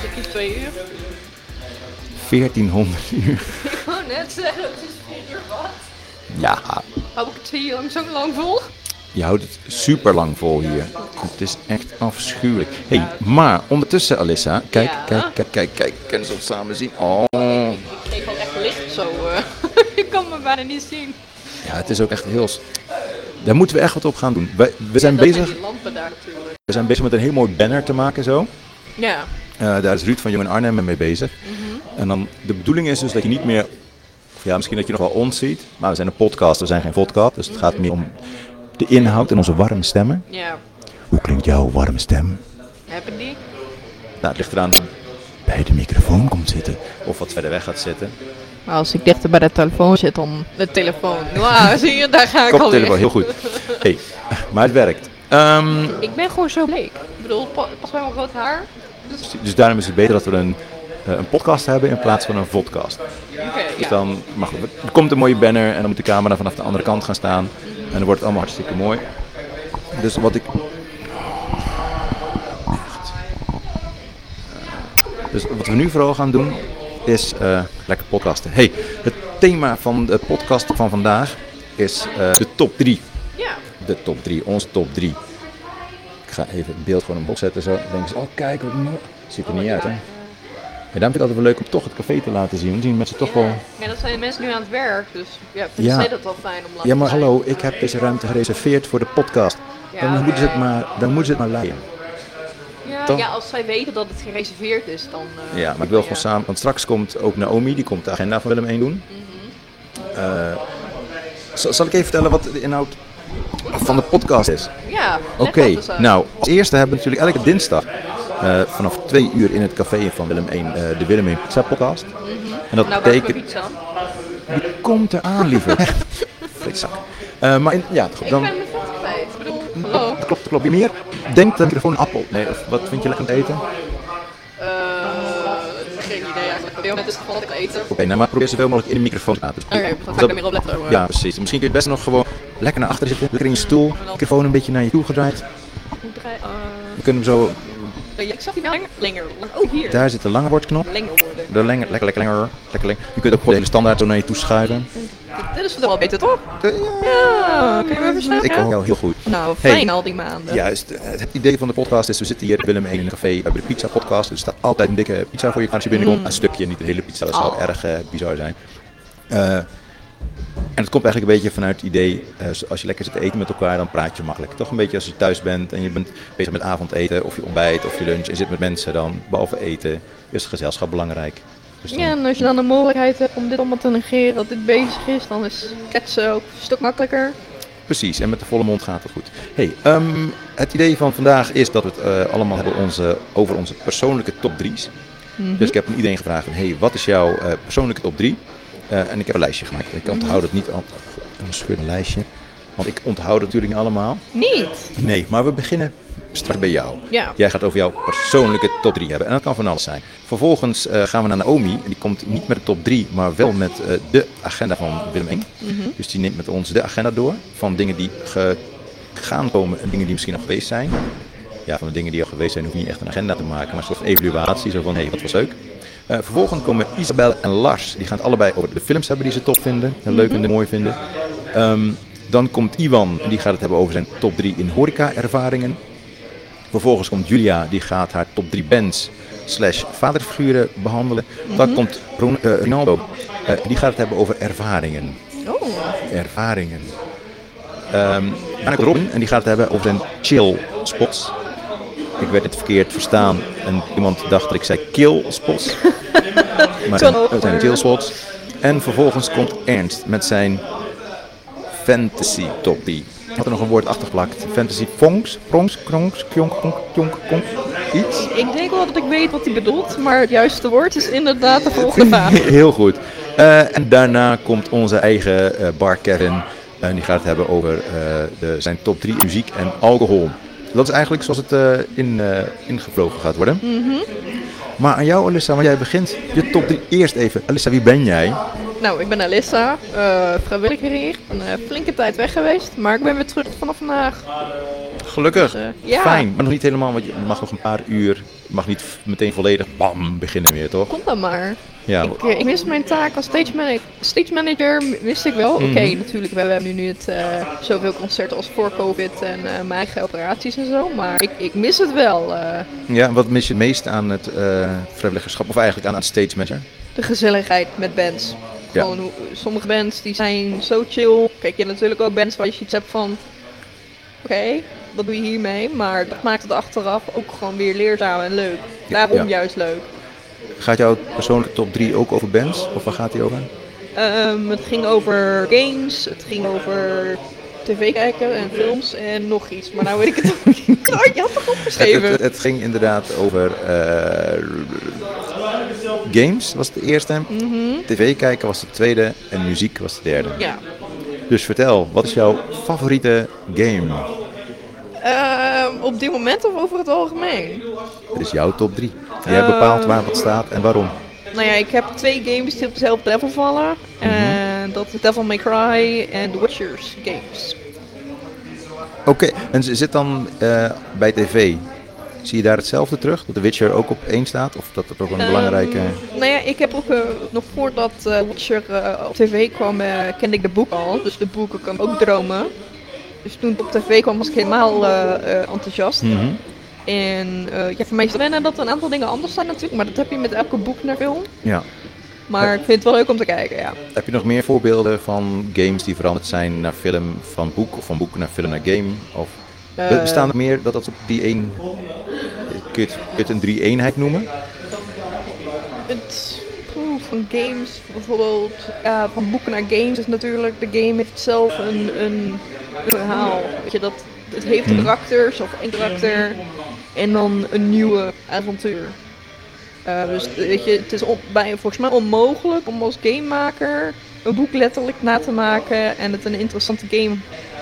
stukje twee uur. 1400 uur. Ik wou net zeggen, het is vier uur wat. Ja, Hou ik het hier lang zo lang vol? je houdt het super lang vol hier. Het is echt afschuwelijk. hey, maar ondertussen, Alissa, kijk, Ja. kijk, kijk, kijk, kijk, kunnen ze ons samen zien? Oh. Ik kreeg al echt licht zo. eh. ik kan me bijna niet zien. Ja, het is ook echt heel. s- Daar moeten we echt wat op gaan doen. We, we, zijn, Dat zijn bezig, die lampen daar natuurlijk. we zijn bezig met een heel mooi banner te maken zo. Ja. Eh, daar is Ruud van Jong en Arnhem mee bezig. Mhm. En dan, de bedoeling is dus dat je niet meer, of ja, misschien dat je nog wel ons ziet, maar we zijn een podcast, we zijn geen vodcast. Dus het gaat meer om de inhoud en onze warme stemmen. Ja. Hoe klinkt jouw warme stem? Hebben die? Nou, het ligt eraan bij de microfoon komt zitten. Of wat verder weg gaat zitten. Ah, Maar als ik dichter bij de telefoon zit, dan... De telefoon. Wauw, zie je, daar ga ik al Koptelefoon, heel goed. Hey, maar het werkt. Ehm, Ik ben gewoon zo bleek. Ik bedoel, pa- pas bij mijn rood haar. dus daarom is het beter dat we een, eh, een podcast hebben in plaats van een vodcast. Oké, Dus ja. dan, maar goed, er komt een mooie banner en dan moet de camera vanaf de andere kant gaan staan. En dan wordt het allemaal hartstikke mooi. Dus wat ik. Echt. Dus wat we nu vooral gaan doen is eh, lekker podcasten. Hey, het thema van de podcast van vandaag is eh, de top 3. Ja. De top 3, onze top 3. Ik ga even het beeld gewoon omhoog zetten. Zo. Dan denken ze, oh kijk, wat mooi. Ziet er niet uit, hè? Ja, daarom vind ik het altijd wel leuk om toch het café te laten zien. Dan zien mensen toch wel... Ja, dat zijn de mensen nu aan het werk, dus ja, vinden Ja. zij dat wel fijn om laten Ja, maar zien. hallo, ik heb deze ruimte gereserveerd voor de podcast. Ja, dan, oké. moeten ze het maar, dan moeten ze het maar leiden. Ja, toch? ja, als zij weten dat het gereserveerd is, dan... eh, Ja, maar ik wil gewoon samen, want straks komt ook Naomi, die komt de agenda van Willem 1 doen. Eh, zal, zal ik even vertellen wat de inhoud van de podcast is? Ja, leg Oké, dat eens uit. nou, als eerste hebben we natuurlijk elke dinsdag eh, vanaf twee uur in het café van Willem 1 eh, de Willem 1 Pizza Podcast. En dat Nou, waar is betekent... mijn pizza? Komt eraan, liever. Echt, flitzak. Eh, maar in, ja, goed, Ik dan... ben mijn vet kwijt. Ik bedoel, hallo. Klopt, klopt. Je meer denkt dat microfoon een appel. Nee, of wat vind je lekker om te eten? Oké, Eh, geen idee eigenlijk. Ik wil met het geval dat ik eten. Oké, nou maar probeer zoveel mogelijk in de microfoon te laten. dan ga ik er meer op letten. hoor. Ja, precies. Misschien kun je best nog gewoon lekker naar achter zitten. Lekker in je stoel. Microfoon een beetje naar je toe gedraaid. Hoe draai- eh, We kunnen hem zo... ja, ik zag die wel langer- langer worden. Oh, hier. Daar zit de lange woordknop. Langer worden. De langer, lekker, lekker langer. Lekker langer. Je kunt ook gewoon de hele standaard zo naar je toe schuiven. Dit- Dit is wel beter, toch? Ja, Ja, kun je me verstaan? ik hoor jou heel goed. Nou, Hey. fijn al die maanden. Juist, eh, het idee van de podcast is, we zitten hier in Willem 1 in een café, we hebben de pizza podcast. Dus er staat altijd een dikke pizza voor je als je binnenkomt. Een stukje, niet de hele pizza, dat zou Mm. Oh. erg eh, bizar zijn. Eh, en het komt eigenlijk een beetje vanuit het idee, eh, als je lekker zit te eten met elkaar, dan praat je makkelijk. Toch een beetje als je thuis bent en je bent bezig met avondeten, of je ontbijt, of je lunch, en je zit met mensen dan, behalve eten, is gezelschap belangrijk. Dus dan- Ja, en als je dan de mogelijkheid hebt om dit allemaal te negeren, dat dit bezig is, dan is ketsen ook een stuk makkelijker. Precies, en met de volle mond gaat het goed. Hey, ehm, het idee van vandaag is dat we het eh, allemaal hebben onze, over onze persoonlijke top 3's. Dus ik heb aan iedereen gevraagd: van, hey, wat is jouw eh, persoonlijke top 3? en ik heb een lijstje gemaakt. Ik onthoud het niet al. Dan scheur een lijstje. Want ik onthoud het natuurlijk niet allemaal. Niet! Nee, maar we beginnen straks bij jou. Ja. Jij gaat over jouw persoonlijke top 3 hebben. En dat kan van alles zijn. Vervolgens eh, gaan we naar Naomi. En die komt niet met de top 3, maar wel met eh, de agenda van Willem Eng. Dus die neemt met ons de agenda door. Van dingen die ge- gaan komen en dingen die misschien nog geweest zijn. Ja, van de dingen die al geweest zijn hoef je niet echt een agenda te maken. Maar een soort evaluatie. Zo van, hé, hey, wat was leuk. Eh, vervolgens komen Isabel en Lars. Die gaan het allebei over de films hebben die ze top vinden. En leuk en mooi vinden. Ehm, dan komt Iwan. En die gaat het hebben over zijn top 3 in horeca ervaringen. Vervolgens komt Julia, die gaat haar top 3 bands slash vaderfiguren behandelen. Dan komt Ron- eh, Ronaldo, Eh, die gaat het hebben over ervaringen. Oh, Ervaringen. Ehm dan komt Robin, en die gaat het hebben over zijn chill spots. Ik werd het verkeerd verstaan en iemand dacht dat ik zei kill spots. maar het zijn chill spots. En vervolgens komt Ernst met zijn fantasy top 3. Ik had er nog een woord achtergeplakt. Fantasy fonks, pronks, kronks, kjonk, konk, tjonk, konk, iets. ik denk wel dat ik weet wat hij bedoelt, maar het juiste woord is inderdaad de volgende vraag. Heel goed. Eh, en daarna komt onze eigen eh bar Kevin. En die gaat het hebben over eh, de, zijn top 3 muziek en alcohol. Dat is eigenlijk zoals het eh, in, eh, ingevlogen gaat worden. Mhm. Maar aan jou, Alissa, want jij begint je top 3 eerst even. Alissa, wie ben jij? Nou, ik ben Alissa, eh vrijwilliger hier. Een eh, flinke tijd weg geweest, maar ik ben weer terug van halen vandaag. Gelukkig. Dus, eh, ja. Fijn, maar nog niet helemaal, want je mag nog een paar uur. Je mag niet meteen volledig bam beginnen weer, toch? Kom dan maar. Ja, Ik, eh, ik mis mijn taak als stage manager. Stage manager wist ik wel. Oké, Mhm. natuurlijk, we hebben nu niet eh, zoveel concerten als voor COVID en eh, mijn eigen operaties en zo. Maar ik, ik mis het wel. eh, ja, wat mis je het meest aan het eh, vrijwilligerschap? Of eigenlijk aan het stage manager? de gezelligheid met bands. Ja. Gewoon, hoe- sommige bands die zijn zo chill. Kijk, je hebt natuurlijk ook bands waar je iets hebt van... Oké, wat doe je hiermee? Maar dat maakt het achteraf ook gewoon weer leerzaam en leuk. Daarom ja. juist leuk. Gaat jouw persoonlijke top 3 ook over bands? Of waar gaat die over? Ehm, het ging over games, het ging over tv kijken en films en nog iets. Maar nou weet ik het ook niet. Oh, je had toch Het, opgeschreven? het, het ging inderdaad over eh, games, was de eerste. TV kijken was de tweede. En muziek was de derde. Mhm. Ja. Dus vertel, wat is jouw favoriete game? Ehm, op dit moment of over het algemeen? Dit is jouw top 3. Jij bepaalt waar wat staat en waarom. Nou ja, ik heb twee games die op hetzelfde level vallen. Mhm. En dat is Devil May Cry en The Witcher's games. Oké, en ze zit dan eh, bij tv. Zie je daar hetzelfde terug? Dat The Witcher ook op één staat? Of dat het ook een belangrijke... Ehm, nou ja, ik heb ook eh, nog voordat eh, Witcher eh, op tv kwam, eh, kende ik de boek al. Dus de boeken kan ook dromen. Dus toen het op tv kwam was ik helemaal eh, eh, enthousiast. Mhm. En eh, ja, voor mij is het wennen dat er een aantal dingen anders zijn natuurlijk. Maar dat heb je met elke boek naar film. Ja. Maar ik vind het wel leuk om te kijken, ja. Heb je nog meer voorbeelden van games die veranderd zijn naar film van boek? Of van boek naar film naar game? Of... Eh. Be- Bestaan er meer dat dat op die één... Kun je het, kun je het een drie-eenheid noemen? Het poeh, van games bijvoorbeeld, ja, van boeken naar games is natuurlijk, de game heeft zelf een, een verhaal. Weet je, dat, het heeft karakters of een karakter en dan een nieuwe avontuur. Eh, dus weet je, het is on- bij, volgens mij onmogelijk om als gamemaker een boek letterlijk na te maken en het een interessante game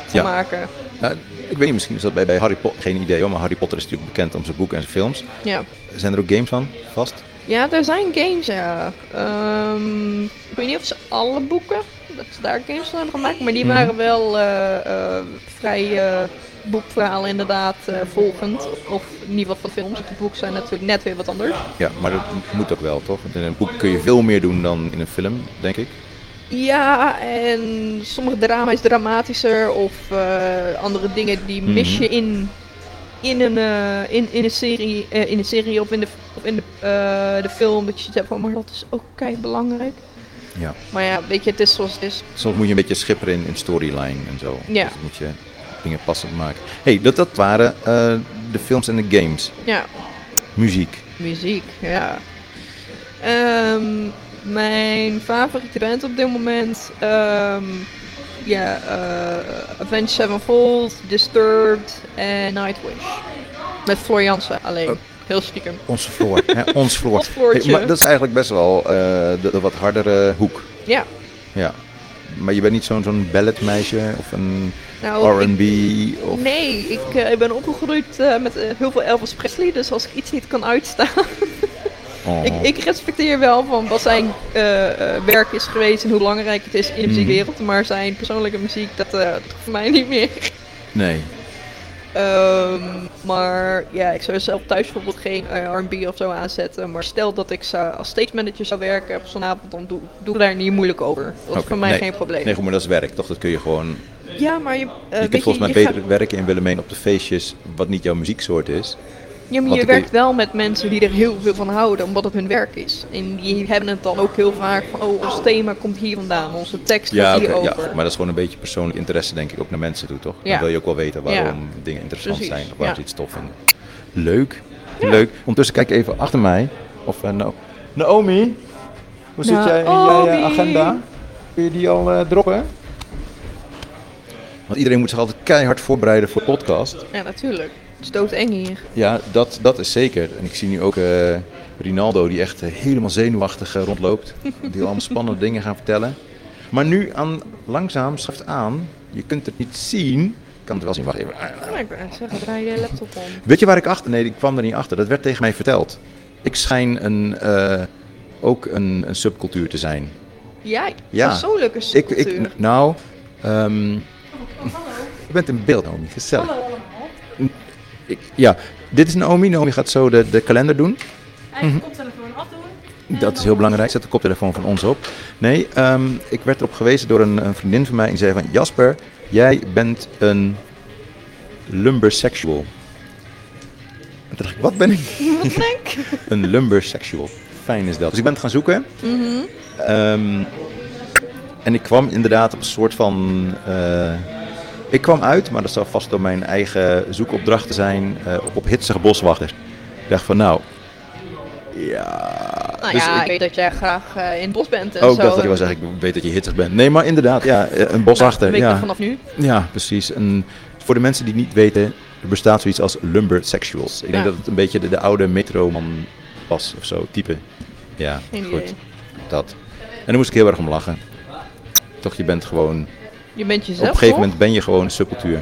te Ja. maken. Nou, ik weet niet, misschien is dat bij, bij Harry Potter... Geen idee hoor, maar Harry Potter is natuurlijk bekend om zijn boeken en zijn films. Ja. Zijn er ook games van? Vast? Ja, er zijn games, ja. Ehm, ik weet niet of ze alle boeken, dat ze daar games van hebben gemaakt, maar die Mhm. waren wel eh, eh, vrij eh, boekverhalen inderdaad eh, volgend. Of in ieder geval van films. Het boek zijn natuurlijk net weer wat anders. Ja, maar dat moet ook wel, toch? Want In een boek kun je veel meer doen dan in een film, denk ik. Ja, en sommige drama is dramatischer of eh, andere dingen die Mhm. mis je in, in, een, eh, in, in, een serie, eh, in een serie of in de, of in de, eh, de film. Dat je zoiets hebt van, maar dat is ook kei belangrijk. Ja. Maar ja, weet je, het is zoals het is. Soms moet je een beetje schipperen in, in storyline en zo. Ja. Dus dan moet je dingen passend maken. hey, dat, dat waren eh, de films en de games. Ja, Muziek. muziek, ja. Ehm, mijn favoriete band op dit moment, ehm, ja, eh Avenged Sevenfold, Disturbed en Nightwish. Met Floor Jansen alleen, Oh. heel stiekem. Onze floor. hè, ons floor. Ons floortje. maar dat is eigenlijk best wel eh, de, de wat hardere hoek. Ja, Ja. Maar je bent niet zo'n zo'n balletmeisje of een nou, ik- R&B of... nee, ik eh, ben opgegroeid eh, met eh, heel veel Elvis Presley, dus als ik iets niet kan uitstaan, Oh. Ik, ik respecteer wel van wat zijn eh, eh, werk is geweest en hoe belangrijk het is in de Mhm. muziekwereld. Maar zijn persoonlijke muziek, dat, eh, dat hoeft voor mij niet meer. Nee. Ehm, maar ja, ik zou zelf thuis bijvoorbeeld geen eh, R&B of zo aanzetten. Maar stel dat ik zou, als stage manager zou werken op zo'n avond, dan doe, doe ik daar niet moeilijk over. Dat is Oké, voor mij nee. geen probleem. Nee, goed, maar dat is werk, toch? Dat kun je gewoon... Ja, maar je, eh, je weet kunt volgens mij je beter gaat- werken in Willemijn op de feestjes wat niet jouw muzieksoort is. Ja, maar Want je dan kun werkt wel met mensen die er heel veel van houden, omdat het hun werk is. En die hebben het dan ook heel vaak van, oh, ons thema komt hier vandaan, onze tekst Ja, gaat oké, ja, hierover. goed, maar dat is gewoon een beetje persoonlijk interesse, denk ik, ook naar mensen toe, toch? Dan Ja. wil je ook wel weten waarom Ja. dingen interessant Precies, zijn, of waarom ja. ze iets tof vinden. Leuk, leuk. Ondertussen kijk ik even achter mij. Of, eh, nou, Naomi, hoe zit jij in je Naomi. eh, agenda? Kun je die al eh, droppen? Want iedereen moet zich altijd keihard voorbereiden voor podcast. Ja, natuurlijk. Het is doodeng hier. Ja, dat, dat is zeker. En ik zie nu ook eh, Rinaldo die echt eh, helemaal zenuwachtig eh, rondloopt. Die allemaal spannende dingen gaan vertellen. Maar nu aan, langzaam schuift aan. Je kunt het niet zien. Ik kan het wel zien. Wacht even. Maar ik ben zeggen, draai je laptop om. Weet je waar ik achter? Nee, ik kwam er niet achter. Dat werd tegen mij verteld. Ik schijn een, eh, ook een, een subcultuur te zijn. Ja, Ja. persoonlijke Ik, subcultuur. ik, nou, ehm, Je bent in beeld, Naomi. Gezellig. Ik, ja, dit is Naomi. Naomi gaat zo de, de kalender doen. Mhm. Eigen koptelefoon afdoen. En Dat is heel belangrijk. Zet de koptelefoon van ons op. Nee, ehm, ik werd erop gewezen door een, een vriendin van mij. En die zei van, Jasper, jij bent een lumbersexual. En toen dacht ik, wat ben ik? Wat denk ik? Een lumbersexual. Fijn is dat. Dus ik ben het gaan zoeken. Ehm, en ik kwam inderdaad op een soort van... eh, ik kwam uit, maar dat zou vast door mijn eigen zoekopdrachten zijn, eh, op hitsige boswachters. Ik dacht van, nou... Ja... Nou dus ja, ik... ik- weet dat jij graag eh, in het bos bent en ook zo. eh, dat ik was eigenlijk, ik weet dat je hitsig bent. Nee, maar inderdaad, ja, eh, een bos achter. Weet ik Ja, dat vanaf nu? ja precies. En voor de mensen die het niet weten, er bestaat zoiets als lumbersexuals. Ik denk Ja. dat het een beetje de, de oude metroman was of zo, type. Ja, Geen goed. idee. Dat. En daar moest ik heel erg om lachen. Toch, je bent gewoon, Je bent op jezelf, een gegeven toch? moment ben je gewoon een subcultuur.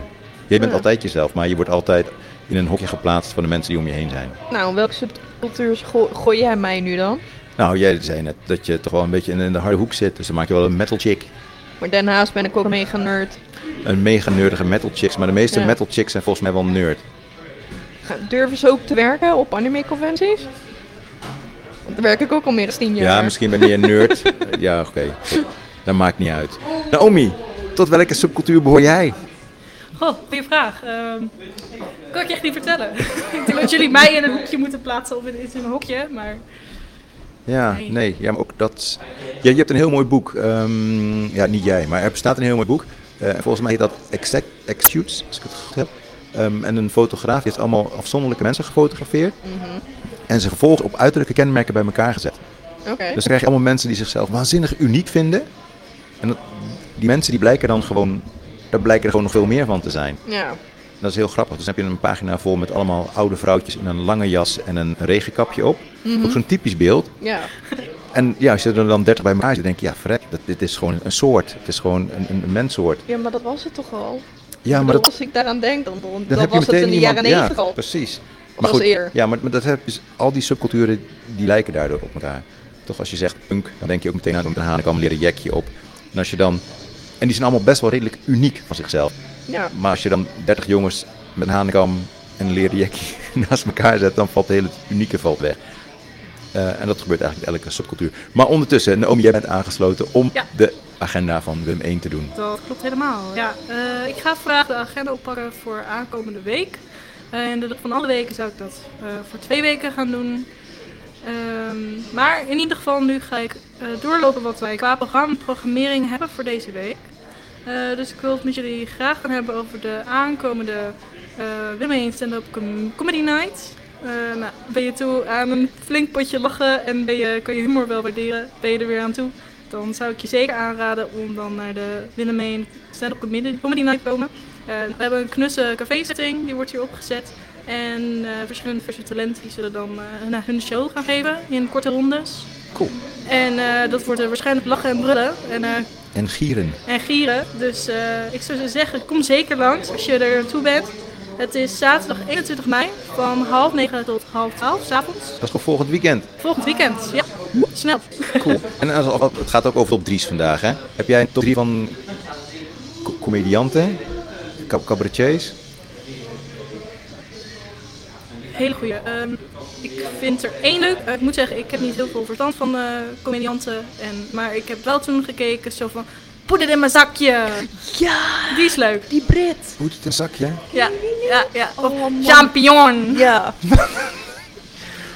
Je bent Oh, Ja. altijd jezelf, maar je wordt altijd in een hokje geplaatst van de mensen die om je heen zijn. Nou, welke subcultuur go- gooi jij mij nu dan? Nou, jij zei net dat je toch wel een beetje in, in de harde hoek zit, dus dan maak je wel een metal chick. Maar daarnaast ben ik ook mega nerd. een mega nerdige metal chicks. Maar de meeste Ja. metal chicks zijn volgens mij wel nerd. Ga- Durven ze ook te werken op anime conventies? Want Daar werk ik ook al meer dan tien Ja, jaar. misschien ben je een nerd. ja, oké. goed. Dat maakt niet uit. Naomi, tot welke subcultuur behoor jij? Goh, goede vraag. Ehm, kan ik je echt niet vertellen. ik denk dat jullie mij in een hoekje moeten plaatsen of in, in een hokje, maar... Ja, Nee. nee. Ja, maar ook dat... Je, je hebt een heel mooi boek. Ehm, ja, niet jij, maar er bestaat een heel mooi boek. Eh, volgens mij heet dat Exact Exudes, als ik het goed heb. Ehm, en een fotograaf die heeft allemaal afzonderlijke mensen gefotografeerd. En ze vervolgens op uiterlijke kenmerken bij elkaar gezet. Oké. Dus dan krijg je allemaal mensen die zichzelf waanzinnig uniek vinden. En dat, die mensen die blijken dan gewoon, daar blijken er gewoon nog veel meer van te zijn. Ja. En dat is heel grappig. Dus dan heb je een pagina vol met allemaal oude vrouwtjes in een lange jas en een regenkapje op. Ook zo'n typisch beeld. Ja. En ja, als je er dan 30 bij elkaar zit, denk je, ja, verrek, dat, dit is gewoon een soort. Het is gewoon een, een, een menssoort. ja, maar dat was het toch al? Ja, maar maar dat, als ik daaraan denk, dan, dan, dan dan heb je was het meteen in de iemand- jaren negentig Ja, al. precies. was eerder. ja, maar, maar dat heb, dus al die subculturen die lijken daardoor op elkaar. Toch als je zegt punk, dan denk je ook meteen aan een haan, ik kwam leren jekje op. En als je dan, en die zijn allemaal best wel redelijk uniek van zichzelf. Ja. Maar als je dan 30 jongens met een hanenkam en een leren jekje naast elkaar zet, dan valt de hele unieke valt weg. Eh, en dat gebeurt eigenlijk in elke subcultuur. Maar ondertussen, Naomi, jij bent aangesloten om Ja. de agenda van Willem 1 te doen. Dat klopt helemaal. Ja, eh, ik ga vandaag de agenda oppakken voor aankomende week. Eh, en de dag van alle weken zou ik dat eh, voor twee weken gaan doen. Ehm, maar in ieder geval, nu ga ik eh, doorlopen wat wij qua programma en programmering hebben voor deze week. Eh, dus ik wil het met jullie graag gaan hebben over de aankomende eh Willem Heen Stand-Up Com- Comedy Night. Eh, nou, ben je toe aan een flink potje lachen en ben je, kan je humor wel waarderen? Ben je er weer aan toe? Dan zou ik je zeker aanraden om dan naar de Willem Heen Stand-Up Comedy Comedy Night te komen. Eh, we hebben een knusse café-setting, die wordt hier opgezet. En eh, verschillende verse talenten die zullen dan eh, hun- hun show gaan geven in korte rondes. Cool. En eh, dat wordt eh, waarschijnlijk lachen en brullen. En eh, En Gieren. en gieren. Dus eh, ik zou zeggen, kom zeker langs als je er naartoe bent. Het is zaterdag 21 mei van half negen tot half twaalf, 's avonds. Dat is toch volgend weekend? Volgend weekend, ja. Snel. Cool. En als- als- het gaat ook over top 3's vandaag, hè? Heb jij een top 3 van co- comedianten, ca- cabaretiers? Hele goeie. Ehm, ik vind er één leuk. Eh, ik moet zeggen, ik heb niet heel veel verstand van eh, comedianten. En, maar ik heb wel toen gekeken, zo van, put it in mijn zakje. Ja, Die is leuk. die Brit. Hoe het een zakje? Ja, ja, ja. Of Oh, man. champignon. Ja,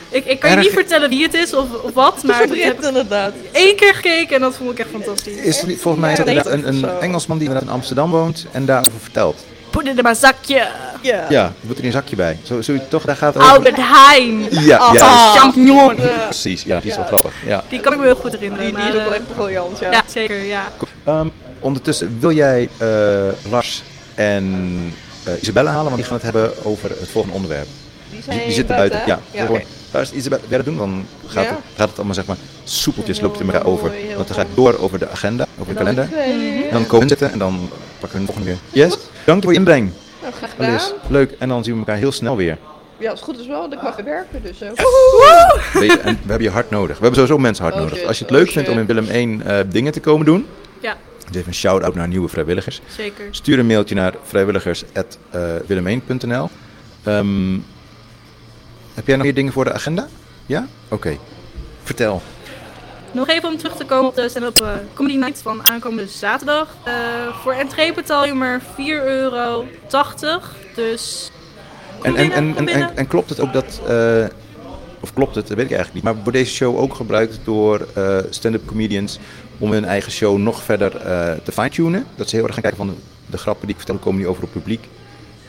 Ik, ik kan je Erg- niet vertellen wie het is of, of wat, maar maar ik heb Brit inderdaad. één keer gekeken en dat vond ik echt fantastisch. Is er niet, volgens mij is dat Ja, inderdaad een, dat is een zo. Engelsman die in Amsterdam woont en daarover vertelt. Put it in mijn zakje. Ja. Ja, je moet er een zakje bij. Zo, zo, toch, daar gaat het over. Albert Heijn. Oh, Ja, ja. Ah. Champignon. Precies, ja, die is wel Ja. grappig. Ja. Die kan ik me heel goed herinneren. Die, die is maar, ook wel eh, echt briljant, ja. ja, zeker, ja. Ehm, ondertussen wil jij eh, Lars en eh, Isabella halen, want die gaan het hebben over het volgende onderwerp. Die, zijn Die, die zitten buiten, buiten. hè? Ja, gewoon. Lars, Isabella, wil jij dat doen? Dan gaat, Ja. het, gaat het allemaal zeg maar soepeltjes, Heel loopt het in elkaar mooi, over. heel Want dan ga mooi. ik door over de agenda, over de kalender. Twee. En dan komen we zitten en dan pakken we de volgende keer. Yes, dank voor je inbreng. Nou, graag gedaan. Alice. Leuk, en dan zien we elkaar heel snel weer. Ja, als het goed is wel, want ik mag weer werken, dus... eh, Weet je, en we hebben je hard nodig. We hebben sowieso mensen hard Oh nodig. shit, Als je het oh leuk vindt om shit. in Willem 1 dingen te eh, komen doen, Ja, Dus even een shout-out naar nieuwe vrijwilligers. Zeker. Stuur een mailtje naar eh, vrijwilligers.willemeen.nl. Ehm, heb jij nog meer dingen voor de agenda? Ja? Oké. Vertel. Nog even om terug te komen op de stand-up eh, comedy night van aankomende zaterdag. Eh, voor entree betaal je maar 4,80 euro. Dus En, en, binnen, en, kom en, en, binnen. en klopt het ook dat. eh, of klopt het, dat weet ik eigenlijk niet. Maar wordt deze show ook gebruikt door eh, stand-up comedians om hun eigen show nog verder eh, te fine-tunen? Dat ze heel erg gaan kijken van de grappen die ik vertel komen niet over op het publiek. Dat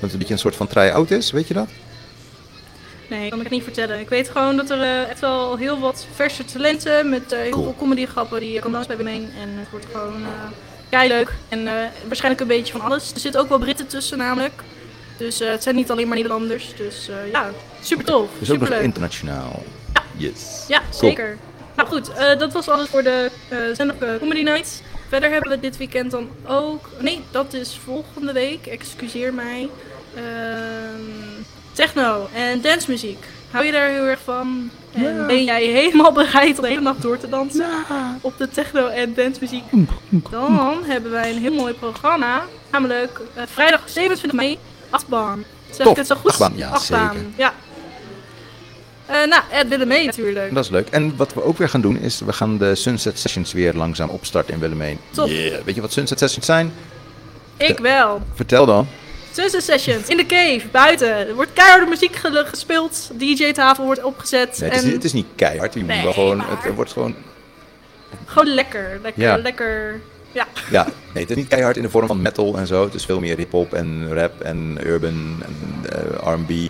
het een beetje een soort van try-out is, weet je dat? Nee, kan ik niet vertellen. Ik weet gewoon dat er eh, echt wel heel wat verse talenten met eh, heel Cool. veel comedygrappen die je kan dansen bij meen. En het wordt gewoon eh, kei leuk. En eh, waarschijnlijk een beetje van alles. Er zitten ook wel Britten tussen namelijk. Dus eh, het zijn niet alleen maar Nederlanders. Dus eh, ja, super tof. Dus ook super nog leuk. internationaal. Yes. Ja, Cool. zeker. Nou goed, eh, dat was alles voor de eh stand-up eh, comedy night. Verder hebben we dit weekend dan ook... Nee, dat is volgende week. Excuseer mij. Ehm, techno en dancemuziek. Hou je daar heel erg van? En ben jij helemaal bereid om de hele nacht door te dansen op de techno en dancemuziek? Dan hebben wij een heel mooi programma. Namelijk eh, vrijdag 27 mei, Achtbaan. Zeg Top, ik het zo goed? achtbaan, ja, zeker. ja. Eh, nou, Ed Willemee natuurlijk. Dat is leuk. En wat we ook weer gaan doen is, we gaan de Sunset Sessions weer langzaam opstarten in Willemijn. Top. Yeah. Weet je wat Sunset Sessions zijn? Ik wel. Vertel dan. Sunset Sessions, in de cave, buiten. Er wordt keiharde muziek ge- gespeeld. DJ-tafel wordt opgezet. Nee, het, is, en niet- het is niet keihard. Je moet Nee, wel gewoon, maar- het wordt gewoon gewoon lekker, lekker, Ja. lekker. Ja, Ja, nee, het is niet keihard in de vorm van metal en zo. Het is veel meer hip-hop en rap en urban en eh, RB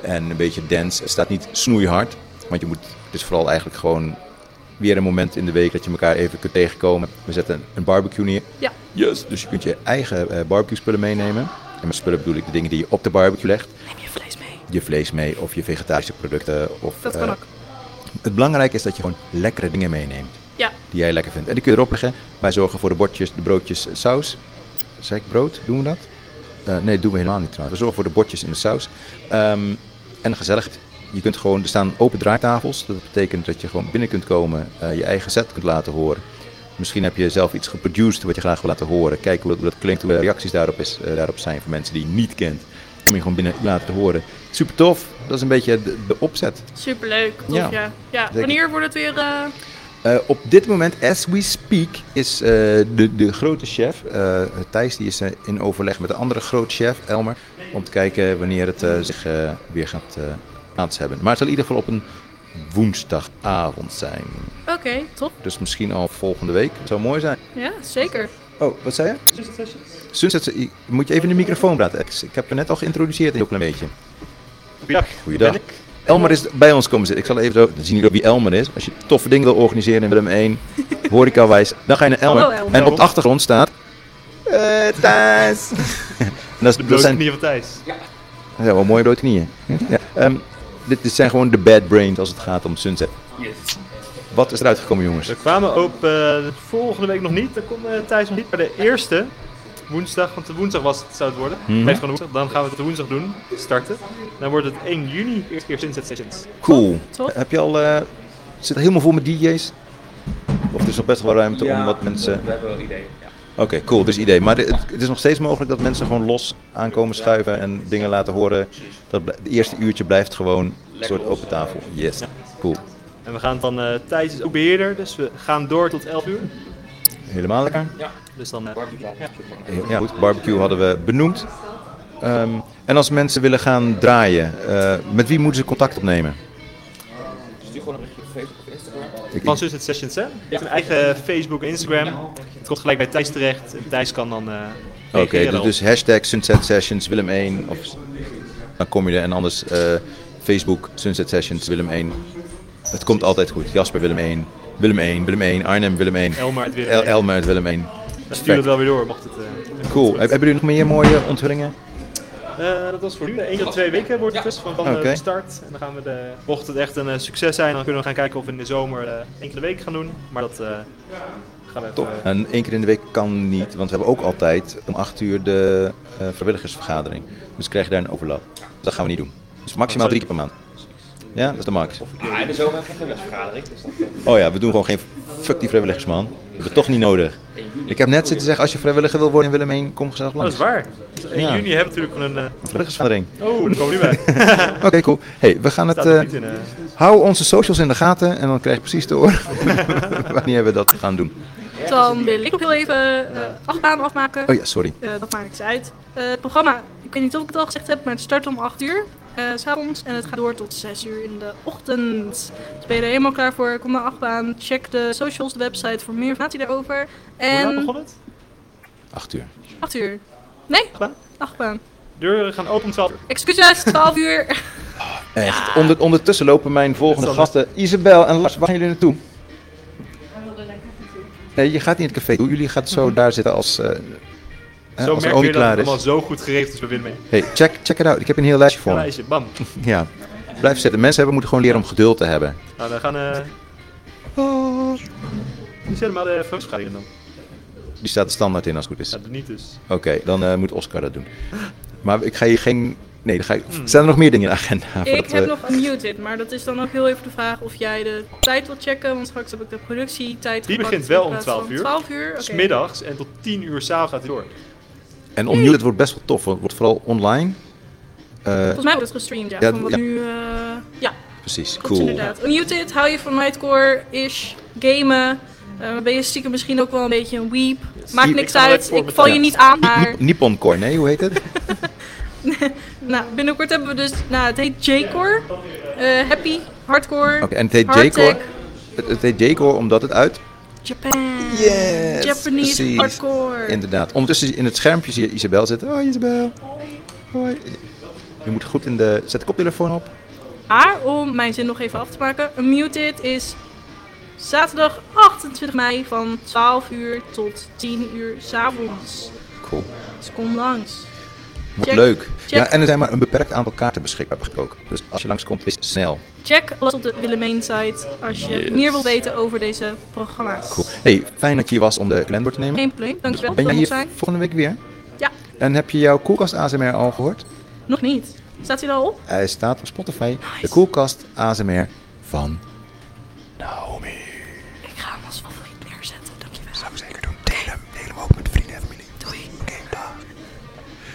en een beetje dance. Het staat niet snoeihard, want je moet. Het is vooral eigenlijk gewoon weer een moment in de week dat je elkaar even kunt tegenkomen. We zetten een barbecue neer. Ja. Yes. Dus je kunt je eigen eh barbecue spullen meenemen. En met spullen bedoel ik de dingen die je op de barbecue legt. neem je vlees mee. Je vlees mee of je vegetarische producten. Of, Dat kan eh, ook. Het belangrijke is dat je gewoon lekkere dingen meeneemt Ja, die jij lekker vindt. En die kun je erop leggen. Wij zorgen voor de bordjes, de broodjes, eh, saus. Zeg ik brood? Doen we dat? Eh, nee, dat doen we helemaal niet trouwens. We zorgen voor de bordjes en de saus. Ehm, en de gezelligheid. Je kunt gewoon, er staan open draaitafels. Dat betekent dat je gewoon binnen kunt komen, eh, je eigen set kunt laten horen. Misschien heb je zelf iets geproduced wat je graag wil laten horen. Kijk hoe dat, hoe dat klinkt, hoe de reacties daarop, is, eh, daarop zijn voor mensen die je niet kent. Om je gewoon binnen laten horen. Super tof. Dat is een beetje de, de opzet. superleuk. Tof, Ja, ja. ja. zeker. Wanneer wordt het weer... eh, Eh, op dit moment, as we speak, is eh, de, de grote chef, eh, Thijs, die is eh, in overleg met de andere grote chef, Elmer, om te kijken wanneer het eh, zich eh, weer gaat eh plaats hebben. Maar het zal in ieder geval op een woensdagavond zijn. Oké, top. Dus misschien al volgende week. Het zou mooi zijn. Ja, zeker. Oh, wat zei je? Sunset Sessions. Moet je even in de microfoon praten. Ik, ik heb je net al geïntroduceerd, een heel klein beetje. Goeiedag. Goeiedag. Ben ik? Elmer is bij ons komen zitten. Ik zal even zo dan zien jullie ook wie Elmer is. Als je toffe dingen wil organiseren in Willem 1, horecawijs, dan ga je naar Elmer. Hallo, Elmer. En op de achtergrond staat... eh Thijs. En dat, is, Blote dat zijn knieën van Thijs. ja, wel mooie blote knieën. Ja. Ehm, dit, dit zijn gewoon de bad brains als het gaat om Sunset. Wat is eruit gekomen, jongens? We kwamen op eh, volgende week nog niet. Dan komt eh, Thijs nog niet. Maar de eerste woensdag, want de woensdag was het, zou het worden. Mhm. Blijft gewoon woensdag. Dan gaan we het de woensdag doen. Starten. Dan wordt het 1 juni. Eerste keer Sunset Sessions. Cool. Top. Heb je al... eh, zit het helemaal vol met DJ's? Of er is nog best wel ruimte om Ja, wat mensen... We hebben wel ideeën. Ja. Oké, cool, dus idee. Maar de- het, het is nog steeds mogelijk dat mensen gewoon los aankomen schuiven en dingen laten horen. Dat bl- het eerste uurtje blijft gewoon een soort open tafel. Yes, cool. En we gaan het dan... eh, Thijs is ook beheerder, dus we gaan door tot 11 uur. Helemaal lekker. Dus dan... eh, Barbecue plaat. Ja, goed. Barbecue hadden we benoemd. Ehm, en als mensen willen gaan draaien, eh, met wie moeten ze contact opnemen? Stuur Dus gewoon een berichtje op Facebook of Instagram. Ik, van ik- Sunset Sessions, hè? Je hebt een eigen Facebook en Instagram. Het komt gelijk bij Thijs terecht. En Thijs kan dan... eh, Oké, reageren dus, op. dus hashtag Sunset Sessions Willem 1. Of, dan kom je er. En anders eh, Facebook Sunset Sessions Willem 1. Het komt altijd goed. Jasper Willem 1. Willem 1, Willem 1, Arnhem Willem 1. Elmer uit Willem El, 1. Elmer uit Willem 1. Stuur het wel weer door, mocht het... eh, Cool. Heb- Hebben jullie nog meer mooie onthullingen? Eh, dat was voor nu. Eén tot twee weken wordt het dus van, van eh, Oké. de start. En dan gaan we de, mocht het echt een eh, succes zijn, dan kunnen we gaan kijken of we in de zomer eh enkele weken gaan doen. Maar dat eh, gaan we even... eh, Top. En één keer in de week kan niet, want we hebben ook altijd om 8 uur de Oh, eh, vrijwilligersvergadering. Dus krijg je daar een overlap. Dat gaan we niet doen. Dus maximaal drie keer per maand. Ja, dat is de max. Ah, in de zomer heb ik geen wetsvergadering. Dus dat, eh, Oh ja, we doen gewoon geen fuck die vrijwilligers, man. We hebben het toch niet nodig. Ik heb net zitten zeggen, als je vrijwilliger wil worden in Willem 1, kom gezellig dat langs. is waar. In Ja. juni hebben we natuurlijk een... eh, Vrijwilligersvergadering. Oh, daar komen we nu bij. Oké, cool. hey, we gaan het... Staat er eh, niet in, eh. hou onze socials in de gaten en dan krijg je precies te horen wanneer we dat gaan doen. Dan wil ik nog heel even eh acht banen afmaken. Oh ja, sorry. Eh, dat maakt niks uit. Eh, het programma, ik weet niet of ik het al gezegd heb, maar het start om 8 uur. eh, s s'avonds en het gaat door tot 6 uur in de ochtend. Dus ben je er helemaal klaar voor? Kom naar achtbaan. Check de socials, de website voor meer informatie daarover. Hoe laat En begon het? Acht uur. 8 uur. Nee, Achtbaan? achtbaan. Deuren gaan open om 12 uur. Excuses, 12 uur. Echt. Onder, ondertussen lopen mijn volgende gasten, Isabel en Lars, waar gaan jullie naartoe? Nee, je gaat niet in het café. toe. Jullie gaan zo daar zitten als, eh hè, Zo Eh, als de Mhm. merk je olie dat het klaar is. allemaal zo goed geregeld is bij Willem mee. Hey, check, check it out. Ik heb een heel lijstje voor me. Lijstje, bam. Ja. Blijf zitten. Mensen hebben, moeten gewoon leren om geduld te hebben. Nou, dan gaan... eh Ah. Die zetten maar de vrijwilligersvergadering in dan. Die staat er standaard in als het goed is. Ja, dat niet dus. Oké, dan eh, moet Oscar dat doen. Maar ik ga hier geen... Nee, dan ga ik... Hmm. Staan er nog meer dingen in de agenda? Ik voordat heb we- nog unmuted, maar dat is dan ook heel even de vraag of jij de tijd wilt checken. Want straks heb ik de productietijd Die gepakt begint wel in om plaats van 12 uur. 12 uur, oké. S Smiddags en tot 10 uur s'avonds gaat hij door. En opnieuw, het wordt best wel tof. want Het wordt vooral online. Eh, Volgens mij wordt het gestreamd, ja. Ja, van wat ja. nu, eh, ja, precies, Klopt cool. inderdaad. Unmuted, hou je van Nightcore-ish, gamen. eh, ben je stiekem misschien ook wel een beetje een weep. Maakt Ik niks kan wel uit, Nightcore ik val betalen. je niet aan, maar... Nip- Nippon Coin, nee, hoe heet het? Nou, binnenkort hebben we dus... Nou, het heet J-Core. eh, happy, Hardcore, Oké, en het heet hard J-Core. tech, Het, het heet J-Core omdat het uit... Japan. Yes, Japanese precies. Hardcore. Inderdaad. Ondertussen in het schermpje zie je Isabel zitten. Hoi Isabel. Hoi. Je moet goed in de... Zet de koptelefoon op. Maar om mijn zin nog even af te maken, Unmuted is zaterdag 28 mei van 12 uur tot 10 uur s'avonds. Cool. Dus kom langs. Wordt Check. leuk. Check. Ja, en er zijn maar een beperkt aantal kaarten beschikbaar, heb ik ook. Dus als je langskomt, is het snel. Check alles op de Willemijn site als je Yes. meer wilt weten over deze programma's. Cool. Hey, fijn dat je hier was om de kalender te nemen. Geen probleem, dankjewel Ben voor jij het hier zijn. volgende week weer? Ja, En heb je jouw koelkast ASMR al gehoord? nog niet. Staat hij er al op? Hij staat op Spotify. De koelkast ASMR van Naomi. Ik ga hem als favoriet neerzetten, dankjewel. Zou ik zeker doen. Deel hem. Deel hem ook met vrienden en familie. Doei. Oké, dag.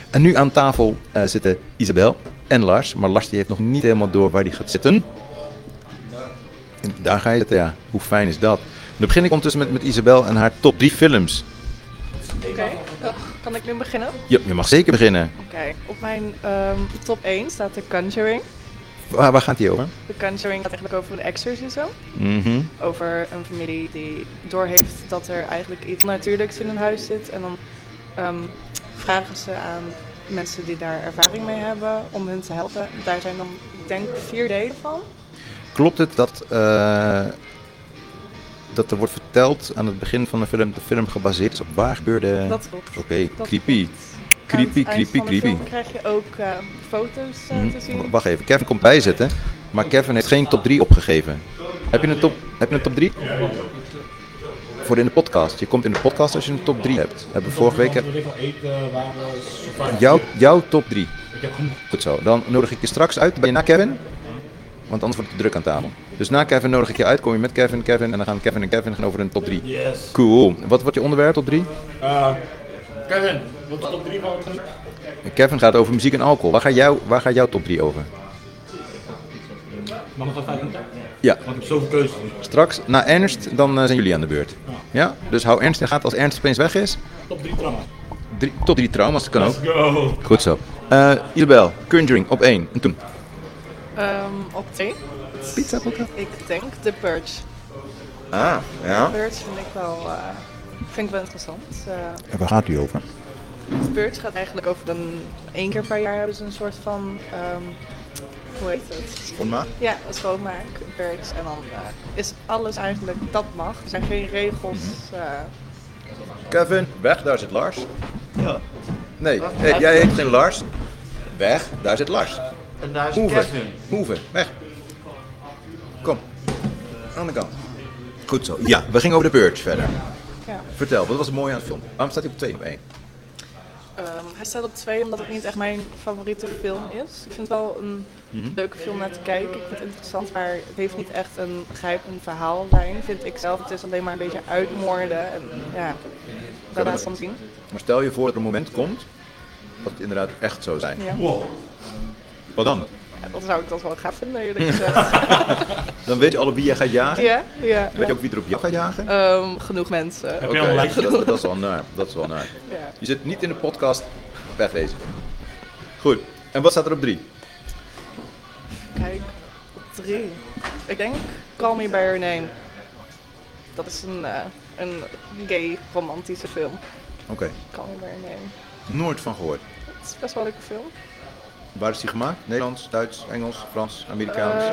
En nu aan tafel eh, zitten Isabel en Lars. Maar Lars die heeft nog niet helemaal door waar hij gaat zitten. En daar ga je zitten, ja. Hoe fijn is dat? Dan begin ik ondertussen met, met Isabel en haar top 3 films. Kan ik nu beginnen? Oké, Je, je mag zeker beginnen. op mijn ehm, top 1 staat The Conjuring. Waar, waar gaat die over? The Conjuring gaat eigenlijk over een exorcism. Mhm. Over een familie die doorheeft dat er eigenlijk iets natuurlijks in hun huis zit. En dan ehm, vragen ze aan mensen die daar ervaring mee hebben om hen te helpen. Daar zijn dan, ik denk, vier delen van. Klopt het dat, eh, dat er wordt verteld aan het begin van de film... de film gebaseerd is op waar gebeurde... Dat klopt. Oké, Dat creepy. Aan het Creepy, eind creepy, van de creepy. Hm? Mhm. film krijg je ook eh, foto's eh, te zien. Wacht even, Kevin komt bijzitten. Maar Kevin heeft geen top 3 opgegeven. Heb je een top, heb je een top 3? Voor in de podcast. Je komt in de podcast als je een top 3 hebt. Hebben we vorige week. eh, Jouw, jouw top 3. Goed zo. Dan nodig ik je straks uit. Ben je na Kevin? Want anders wordt het druk aan tafel. Dus na Kevin nodig ik je uit. Kom je met Kevin, Kevin. En dan gaan Kevin en Kevin gaan over een top 3. Yes. Cool. Wat wordt je onderwerp top 3? Eh, Kevin, wat is top 3 van het Kevin gaat over muziek en alcohol. Waar gaat, jou, waar gaat jouw top 3 over? Mag nog wel 5 minuten? Ja. Want ik heb zoveel keuzes. Straks, na Ernst, dan eh, zijn jullie aan de beurt. Ja? Dus hou Ernst in de gaten als Ernst opeens weg is. Top 3 trauma. Drie, tot drie trauma's, dat kan ook. Let's go. Goed zo. Eh Isabel, Conjuring op één. En toen? Ehm, op twee, Pizza Boca. ik denk The Purge. Ah, ja. Purge vind ik wel, eh, vind ik wel interessant. Eh, En waar gaat u over? De Purge gaat eigenlijk over een één keer per jaar hebben ze een soort van ehm, hoe heet het? Onma. Ja, een schoonmaak, een purge. En dan eh, is alles eigenlijk dat mag. Er zijn geen regels. Mhm. eh. Kevin, weg, daar zit Lars. Ja. Nee, hey, jij heet geen Lars. Weg, daar zit Lars. En daar is Hoeven. Kevin. Hoeven, weg. Kom. Aan de kant. Goed zo. Ja, we gingen over de Purge verder. Ja. Vertel, wat was het mooie aan het film? Waarom staat hij op 2 op 1? Ehm, hij staat op twee omdat het niet echt mijn favoriete film is. Ik vind het wel een Mhm. leuke film naar te kijken. Ik vind het interessant, maar het heeft niet echt een grijpend verhaallijn, vind ik zelf. Het is alleen maar een beetje uitmoorden en ja, dat laat soms zien. Maar stel je voor dat er een moment komt dat het inderdaad echt zou zijn. Ja. Wow. Wat dan? Ja, dan zou ik dat wel gaaf vinden, eerlijk gezegd. Dan weet je al op wie jij gaat jagen. ja, ja. Weet je ook wie er op jou gaat jagen? Ehm, genoeg mensen. Heb je al een Oké, lijstje? dat, dat is wel naar. Dat is wel naar. Ja. Je zit niet in de podcast. Wegwezen. Goed. En wat staat er op drie? Kijk, op drie. Ik denk Call Me By Your Name. Dat is een, eh, een gay romantische film. Oké. Call Me By Your Name. Nooit van gehoord. Het is best wel een leuke film. Waar is die gemaakt? Nederlands, Duits, Engels, Frans, Amerikaans? Eh,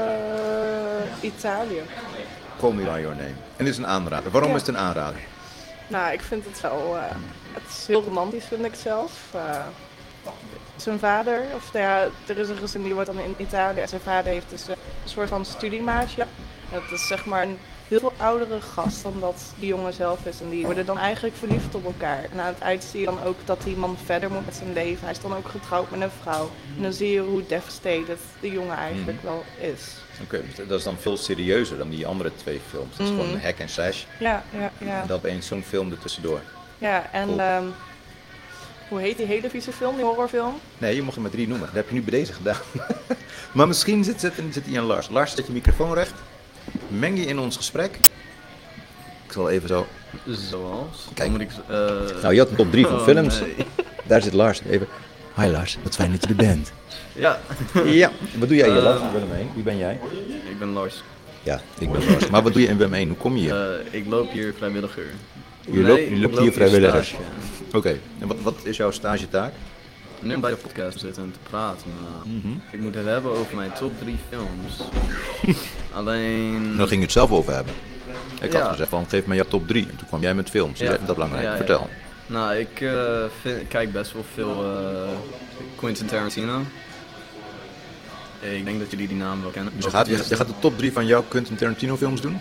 Italië. Call me by your name. En dit is een aanrader. Waarom Ja. is het een aanrader? Nou, ik vind het wel. eh, het is heel romantisch, vind ik zelf. Eh, zijn vader, of nou ja, er is een gezin die wordt dan in Italië. En zijn vader heeft dus eh, een soort van studiemaatje. En dat is zeg maar een heel veel oudere gast dan dat die jongen zelf is. En die worden dan eigenlijk verliefd op elkaar. En aan het eind zie je dan ook dat die man verder moet met zijn leven. Hij is dan ook getrouwd met een vrouw. En dan zie je hoe devastated de jongen eigenlijk wel is. Oké, dus dat is dan veel serieuzer dan die andere twee films. Dat is gewoon hack en slash. Ja, ja, Mhm. ja. En dan opeens zo'n film ertussendoor. Ja, en Cool. ehm, hoe heet die hele vieze film, die horrorfilm? Nee, je mocht er maar drie noemen. Dat heb je nu bij deze gedaan. maar misschien zit, zit, zit hij aan Lars. Lars, zet je microfoon recht. Meng je in ons gesprek. Ik zal even zo... eh, Zoals? Kijk. Moet ik, eh, Nou, je had een top drie van oh, films. nee. Daar zit Lars even. Hi Lars, wat fijn dat je er bent. Ja, ja, wat doe jij hier Eh, Lars in Willem 1? Wie ben jij? ik ben Lars. Ja, ik ben Lars. Maar wat doe je in Willem 1? Hoe kom je hier? Eh, ik loop hier vrijwilliger. Je loopt- je ik loopt hier vrijwilliger. stage. Oké, en wat, wat is jouw stagetaak? Nu om bij de podcast te zitten en te praten. maar Mhm. Ik moet het hebben over mijn top 3 films. Alleen... Daar ging je het zelf over hebben. Ik had Ja. gezegd van geef mij jouw top 3. En toen kwam jij met films. Ja. Dat is belangrijk. Ja, ja. Vertel. Nou, ik eh, vind- kijk best wel veel eh, Quentin Tarantino. Ik denk dat jullie die naam wel kennen. Dus je gaat, je, je gaat de top 3 van jouw Quentin Tarantino films doen?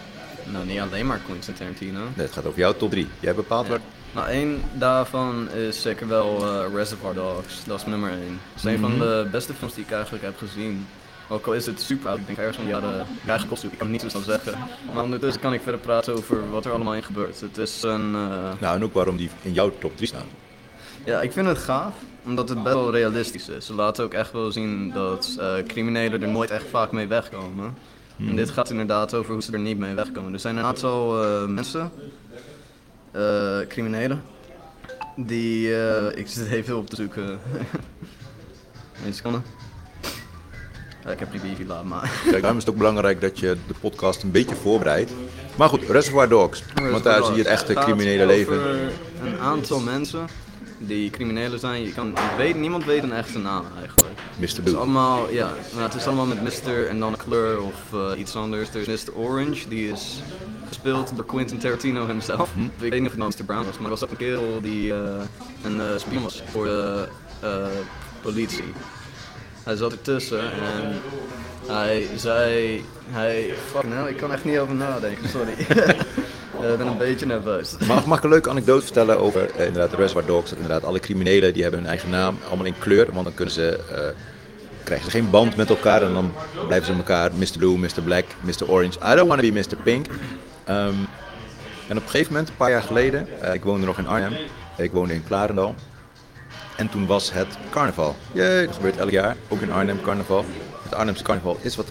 Nou, niet alleen maar Quentin Tarantino. Nee, het gaat over jouw top 3. Jij bepaalt waar... Nou, één daarvan is zeker wel eh, Reservoir Dogs. Dat is nummer één. Dat is een van de beste films die ik eigenlijk heb gezien. Ook al is het super oud, ik denk ergens van ja, de eigen kostuum, ik kan niet zo snel zeggen. Maar ondertussen kan ik verder praten over wat er allemaal in gebeurt. Het is een... eh, Nou, en ook waarom die in jouw top 3 staan. Ja, ik vind het gaaf, omdat het best wel realistisch is. Ze laten ook echt wel zien dat eh, criminelen er nooit echt vaak mee wegkomen. En Hmm. dit gaat inderdaad over hoe ze er niet mee wegkomen. Er zijn een aantal eh, mensen, eh, criminelen, die... eh, ik zit even op te zoeken. Eén seconde. Ja, ik heb die wifi laat, maar... Kijk, daarom is het ook belangrijk dat je de podcast een beetje voorbereidt. Maar goed, Reservoir Dogs. Want daar zie je het echte gaat criminele leven. over een aantal mensen die criminelen zijn. Je kan, je weet, niemand weet een echte naam eigenlijk. Mr. Het is Blue. allemaal, ja, maar het is allemaal met Mr. en dan een kleur of eh, iets anders. Er is Mr. Orange, die is gespeeld door Quentin Tarantino hemzelf. Ik weet niet of het nou Mr. Brown was, maar er was ook een kerel die eh, een eh spion was voor de eh, politie. Hij zat ertussen en hij zei, hij, fuck nou, ik kan echt niet over nadenken, sorry. Eh, Ik ben een beetje nerveus. Mag, mag ik een leuke anekdote vertellen over eh, inderdaad Reservoir Dogs? Dat inderdaad alle criminelen die hebben hun eigen naam, allemaal in kleur. Want dan kunnen ze, eh, krijgen ze geen band met elkaar en dan blijven ze elkaar Mr. Blue, Mr. Black, Mr. Orange. I don't want to be Mr. Pink. Ehm, en op een gegeven moment, een paar jaar geleden, eh, ik woonde nog in Arnhem. Ik woonde in Klarendal. En toen was het carnaval. Jee, dat gebeurt elk jaar. Ook in Arnhem carnaval. Het Arnhemse carnaval is wat,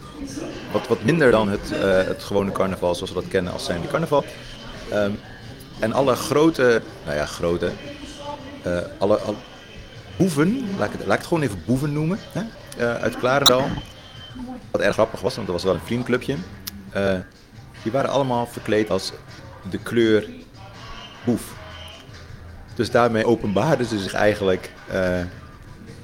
wat, wat minder dan het, eh, het gewone carnaval zoals we dat kennen als zijnde carnaval. Ehm, en alle grote, nou ja, grote, eh, alle, al- boeven, laat ik, het, laat ik het gewoon even boeven noemen, hè? eh, uit Klarendal. Wat erg grappig was, want dat was wel een vriendenclubje. Eh, die waren allemaal verkleed als de kleur boef. Dus daarmee openbaarden ze zich eigenlijk eh,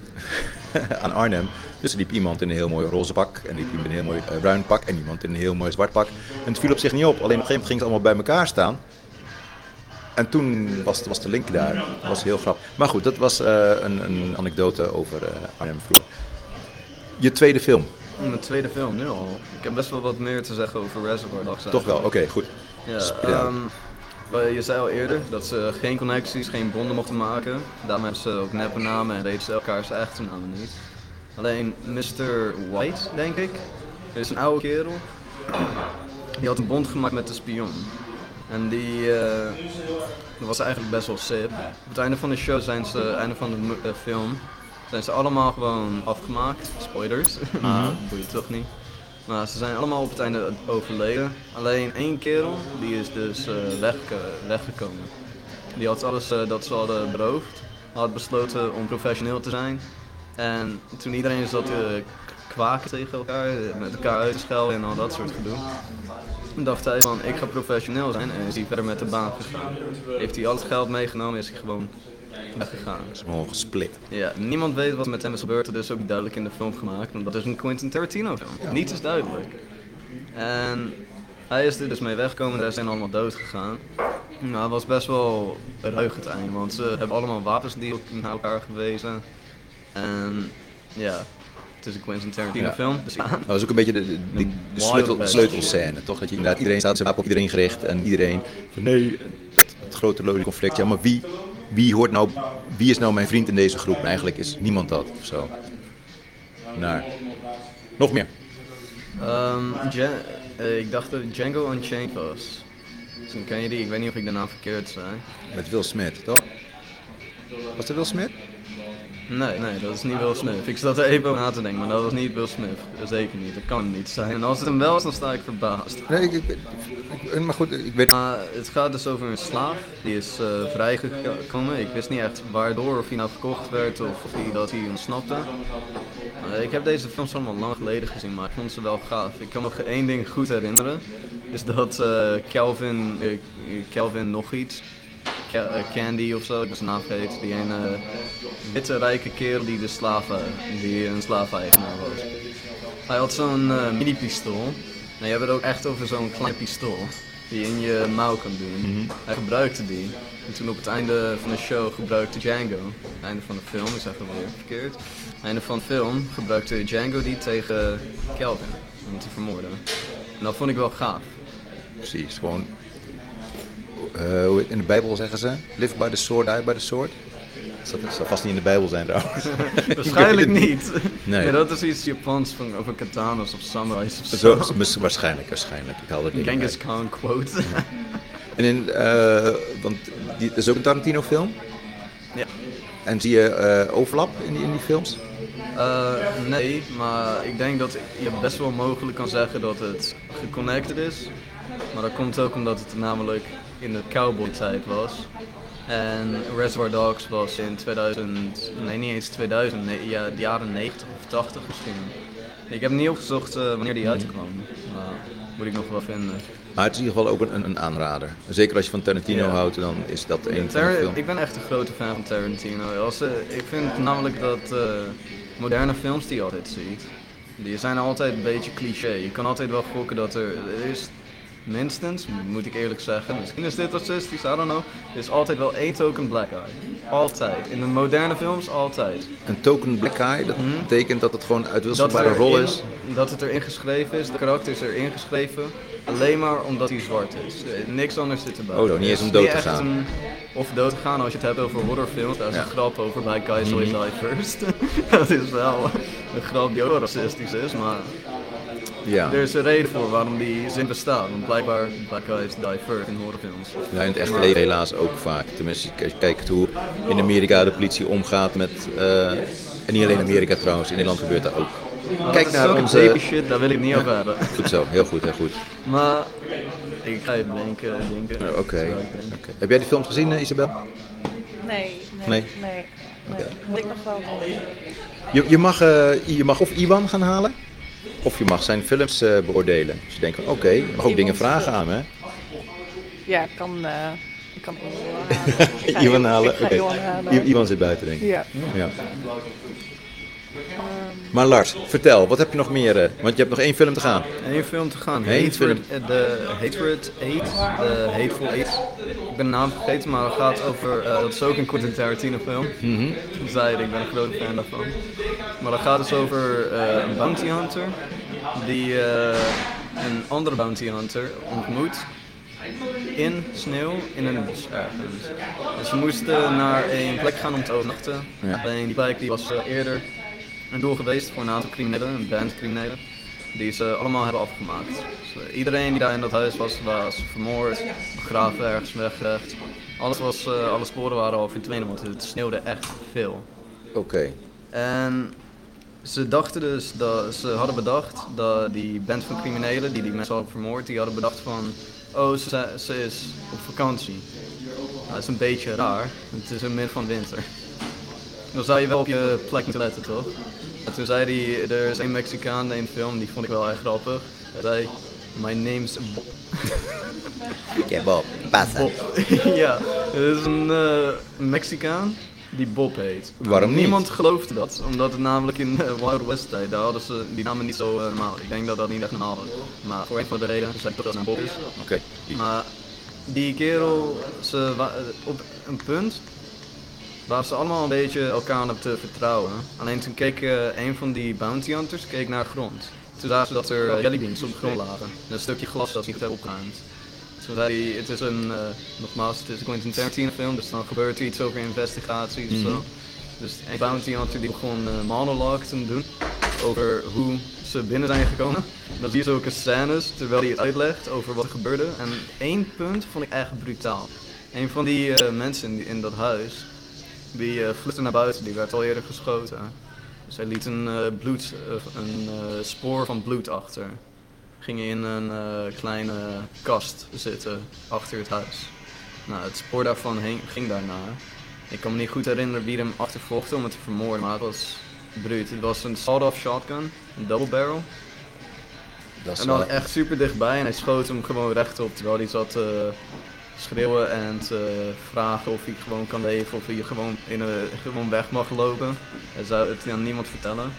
aan Arnhem. Dus er liep iemand in een heel mooi roze pak, en liep iemand in een heel mooi eh, bruin pak, en iemand in een heel mooi zwart pak. En het viel op zich niet op, alleen op een gegeven moment gingen ze allemaal bij elkaar staan. En toen was, was de link daar. Dat was heel grappig. Maar goed, dat was eh, een, een anekdote over eh, Arnhem vroeger. Je tweede film, Mijn tweede film nu al. Ik heb best wel wat meer te zeggen over Reservoir Dogs. toch wel? Oké, goed. Ja, Sp- ja. ehm, Eh, Je zei al eerder dat ze geen connecties, geen bronnen mochten maken. Daarom hebben ze ook neppe namen en weten ze elkaars echte namen niet. Alleen Mr. White, denk ik, is een oude kerel. Die had een bond gemaakt met de spion. En die eh, dat was eigenlijk best wel sip. Op het einde van de show zijn ze, einde van de mo- eh, film, zijn ze allemaal gewoon afgemaakt. Spoilers, maar boeit het toch niet. Maar ze zijn allemaal op het einde overleden. Alleen één kerel, die is dus eh, wegge- weggekomen. Die had alles eh, dat ze hadden beroofd. Had besloten om professioneel te zijn. En toen iedereen zat te kwaken tegen elkaar, eh, met elkaar uit te schelden en al dat soort gedoe. Toen dacht hij van, ik ga professioneel zijn en is hij verder met de baan gegaan. Heeft hij al het geld meegenomen, is hij gewoon weggegaan. is gewoon gesplit. Ja, niemand weet wat met hem is gebeurd. Dat is ook duidelijk in de film gemaakt. Want dat is een Quentin Tarantino film. Niets is duidelijk. En hij is er dus mee weggekomen. Daar zijn allemaal dood gegaan. Nou, het was best wel ruig het einde. Want ze hebben allemaal wapens die op- naar elkaar gewezen. En ja, het is een Quentin Tarantino Ja. film. Dus ja. Dat was ook een beetje de, de, de- de sleutel, sleutelscène, toch? Dat je inderdaad, iedereen staat zijn wapen op iedereen gericht en iedereen van nee, het, het grote lode conflict. Ja, maar wie, wie, hoort nou, wie is nou mijn vriend in deze groep? En eigenlijk is niemand dat, of zo. Nou, nog meer. Ehm, Dja- eh, ik dacht dat Django Unchained was. Dus dan ken je die. Ik weet niet of ik de naam verkeerd zei. Met Will Smith, toch? Was dat Will Smith? Nee, nee, dat is niet Will Smith. Ik zat er even over na te denken, maar dat was niet Will Smith. Zeker niet, dat kan hem niet zijn. En als het hem wel is, dan sta ik verbaasd. Nee, ik, ik- ik- maar goed, ik weet Maar het gaat dus over een slaaf, die is eh, vrijgekomen. Ik wist niet echt waardoor, of hij nou verkocht werd, of, of hij, dat hij ontsnapte. Eh, ik heb deze films allemaal lang geleden gezien, maar ik vond ze wel gaaf. Ik kan nog één ding goed herinneren. Is dat eh, Calvin, eh, Calvin nog iets, Ca- eh, Candy of zo, ik ben zijn naam vergeten. Die een eh, witte rijke kerel die de slaven, die een slaafeigenaar was. Hij had zo'n eh, mini-pistool. En je hebt het Nou, ook echt over zo'n klein pistool. Die je in je mouw kan doen. Mhm. Hij gebruikte die. En toen op het einde van de show gebruikte Django. Einde van de film, ik zeg het weer verkeerd. Einde van de film gebruikte Django die tegen Kelvin. Om te vermoorden. En dat vond ik wel gaaf. precies, gewoon... eh, hoe- in de Bijbel zeggen ze, live by the sword, die by the sword. Dat zal vast niet in de Bijbel zijn trouwens. Waarschijnlijk niet. Nee. Maar dat is iets Japans van over katanas of samurais of Zo, zo. mis- waarschijnlijk, waarschijnlijk. Ik haal er niet Genghis uit. Khan quote. En in, eh, want die, dat is ook een Tarantino film. Ja. En zie je eh, overlap in die, in die films? Eh, nee, maar ik denk dat je best wel mogelijk kan zeggen dat het geconnected is. Maar dat komt ook omdat het namelijk in de cowboy-tijd was. En Reservoir Dogs was in 2000, nee niet eens 2000, nee, ja, de jaren 90 of 80 misschien. Ik heb niet opgezocht eh, wanneer die uitkwam. Maar moet ik nog wel vinden. Maar het is in ieder geval ook een, een, een aanrader. Zeker als je van Tarantino Ja. houdt, dan is dat een van de Tar- films. ik ben echt een grote fan van Tarantino. Als, eh, ik vind namelijk dat eh, moderne films die je altijd ziet, die zijn altijd een beetje cliché. Je kan altijd wel gokken dat er, er is minstens, moet ik eerlijk zeggen, misschien is dit racistisch, I don't know, er is altijd wel één token black eye. Altijd. In de moderne films altijd. Een token black eye, dat Mhm. betekent dat het gewoon uit het wilsbare rol erin- is. Dat het erin geschreven is, de karakter is erin geschreven. Alleen maar omdat hij zwart is. Eh, Niks anders zit erbij. Oh, dan niet eens om Het is dood niet te echt gaan. een- of dood te gaan als je het hebt over horrorfilms. Daar is Ja. Mhm. een grap over bij Guys Always Die First. dat is wel een grap die ook wel racistisch is, maar Ja. er is een reden voor waarom die zin bestaat. Want blijkbaar Black Guys Die First in horrorfilms. Ja, in het echte leven helaas ook vaak. Tenminste, als je kijkt hoe in Amerika de politie omgaat met... eh, en niet alleen Amerika trouwens, in Nederland gebeurt dat ook. Kijk naar Zulke onze... baby shit, daar wil ik niet over hebben. Goed zo, heel goed, heel goed. Maar ik ga je blinken, denken. Oké. Oké. Heb jij die films gezien, eh, Isabel? Nee, Nee? nee, nee. nee. Oké. Moet ik nog wel Je, je, mag, eh, je mag of Iwan gaan halen, of je mag zijn films eh, beoordelen. Dus je denkt van, oké, je mag ook dingen vragen aan me. hè? Ja, ik kan, eh ik kan Iwan halen. Ik Iwan halen, ga Ik ga oké. Iwan halen. I- Iwan zit buiten, denk ik. Ja. Ja. Eh, Maar Lars, vertel, wat heb je nog meer? eh, want je hebt nog één film te gaan. Eén film te gaan. Eén Hatred, film. eh, De Hatred 8. De Hateful Eight. Ik ben de naam vergeten, maar het gaat over... eh, dat is ook een Quentin Tarantino film. Mhm. Ik zei het, ik ben een grote fan daarvan. Maar dat gaat dus over eh, een bounty hunter. Die eh, een andere bounty hunter ontmoet. in sneeuw in een bos ergens. Dus we moesten naar een plek gaan om te overnachten. Ja. Alleen die plek die was eh, eerder een doel geweest voor een aantal criminelen, een band criminelen. Die ze allemaal hebben afgemaakt. Dus, eh, iedereen die daar in dat huis was, was vermoord, begraven, ergens weggelegd. Alles was, eh, alle sporen waren al verdwenen, want het sneeuwde echt veel. Oké. En ze dachten dus dat ze hadden bedacht dat die band van criminelen die die mensen hadden vermoord, die hadden bedacht van, oh ze, zijn- ze is op vakantie. Nou, dat is een beetje raar, want het is in midden van de winter. Dan zou je wel op je plek moeten letten, toch? En toen zei hij, er is een Mexicaan in de film, die vond ik wel erg grappig. Hij zei, my name's Bob. Ja, Bob. Passa. Bob. ja, het is een eh, Mexicaan die Bob heet. Waarom niet? Niemand geloofde dat, omdat het namelijk in eh, Wild West tijd, daar hadden ze die namen niet zo eh, normaal. Ik denk dat dat niet echt normaal was. Maar voor een van de redenen zei ik toch dat het een Bob is. Oké. Maar die kerel, ze wa- eh, op een punt waren ze allemaal een beetje elkaar op te vertrouwen. Alleen toen keek eh, een van die bounty hunters keek naar de grond. Toen zagen ze dat er eh, jellybeans op de grond lagen. En een stukje glas dat ze niet hebben opgeruimd. Toen zei hij, het is een, eh, nogmaals, het is een Quentin Tarantino film, dus dan gebeurt er iets over investigaties of zo. Dus een bounty hunter die begon eh, monologue te doen over hoe ze binnen zijn gekomen. Dan zie je ook een scènes terwijl hij het uitlegt over wat er gebeurde. En één punt vond ik echt brutaal. Een van die eh, mensen die- in dat huis, die eh, vluchtte naar buiten, die werd al eerder geschoten. Dus hij liet een, eh, bloed, eh, een eh, spoor van bloed achter. Ging in een eh, kleine kast zitten achter het huis. Nou, het spoor daarvan heen- ging daarna. Ik kan me niet goed herinneren wie hem achtervolgde om het te vermoorden, maar het was bruut. Het was een sawed-off shotgun, een double barrel. Dat is En dan wel... echt super dichtbij en hij schoot hem gewoon rechtop terwijl hij zat te schreeuwen en te vragen of hij gewoon kan leven of hij gewoon, in een, gewoon weg mag lopen. Hij zou het aan niemand vertellen.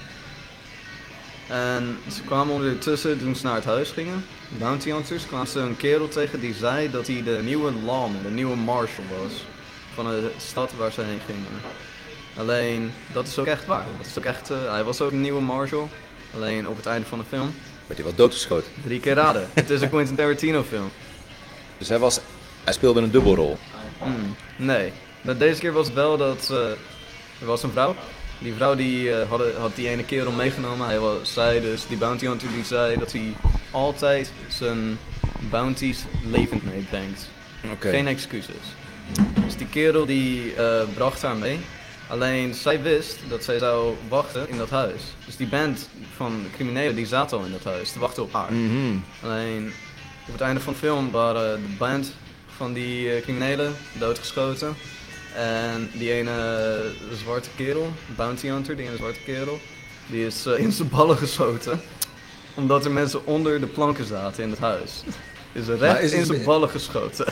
En ze kwamen ondertussen toen ze naar het huis gingen, bounty hunters, kwamen ze een kerel tegen die zei dat hij de nieuwe lawman, de nieuwe marshal was van de stad waar ze heen gingen. Alleen, dat is ook echt waar. Dat is ook echt, eh, hij was ook een nieuwe marshal, alleen op het einde van de film. Werd hij wel doodgeschoten. Drie keer raden. Het is een Quentin Tarantino film. Dus hij was... Hij speelde een dubbelrol. Hmm, Nee. Maar deze keer was het wel dat... eh, er was een vrouw. Die vrouw die, eh, hadden- had die ene kerel meegenomen. Hij was, zei dus, die bounty hunter die zei dat hij altijd zijn bounties levend meebrengt. Oké. Geen excuses. Dus die kerel die eh, bracht haar mee. Alleen zij wist dat zij zou wachten in dat huis. Dus die band van criminelen die zaten al in dat huis. Te wachten op haar. Mhm. Alleen op het einde van de film waren de band van die eh, criminelen doodgeschoten. En die ene eh, zwarte kerel, bounty hunter, die ene zwarte kerel, die is eh, in zijn ballen geschoten. Omdat er mensen onder de planken zaten in het huis. Is er recht Maar is in het- zijn ballen geschoten.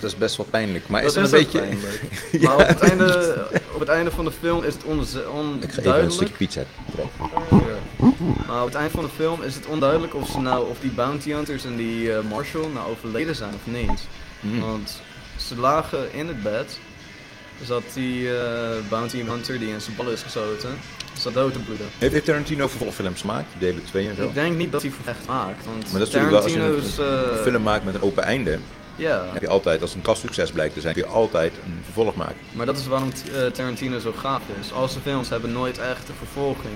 Dat is best wel pijnlijk. Maar is Dat dat een ook beetje... pijnlijk. Ja, Maar op het, einde, op het einde van de film is het onze- Ik ga even een onduidelijk. stukje pizza trekken. Oh, Ja. Maar op het eind van de film is het onduidelijk of, ze nou, of die bounty hunters en die eh, marshal nou overleden zijn of niet. Hmm. Want ze lagen in het bed. Zat die eh, bounty hunter die in zijn bal is geschoten, zat dood te bloeden. Heeft, heeft Tarantino vervolgfilms gemaakt? Delen 2 en zo? Ik denk niet dat hij echt maakt, want Maar dat is natuurlijk wel, als je een, Tarantino's... eh, een film maakt met een open einde, Ja, heb je altijd, als een kastsucces blijkt te zijn, kun je altijd een vervolg maken. maar dat is waarom t- eh, Tarantino zo gaaf is. Al zijn films hebben nooit echt een vervolging.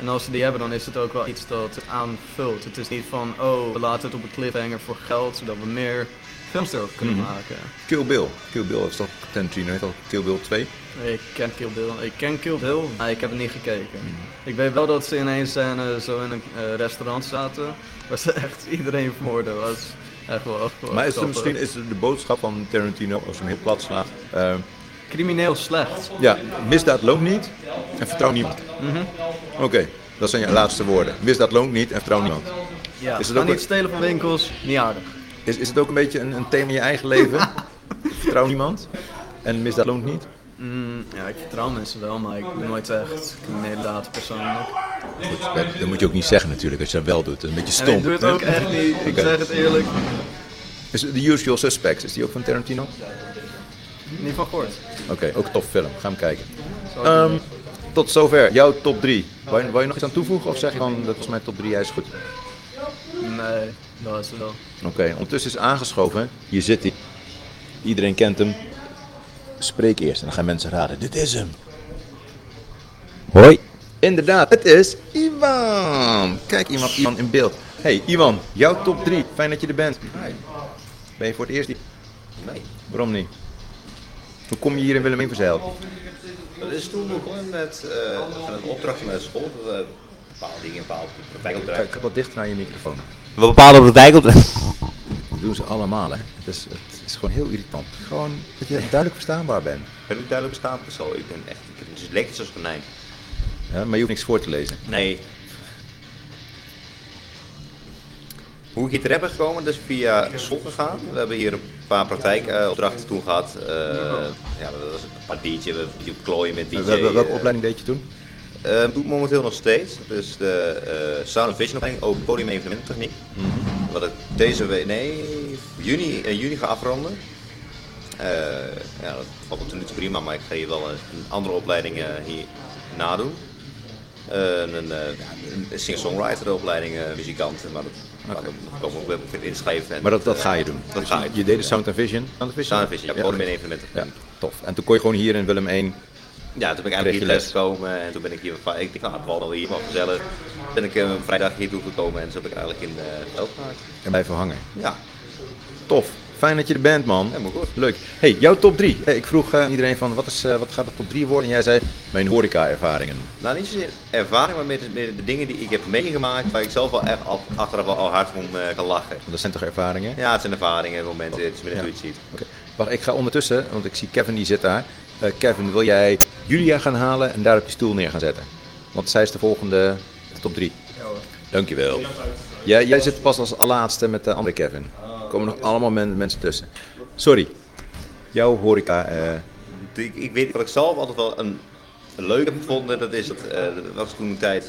En als ze die hebben, dan is het ook wel iets dat het aanvult. Het is niet van, oh, we laten het op een cliffhanger voor geld, zodat we meer films erover kunnen Mhm. maken. Kill Bill. Kill Bill is toch Tarantino, heeft al Kill Bill 2. Ik ken Kill Bill. Ik ken Kill Bill, maar ik heb het niet gekeken. Mhm. Ik weet wel dat ze in één scène zo in een eh, restaurant zaten, waar ze echt iedereen vermoorden. Dat was echt wel... wel maar is er grappig. misschien is er de boodschap van Tarantino, als je hem heel plat slaat, eh, Crimineel slecht. Mhm. ja, misdaad loont niet en vertrouw niemand. Oké, dat zijn je laatste woorden. Misdaad loont niet en vertrouw niemand. Ja, Is het ga ook niet een- stelen van winkels, niet aardig. Is, is het ook een beetje een, een thema in je eigen leven? vertrouw niemand en misdaad loont niet? Mm, ja, ik vertrouw mensen wel, maar ik ben nooit echt criminele daad persoonlijk. Dat, dat moet je ook niet zeggen natuurlijk, als je dat wel doet. Dat is een beetje En stom. ik doe het ook echt niet, ik Oké. zeg het eerlijk, Is The Usual Suspects, is die ook van Tarantino? niet van gehoord. Oké, ook een tof film. Ga hem kijken. Ehm, tot zover, jouw top 3. Wil je, wou je nog iets aan toevoegen of zeg je van, dat was mijn top 3, hij is goed? Nee, dat is wel. Oké, ondertussen is aangeschoven. Hier zit hij. Iedereen kent hem. Spreek eerst en dan gaan mensen raden. Dit is hem. Hoi. Inderdaad, het is Ivan. Kijk, iemand, iemand in beeld. Hey, Ivan, jouw top 3. Fijn dat je er bent. Hi. Ben je voor het eerst hier? Nee. Waarom niet? Hoe kom je hier in Willem Verzeild? Dat is toen begonnen met eh, van een opdracht van de school. Dat we bepaalde dingen, bepaalde Kijk, wijkopdrachten. wat dichter naar je microfoon. We bepalen de wijkopdrachten. Dat doen ze allemaal, hè. Het is, het is gewoon heel irritant. Gewoon dat je duidelijk verstaanbaar bent. Ik ben niet duidelijk bestaan persoon. Ik ben echt, ik ben dus lekker zoals een konijn. Hè? Maar je hoeft niks voor te lezen. Nee. Hoe ik hier terecht ben gekomen, dat is via school gegaan. We hebben hier een paar praktijkopdrachten toen gehad. Eh, ja, dat was een paar diertje, we die klooien met DJ. Wel- wel- welke eh, opleiding deed je toen? eh, doe ik momenteel nog steeds. Dus de eh, Sound and Vision opleiding, ook podium evenementtechniek. Mhm. Wat ik deze week, nee, juni, eh, juni ga afronden. Eh, ja, dat valt op de minuten prima, maar ik ga hier wel een, een andere opleiding eh, hier nadoen. Eh, een eh, ja, een singer-songwriter opleiding, eh, muzikant, maar dat, maar dat kom ik wel voor inschrijven. En, eh, Maar dat, dat ga je doen. Dat ga ik Je deed de Sound and Vision. Sound and Vision? Sound and Vision, ja, podium evenementen. Ja, tof. En toen kon je gewoon hier in Willem 1. Ja, toen ben ik Kreeg eigenlijk je hier les. les gekomen en toen ben ik hier, van- ik dacht, nou, het valt wel hier, maar gezellig. Ben ik eh, een vrijdag hier toegekomen en zo heb ik eigenlijk in eh, het veld gemaakt. En blijven hangen. Ja, Tof. Fijn dat je er bent, man. helemaal goed. Leuk. Hey, jouw top 3. Ik vroeg eh, iedereen van wat, is, eh, wat gaat de top 3 worden? En jij zei mijn horeca-ervaringen. Nou, niet zozeer ervaring, maar meer de, meer de dingen die ik heb meegemaakt, waar ik zelf wel echt al- achteraf wel al hard om eh, kan lachen. Want dat zijn toch ervaringen? Ja, het zijn ervaringen, momenten, het is meer net hoe je het ziet. Oké. Wacht, ik ga ondertussen, want ik zie Kevin die zit daar. Eh, Kevin, wil jij Julia gaan halen en daar op je stoel neer gaan zetten? Want zij is de volgende top 3. Dankjewel. Jij, jij zit pas als laatste met de andere Kevin. Er komen nog allemaal men- mensen tussen. Sorry. Jouw horeca. eh Ik, ik weet wat ik zelf altijd wel een, een leuk heb gevonden, dat is dat, eh, dat was toen een tijd,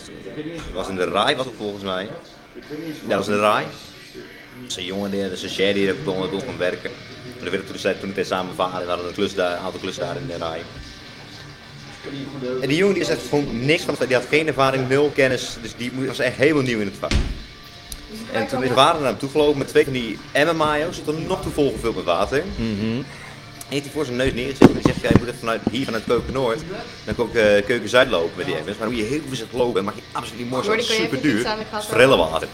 was in de RAI was het volgens mij. Ja, dat was in de RAI. Dat is een jongen, die, een stagiair die er begon begon gaan werken. En dan werd ik toen, zei- toen ik tegen samen vader, we hadden een, klus daar, een aantal klussen daar in de RAI. En die jongen die is echt gewoon niks van, die had geen ervaring, nul kennis, dus die mo- was echt helemaal nieuw in het vak. En toen is vader naar hem toe gelopen met twee van die MMA-mayo's, zat er nog te vol gevuld met water. Mhm. Heeft hij voor zijn neus neergezet en hij zegt, jij moet even vanuit, hier vanuit Keuken Noord, dan kan ik eh, Keuken Zuid lopen met die MM's. Maar dan moet je heel voorzichtig lopen en mag je absoluut niet morsen, Jordi, dat is kan jij even super duur. iets aan de gat houden? Forellenwater.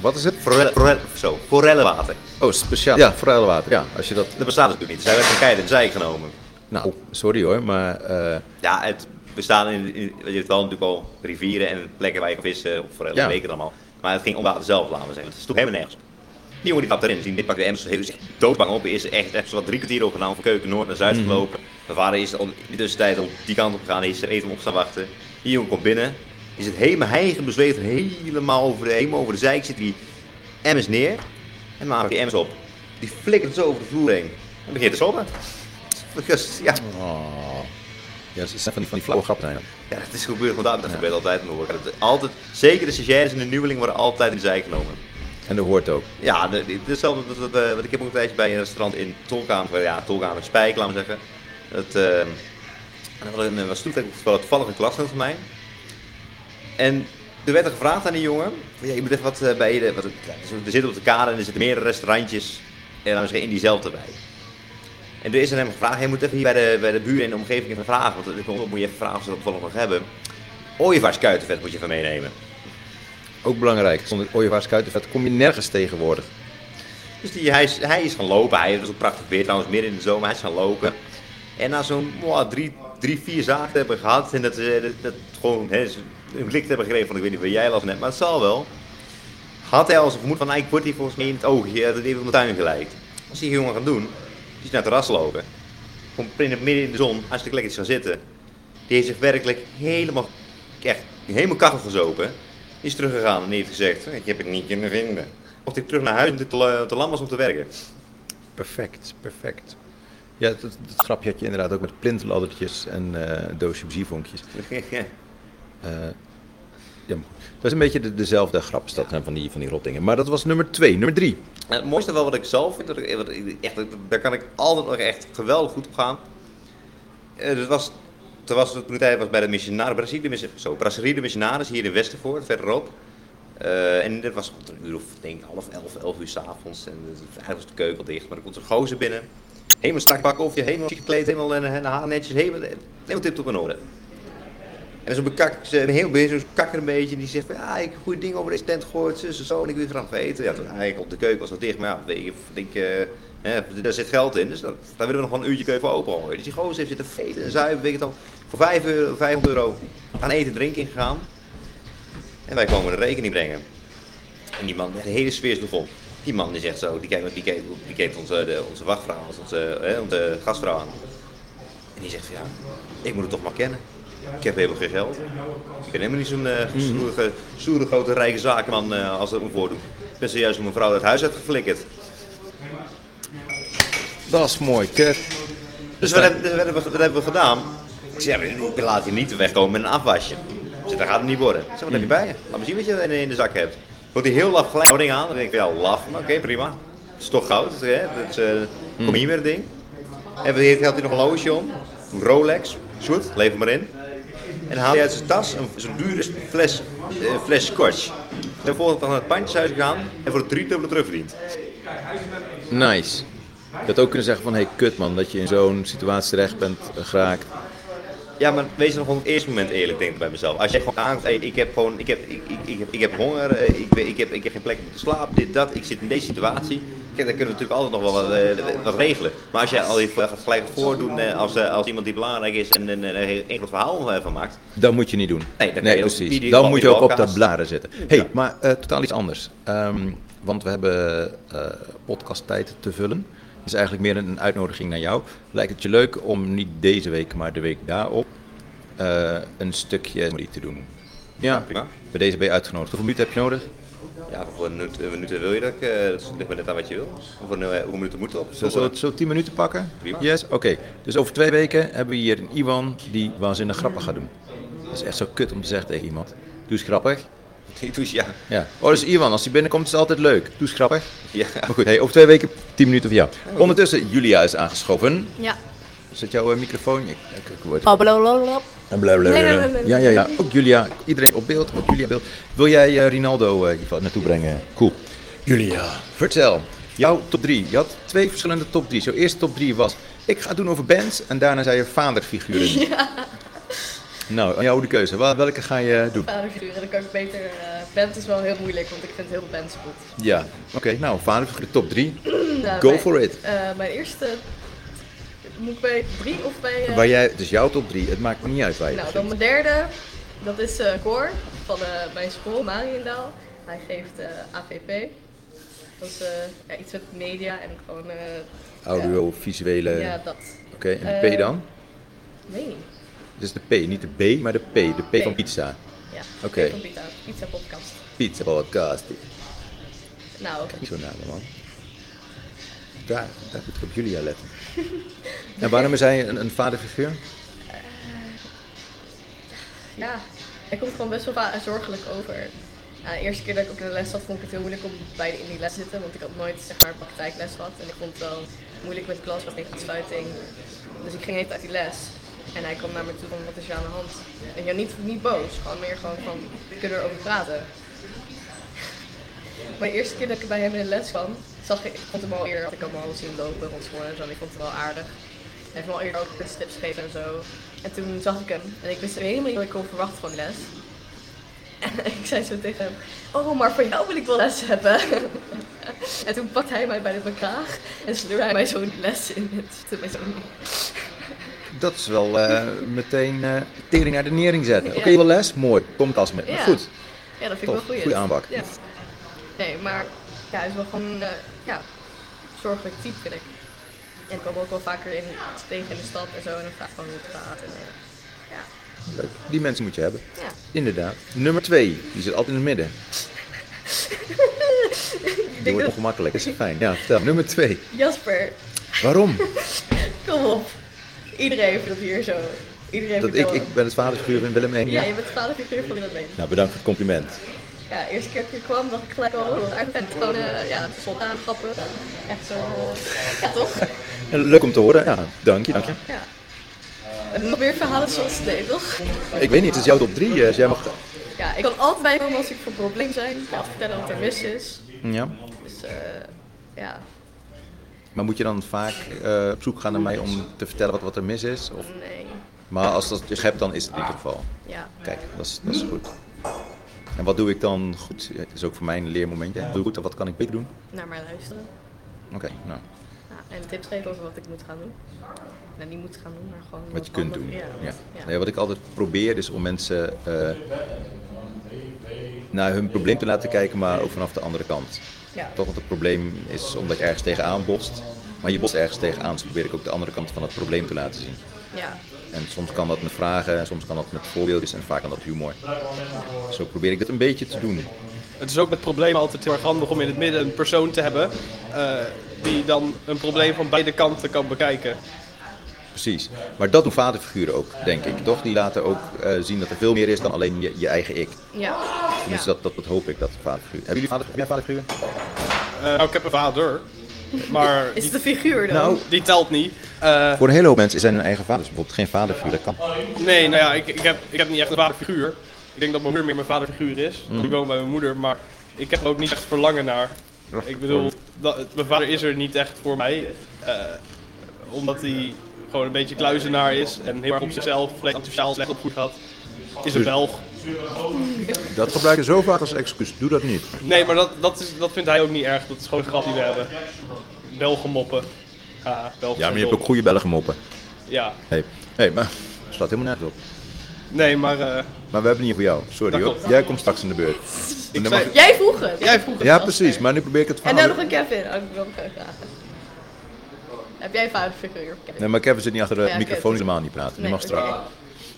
wat is het? Forelle, forelle, zo, forellenwater. Oh, speciaal. Ja, forellenwater. Ja, als je dat... Dat bestaat natuurlijk niet, dus hij werd van Keiden zij genomen. Nou, sorry hoor, maar... eh, Ja, het bestaat in, in- je hebt wel natuurlijk al rivieren en plekken waar je kan vissen, of forellen, Ja. ja. weken allemaal. Maar het ging om water zelf, laten we zeggen. Het stond helemaal nergens op. Die jongen die gaat erin, die dit pakt de emmers heel is echt doodbang op. Is echt, echt zo wat drie kwartier overgedaan van keuken noord naar Mhm. zuid gelopen. Mijn vader is al in de tussentijd al die kant op gegaan, hij is er eten op staan wachten. Die jongen komt binnen, is het helemaal hijgen bezweet, helemaal over de, helemaal over de zijk zit die emmers neer. En maakt die emmers op. Die flikkert zo over de vloer heen. En begint te sobben. Ja, oh. Ja, ze zijn van die, van die flauwe grappen. zijn. ja, dat is gebeurd, want dat dat gebeurt altijd in de horeca. Dat- Altijd, zeker de stagiaires en de nieuweling worden altijd in de zij genomen. En dat hoort ook. Ja, de- de- hetzelfde, dat, dat, eh, want ik heb ook een tijdje bij een restaurant in Tolkamer, ja, Tolkamer Spijk, laat maar zeggen. Dat, eh, en dan hadden we een was toevallig toevallig een klasgenoot van mij. En er werd er gevraagd aan die jongen, ja, je moet even wat eh, bij je, wat, er zitten op de kade en er zitten meerdere restaurantjes, en laten we zeggen, in diezelfde wijk. En er is aan hem gevraagd, hij moet even hier bij de, bij de buren en de omgeving even vragen, want dan moet je even vragen of ze dat toevallig nog hebben. Ooievaarskuitenvet moet je van meenemen. Ook belangrijk. Zonder ooievaars kuitenvet kom je nergens tegenwoordig. Dus die, hij, is, hij is gaan lopen. Hij was ook prachtig weer trouwens, midden in de zomer. Hij is gaan lopen. En na zo'n wow, drie, drie, vier zaken te hebben gehad. En dat ze dat, dat gewoon hè, ze een blik te hebben gegeven van ik weet niet waar jij las net, maar het zal wel. Had hij al zijn vermoed van nou, ik word hier volgens mij in het oogje. Dat heeft op de tuin gelijk. Wat is die jongen gaan doen? Die is naar het terras lopen. Komt in het midden in de zon, hartstikke lekker is gaan zitten. Die heeft zich werkelijk helemaal, echt, helemaal kachel gezopen. Is teruggegaan en heeft gezegd, ik heb het niet kunnen vinden. Mocht ik terug naar huis omdat het te- te lam was om te werken. Perfect, perfect. Ja, dat, dat grapje had je inderdaad ook met plintladdertjes en eh, doosje bzievonkjes. Eh, ja, maar goed. dat is een beetje de, dezelfde grap, is dat, hè, van die, van die rotdingen. Maar dat was nummer twee. Nummer drie. En het mooiste wel wat ik zelf vind, dat ik, wat ik- echt, daar kan ik altijd nog echt geweldig goed op gaan. Eh, dat was, toen was het toen ik tijd was bij de missionaris, Brasserie de, Miss- zo, Brasserie de Missionaris hier in Westervoort, verderop. Eh, en dat was rond een uur of denk, ik, half elf, elf uur s'avonds. En dus eigenlijk was de keuken al dicht, maar er komt een gozer binnen. Helemaal strak bakken of je helemaal chic gekleed, helemaal en, en haar netjes, helemaal, helemaal tip op in orde. En zo'n bekak, ze- een heel bezig, zo'n kakker een beetje, en die zegt van ja, ik heb goede dingen over deze tent gehoord, zus en zo, en ik wil graag van eten. Ja, toen eigenlijk op de keuken was dat dicht, maar ja, weet je, ik denk, eh, hè, daar zit geld in, dus dat, daar willen we nog wel een uurtje keuken voor opengooien. Dus die gozer heeft zitten veten en zuipen, weet je het al, voor 5 euro, 500 euro aan eten en drinken ingegaan. En wij komen de rekening brengen. En die man, de hele sfeer is nog op. Die man die zegt zo, die kijkt, die kijkt, die kijkt onze, de, onze wachtvrouw, als onze, hè, onze gastvrouw aan. En die zegt van ja, ik moet het toch maar kennen. Ik heb helemaal geen geld. Ik ben helemaal niet zo'n eh Mhm. stoere, stoere, grote, rijke zakenman eh, als dat moet voordoen. Ik ben zojuist mijn vrouw uit huis uitgeflikkerd. Dat is mooi, kut. Dus wat hebben, wat hebben we, wat hebben we gedaan? Ik zeg, ja, ik laat je niet wegkomen met een afwasje. Ik zeg, dat gaat het niet worden. Ik zeg, wat heb je bij je? Laat me zien wat je in, in de zak hebt. Wordt hij heel laf gelijk zo'n ding aan. Dan denk ik, ja, laf. Maar oké, prima. Het is toch goud. Hè? Dat is, eh, kom hier met het ding. En we heeft hij nog een loge om. Een Rolex. Zoet, leef hem maar in. En dan haalt hij uit zijn tas een, zo'n dure fles, eh, fles scotch. En volgens dan naar het pandjeshuis gegaan en voor het driedubbele terugverdiend. Nice. Je had ook kunnen zeggen van, hé hey, kut man, dat je in zo'n situatie terecht bent eh, geraakt. Ja, maar wees nog op het eerste moment eerlijk, denk ik bij mezelf. Als je gewoon aangeeft, hey, ik heb gewoon, ik heb, ik, ik, ik, heb, ik heb honger, eh, ik, ben- ik, heb, ik heb geen plek om te slapen, dit, dat, ik zit in deze situatie. Kijk, dan kunnen we natuurlijk altijd nog wel wat, eh, wat regelen. Maar als jij al je gaat gelijk voordoen eh, als, eh, als iemand die belangrijk is en en- en er een groot verhaal eh, van maakt. Dat moet je niet doen. Nee, dan kan je ook precies. video- dan moet je ook op dat videokaas. blaren zitten. hey, maar eh, totaal iets anders. Ehm, want we hebben eh podcasttijd te vullen. Dat is eigenlijk meer een uitnodiging naar jou. Lijkt het je leuk om niet deze week, maar de week daarop eh, een stukje comedy te doen? Ja, Prima. bij deze ben je uitgenodigd. Hoeveel minuten heb je nodig? Ja, hoeveel minuut- eh, minuten wil je dat? ik, eh, Dat ligt maar net aan wat je wil. Hoeveel, eh, hoeveel minuten moet op? Zullen we het zo 10 minuten pakken? Prima. Yes, oké. Dus over twee weken hebben we hier een Iwan die waanzinnig grappig gaat doen. Dat is echt zo kut om te zeggen tegen iemand. Doe eens grappig. Dus ja, Ja. Oh, dus Iwan, als hij binnenkomt is het altijd leuk. Doe eens grappig. ja. Maar goed, hey, over twee weken, tien minuten van jou. Ondertussen, Julia is aangeschoven. Ja. Is dat jouw eh, microfoon? Ik, ik, ik word... Blablabla. En bla, bla, bla, bla. Nee, nee, nee, nee. Ja, ja, ja. Ook Julia. Iedereen op beeld, ook Julia beeld. Wil jij eh, Rinaldo eh, Ivan naartoe brengen? Cool. Julia, vertel. Jouw top 3. Je had twee verschillende top 3. Jouw eerste top 3 was, ik ga het doen over bands. En daarna zei je vaderfiguren. Nou, aan jou de keuze. Wel- Welke ga je doen? Vaderfiguren, dan kan ik beter. eh band is wel heel moeilijk, want ik vind heel veel bands goed. Ja, oké. nou, vaderfiguren top 3. Nou, Go mijn- for it. eh, mijn eerste. Moet ik bij drie of bij. eh, Waar jij, het is jouw top 3. Het maakt me niet uit waar je nou, begint. dan mijn derde. Dat is eh Cor van eh, mijn school, Mariendaal. Hij geeft eh, AVP. Dat is eh, ja, iets met media en gewoon. eh, Audio, visuele. ja, dat. Oké, en de P Eh, dan? Weet niet. Dus de P, niet de B, maar de P. De P P. van pizza. Ja, Oké. ik kom niet aan. Iets aan podcast. Pizza podcast. Nou, Niet zo'n naam, man. Daar, daar moet ik op Julia letten. en waarom is hij een, een vaderfiguur? Ja, hij komt gewoon best wel va- zorgelijk over. Ja, de eerste keer dat ik ook in de les zat, vond ik het heel moeilijk om bij de, in die les te zitten. Want ik had nooit zeg maar, praktijkles gehad. En ik vond het wel moeilijk met de klas, was tegen aansluiting. Dus ik ging even uit die les. En hij kwam naar me toe van, wat is je aan de hand? En ja, niet, niet boos, gewoon meer gewoon van, we kunnen erover praten. Maar de eerste keer dat ik bij hem in de les kwam, zag ik, ik vond hem al eerder, had ik hem al zien lopen rond school en zo. En ik vond hem wel aardig. Hij heeft me al eerder ook kunsttips gegeven en zo. En toen zag ik hem. En ik wist helemaal niet wat ik kon verwachten van les. En ik zei zo tegen hem, oh, maar voor jou wil ik wel les hebben. en toen pakte hij mij bij de kraag en sleurde hij mij zo'n les in. En toen zette mij zo- Dat is wel eh, meteen eh tering naar de nering zetten. Oké, wel les? Mooi. Komt als met. Ja. Goed, Ja, dat vind ik tof. wel goed. Goeie aanpak. Ja. Nee, maar ja, hij is wel gewoon eh ja, zorgelijk type, vind ik. En ik kwam ook wel vaker in, tegen in de stad en zo en dan vraag ik gewoon hoe het gaat. En, eh, ja. Leuk. Die mensen moet je hebben. Ja. Inderdaad. Nummer 2, die zit altijd in het midden. Die wordt ongemakkelijk, dat is fijn. Ja, vertel. Nummer 2, Jasper, waarom? kom op. Iedereen heeft dat hier zo. Iedereen Dat ik, vertelt ik ben het vadersfiguur van Willem 1. Ja, je bent vader figuur van Willem mee. Nou, bedankt voor het compliment. Ja, de eerste keer dat ik hier kwam, dacht ik gelijk al, oh, daar ben ik gewoon, eh, ja, spontaan grappen. Echt zo, eh, ja toch? En leuk om te horen. Ja, dank je, dank je. Ja. En nog meer verhalen zoals dit, toch? Ik weet niet, het is jouw top 3. Dus jij mag Ja, ik kan altijd bij komen als ik voor een probleem zijn. Ik kan altijd vertellen wat er mis is. Ja. Dus eh, ja, Maar moet je dan vaak eh, op zoek gaan naar mij om te vertellen wat, wat er mis is? Of, nee. maar als dat je hebt, dan is het in ieder geval. Ja. Kijk, dat is, dat is goed. En wat doe ik dan goed? Het is ook voor mij een leermomentje. Wat doe ik goed en wat kan ik beter doen? naar mij luisteren. Oké, nou, Ja, en tips geven over wat ik moet gaan doen. Nou, niet moet gaan doen, maar gewoon... wat je kunt doen. Ja, Ja. ja. Nee, wat ik altijd probeer is om mensen eh, naar hun probleem te laten kijken, maar ook vanaf de andere kant. Ja. Toch, want het probleem is omdat je ergens tegenaan botst. Maar je botst ergens tegenaan, dus probeer ik ook de andere kant van het probleem te laten zien. Ja. En soms kan dat met vragen, en soms kan dat met voorbeeldjes en vaak kan dat humor. Zo probeer ik dat een beetje te doen. Het is ook met problemen altijd heel erg handig om in het midden een persoon te hebben eh, die dan een probleem van beide kanten kan bekijken. Precies. Maar dat doen vaderfiguren ook, denk ik. Toch? Die laten ook eh, zien dat er veel meer is dan alleen je, je eigen ik. Ja. Dus dat, dat, dat hoop ik dat vaderfiguren. Hebben jullie vader, heb jij vaderfiguren? Eh, nou, ik heb een vader, maar Is die, het een figuur dan? Nou, die telt niet. Eh, voor een hele hoop mensen zijn hun eigen vaders bijvoorbeeld geen vaderfiguur. Dat kan. nee, nou ja, ik, ik, heb, ik heb niet echt een vaderfiguur. Ik denk dat mijn moeder meer mijn vaderfiguur is. Mhm. Ik woon bij mijn moeder, maar ik heb er ook niet echt verlangen naar. Ik bedoel, dat, mijn vader is er niet echt voor mij. eh, omdat hij gewoon een beetje kluizenaar is en heel erg op zichzelf, slecht op sociaal, slecht opgevoed had. Is een Belg. Dat gebruik je zo vaak als excuus. Doe dat niet. Nee, maar dat, dat, is, dat vindt hij ook niet erg. Dat is gewoon een grap die we hebben. Belgen moppen. Ja, Belgen Ja, maar je zijn hebt ook goede Belgen moppen. dom. Ja. Hé, hey. hey, maar dat staat helemaal nergens op. Nee, maar eh, Maar we hebben niet voor jou. Sorry Dat hoor. klopt. Jij komt straks in de beurt. En ik dan zei, mag- Jij vroeg het. jij vroeg het. Ja, precies. Maar nu probeer ik het En verhaal... dan weer- nog een Kevin. Oh, ik wil hem graag vragen. Heb jij een vaderfiguur? Kevin? Nee, maar Kevin zit niet achter de Ja, microfoon, Kevin. die helemaal niet praten. Die Nee, mag straks. oké.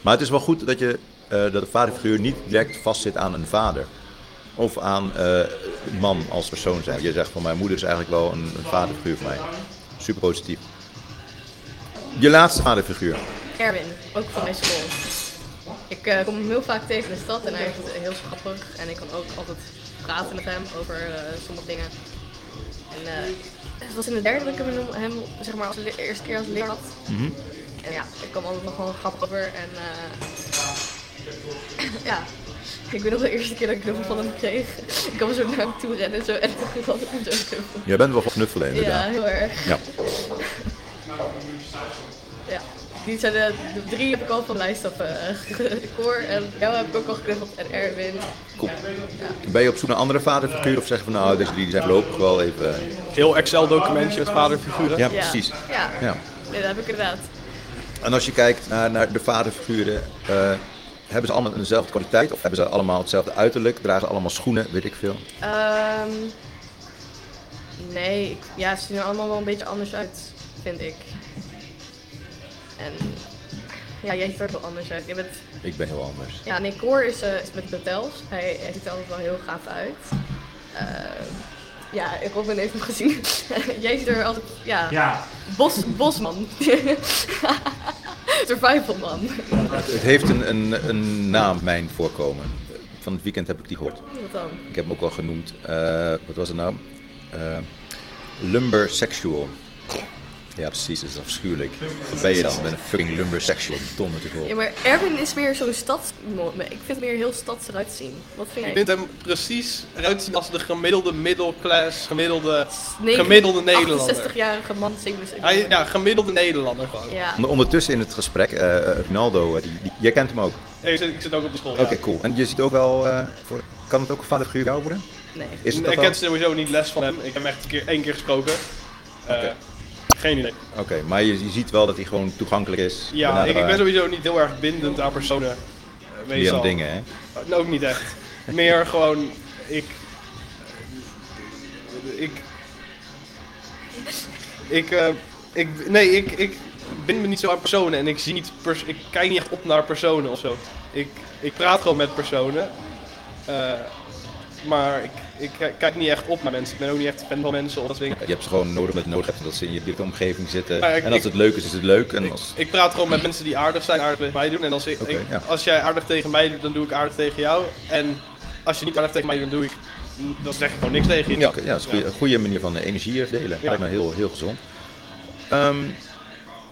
Maar het is wel goed dat, je, eh, dat de vaderfiguur niet direct vastzit aan een vader. Of aan eh, een man als persoon zijn. Je zegt van mijn moeder is eigenlijk wel een, een vaderfiguur voor mij. Super positief. Je laatste vaderfiguur. Erwin, ook van mijn school. Ik eh, kom hem heel vaak tegen in de stad en hij is heel grappig. En ik kan ook altijd praten met hem over eh, sommige dingen. En eh, het was in de derde dat ik hem, hem zeg maar, als de eerste keer als leer had. En ja, ik kwam altijd nog gewoon grappig over. En eh, ja, ik weet nog de eerste keer dat ik knuffel van hem kreeg. Ik kwam zo naar hem toe rennen zo, en toen had ik hem zo knuffel. Jij bent wel van knuffelen Ja, inderdaad. heel erg. Ja. Ja. Die zijn de, de drie heb ik al van lijst op eh koor. En jou heb ik ook al geknuffeld en Erwin. Cool. Ben je op zoek naar andere vaderfiguren of zeg je van nou deze drie zijn voorlopig wel even... Heel Excel-documentje met vaderfiguren. Ja, precies. Ja. ja. Ja. dat heb ik inderdaad. En als je kijkt naar, naar de vaderfiguren, eh, hebben ze allemaal dezelfde kwaliteit? Of hebben ze allemaal hetzelfde uiterlijk? Dragen ze allemaal schoenen? Weet ik veel. Ehm, nee, ik- ja, ze zien er allemaal wel een beetje anders uit, vind ik. En ja, jij ziet er wel anders uit. Je bent, Ik ben heel anders. ja, nee, Cor is, eh, is met hotels. Hij, hij ziet er altijd wel heel gaaf uit. Ehm, ja, Robin heeft hem gezien. jij ziet er altijd, ja, Ja. Bos, bosman. Survivalman. Het heeft een, een, een naam, mijn voorkomen. Van het weekend heb ik die gehoord. Wat dan? Ik heb hem ook wel genoemd. eh, wat was het nou? Eh, lumbersexual. Ja, precies. Dat is afschuwelijk. Wat ben je dan? Ik ben een fucking lumbersexual. Dom natuurlijk Ja, wel. maar Erwin is meer zo'n stads... Ik vind het meer heel stads eruit zien. Wat vind Ik jij? vind hem precies eruit zien als de gemiddelde middelklas, gemiddelde, Negen- gemiddelde Nederlander. 68-jarige man zingt dus Hij, ja, gemiddelde Nederlander gewoon. ja. Ondertussen in het gesprek, eh Ronaldo, eh, die, die- jij kent hem ook. Nee, Ik, zit, ik zit ook op de school. Oké, cool. En je ziet ook wel, eh, voor, kan het ook een vaderfiguur jou worden? Nee. Is het ik dat heb wel? sowieso niet les van hem. Ik heb hem echt een keer, één keer gesproken. Eh, Oké. Geen idee. Oké, maar je, je ziet wel dat hij gewoon toegankelijk is. eh, Ja, ik, Benaderen- ik ben sowieso niet heel erg bindend aan personen. eh, die aan Meestal. dingen, hè? Nou, Ook niet echt. Meer gewoon, ik... Ik... Ik, eh, ik nee, ik, ik bind me niet zo aan personen en ik zie niet pers ik kijk niet echt op naar personen of zo. Ik, ik praat gewoon met personen, eh, maar ik, ik k- kijk niet echt op naar mensen. Ik ben ook niet echt fan van mensen of dat soort dingen. Je hebt ze gewoon nodig omdat je nodig hebt dat ze in je directe omgeving zitten. Maar ik- en als ik- het leuk is, is het leuk. En als... Ik praat gewoon met mensen die aardig zijn, aardig tegen mij doen. En als, ik, Oké, ik- ja. als jij aardig tegen mij doet, dan doe ik aardig tegen jou. En als je niet aardig tegen mij doet, dan doe ik... Dan zeg ik gewoon niks tegen je. Ja, oké, ja, dat is een goede, goede manier van eh, energie delen. Ja. Lijkt me heel, heel gezond. Ehm,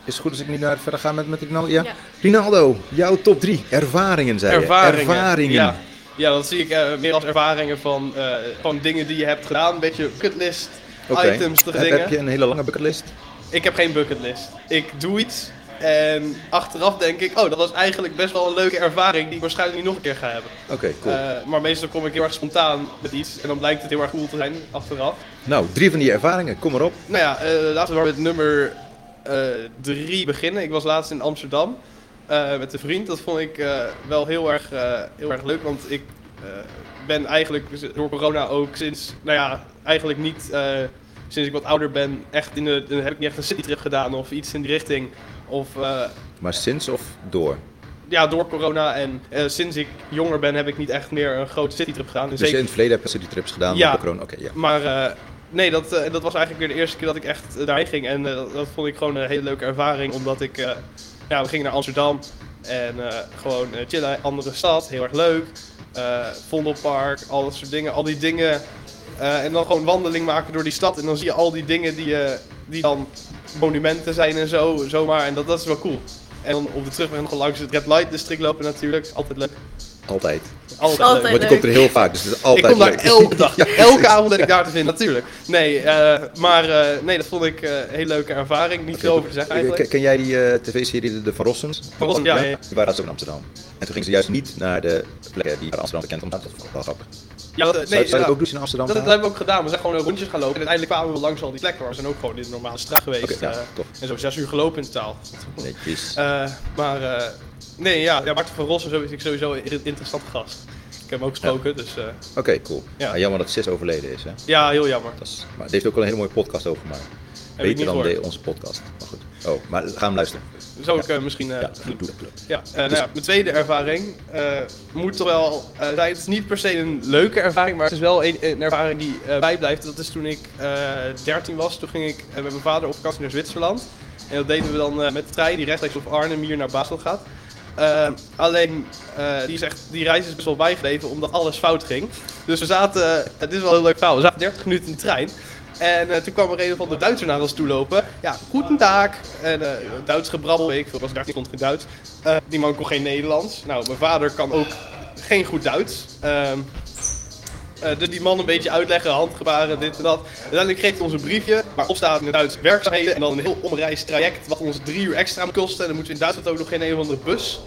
is het goed als ik nu naar verder ga met, met Rinaldo? Ja. Ja. Rinaldo, jouw top drie ervaringen, zei je. Ervaringen, Ervaringen. ja. Ja, dat zie ik eh, meer als ervaringen van eh, gewoon dingen die je hebt gedaan. Een beetje cutlist, Oké. items, Heb- terug dingen. Heb je een hele lange bucketlist? Ik heb geen bucketlist. Ik doe iets en achteraf denk ik, oh, dat was eigenlijk best wel een leuke ervaring die ik waarschijnlijk niet nog een keer ga hebben. Oké, cool. Eh, maar meestal kom ik heel erg spontaan met iets en dan blijkt het heel erg cool te zijn achteraf. Nou, drie van die ervaringen, kom maar op. Nou ja, eh, laten we maar met nummer eh, drie beginnen. Ik was laatst in Amsterdam eh, met een vriend. Dat vond ik eh, wel heel erg, eh, heel erg leuk, want ik eh, ben eigenlijk dus door corona ook sinds, nou ja, eigenlijk niet eh, sinds ik wat ouder ben, echt in de, dan heb ik niet echt een citytrip gedaan of iets in die richting. Of eh, Maar sinds of door? ja, door corona en eh, sinds ik jonger ben heb ik niet echt meer een grote citytrip gedaan. En Dus zeker- in het verleden heb je citytrips gedaan Ja. met corona? Oké, ja. maar eh, nee, dat, eh, dat was eigenlijk weer de eerste keer dat ik echt eh, daarheen ging. En eh, dat, dat vond ik gewoon een hele leuke ervaring. Omdat ik, eh, ja, we gingen naar Amsterdam. En eh, gewoon eh, chillen, andere stad, heel erg leuk. Eh, Vondelpark, al dat soort dingen. Al die dingen. Eh, en dan gewoon wandeling maken door die stad. En dan zie je al die dingen die, eh, die dan monumenten zijn en zo, zomaar. En dat, dat is wel cool. En dan op de terugweg nog langs het Red Light District lopen natuurlijk. Altijd leuk. Altijd. Altijd Want leuk. je komt er heel vaak, dus het is altijd Ik kom daar leuk. elke dag. Ja, elke avond ben ik daar te vinden, natuurlijk. Nee, eh, maar eh, nee, dat vond ik eh, een hele leuke ervaring. Niet veel over te zeggen eigenlijk. Ken, ken jij die eh, tv-serie de- De Van Rossums? Van Rossum, ja, ja, ja. Die waren laatst ook in Amsterdam. En toen gingen ze juist niet naar de plekken die waar Amsterdam bekend om staat. Dat vond ik wel grappig. Ja, dat, nee, zou, zou je dat ja. ook doen in Amsterdam? Dat, dat gaan? hebben we ook gedaan. We zijn gewoon rondjes gaan lopen. En uiteindelijk kwamen we langs al die plekken. waar We zijn ook gewoon in de normale straat geweest. Oké, ja, eh, tof. en zo zes uur gelopen in totaal. Netjes. Eh, maar eh, nee, ja, ja, Maarten van Rossum is sowieso een in- interessante gast. Ik heb hem ook gesproken, dus eh, Oké, cool. Ja. Nou, jammer dat Sis overleden is, hè? ja, heel jammer. Dat is- maar het heeft ook wel een hele mooie podcast over gemaakt. ik Beter niet dan gehoord. de, onze podcast. Maar goed. Oh, maar ga hem luisteren. Zou ik eh, misschien... eh, Ja, doe, doe, doe. Ja, eh, nou ja, mijn tweede ervaring eh, moet toch wel eh, zijn. Het is niet per se een leuke ervaring, maar het is wel een, een ervaring die eh, bijblijft. Dat is toen ik eh 13 was. Toen ging ik eh, met mijn vader op vakantie naar Zwitserland. En dat deden we dan eh, met de trein die rechtstreeks op Arnhem hier naar Basel gaat. Eh, alleen, eh, die, is echt, die reis is best wel bijgebleven omdat alles fout ging. Dus we zaten, het is wel een heel leuk verhaal, we zaten 30 minuten in de trein. En eh, toen kwam er een van de Duitser naar ons toe lopen. Ja, goedendag. En eh, Duits gebrabbel, weet ik veel, was 13 stond geen Duits. Eh, die man kon geen Nederlands. Nou, mijn vader kan ook geen goed Duits. Ehm, eh, dus die man een beetje uitleggen, handgebaren, dit en dat. Uiteindelijk geeft hij ons een briefje waarop staat in het Duits werkzaamheden. En dan een heel omreis traject wat ons drie uur extra moet kosten. En dan moeten we in Duitsland ook nog geen een of andere bus.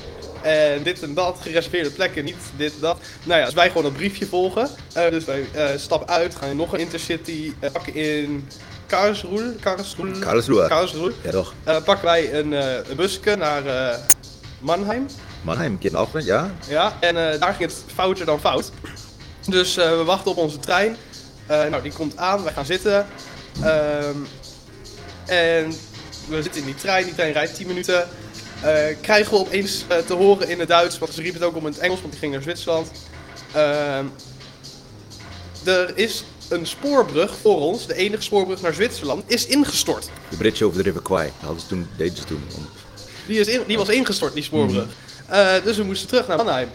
En dit en dat, gereserveerde plekken, niet dit en dat. Nou ja, dus wij gewoon dat briefje volgen. Eh, dus wij eh, stappen uit, gaan in nog een intercity, eh, pakken in Karlsruhe. Karlsruhe. Karlsruhe. Karlsruhe. Ja, toch? Eh, pakken wij een, eh een busje naar eh, Mannheim. Mannheim, Kinderafgren, ja? Ja, en eh, daar ging het fouter dan fout. Dus eh, we wachten op onze trein. Eh, nou, die komt aan, wij gaan zitten. Ehm, en we zitten in die trein, die trein rijdt 10 minuten. Eh, krijgen we opeens eh, te horen in het Duits, want ze riepen het ook om in het Engels, want die ging naar Zwitserland. Ehm, er is een spoorbrug voor ons, de enige spoorbrug naar Zwitserland, is ingestort. De bridge over de River Kwai. Dat hadden ze toen, deden ze toen. om- Die, is in- die was ingestort, die spoorbrug. Eh, dus we moesten terug naar Mannheim.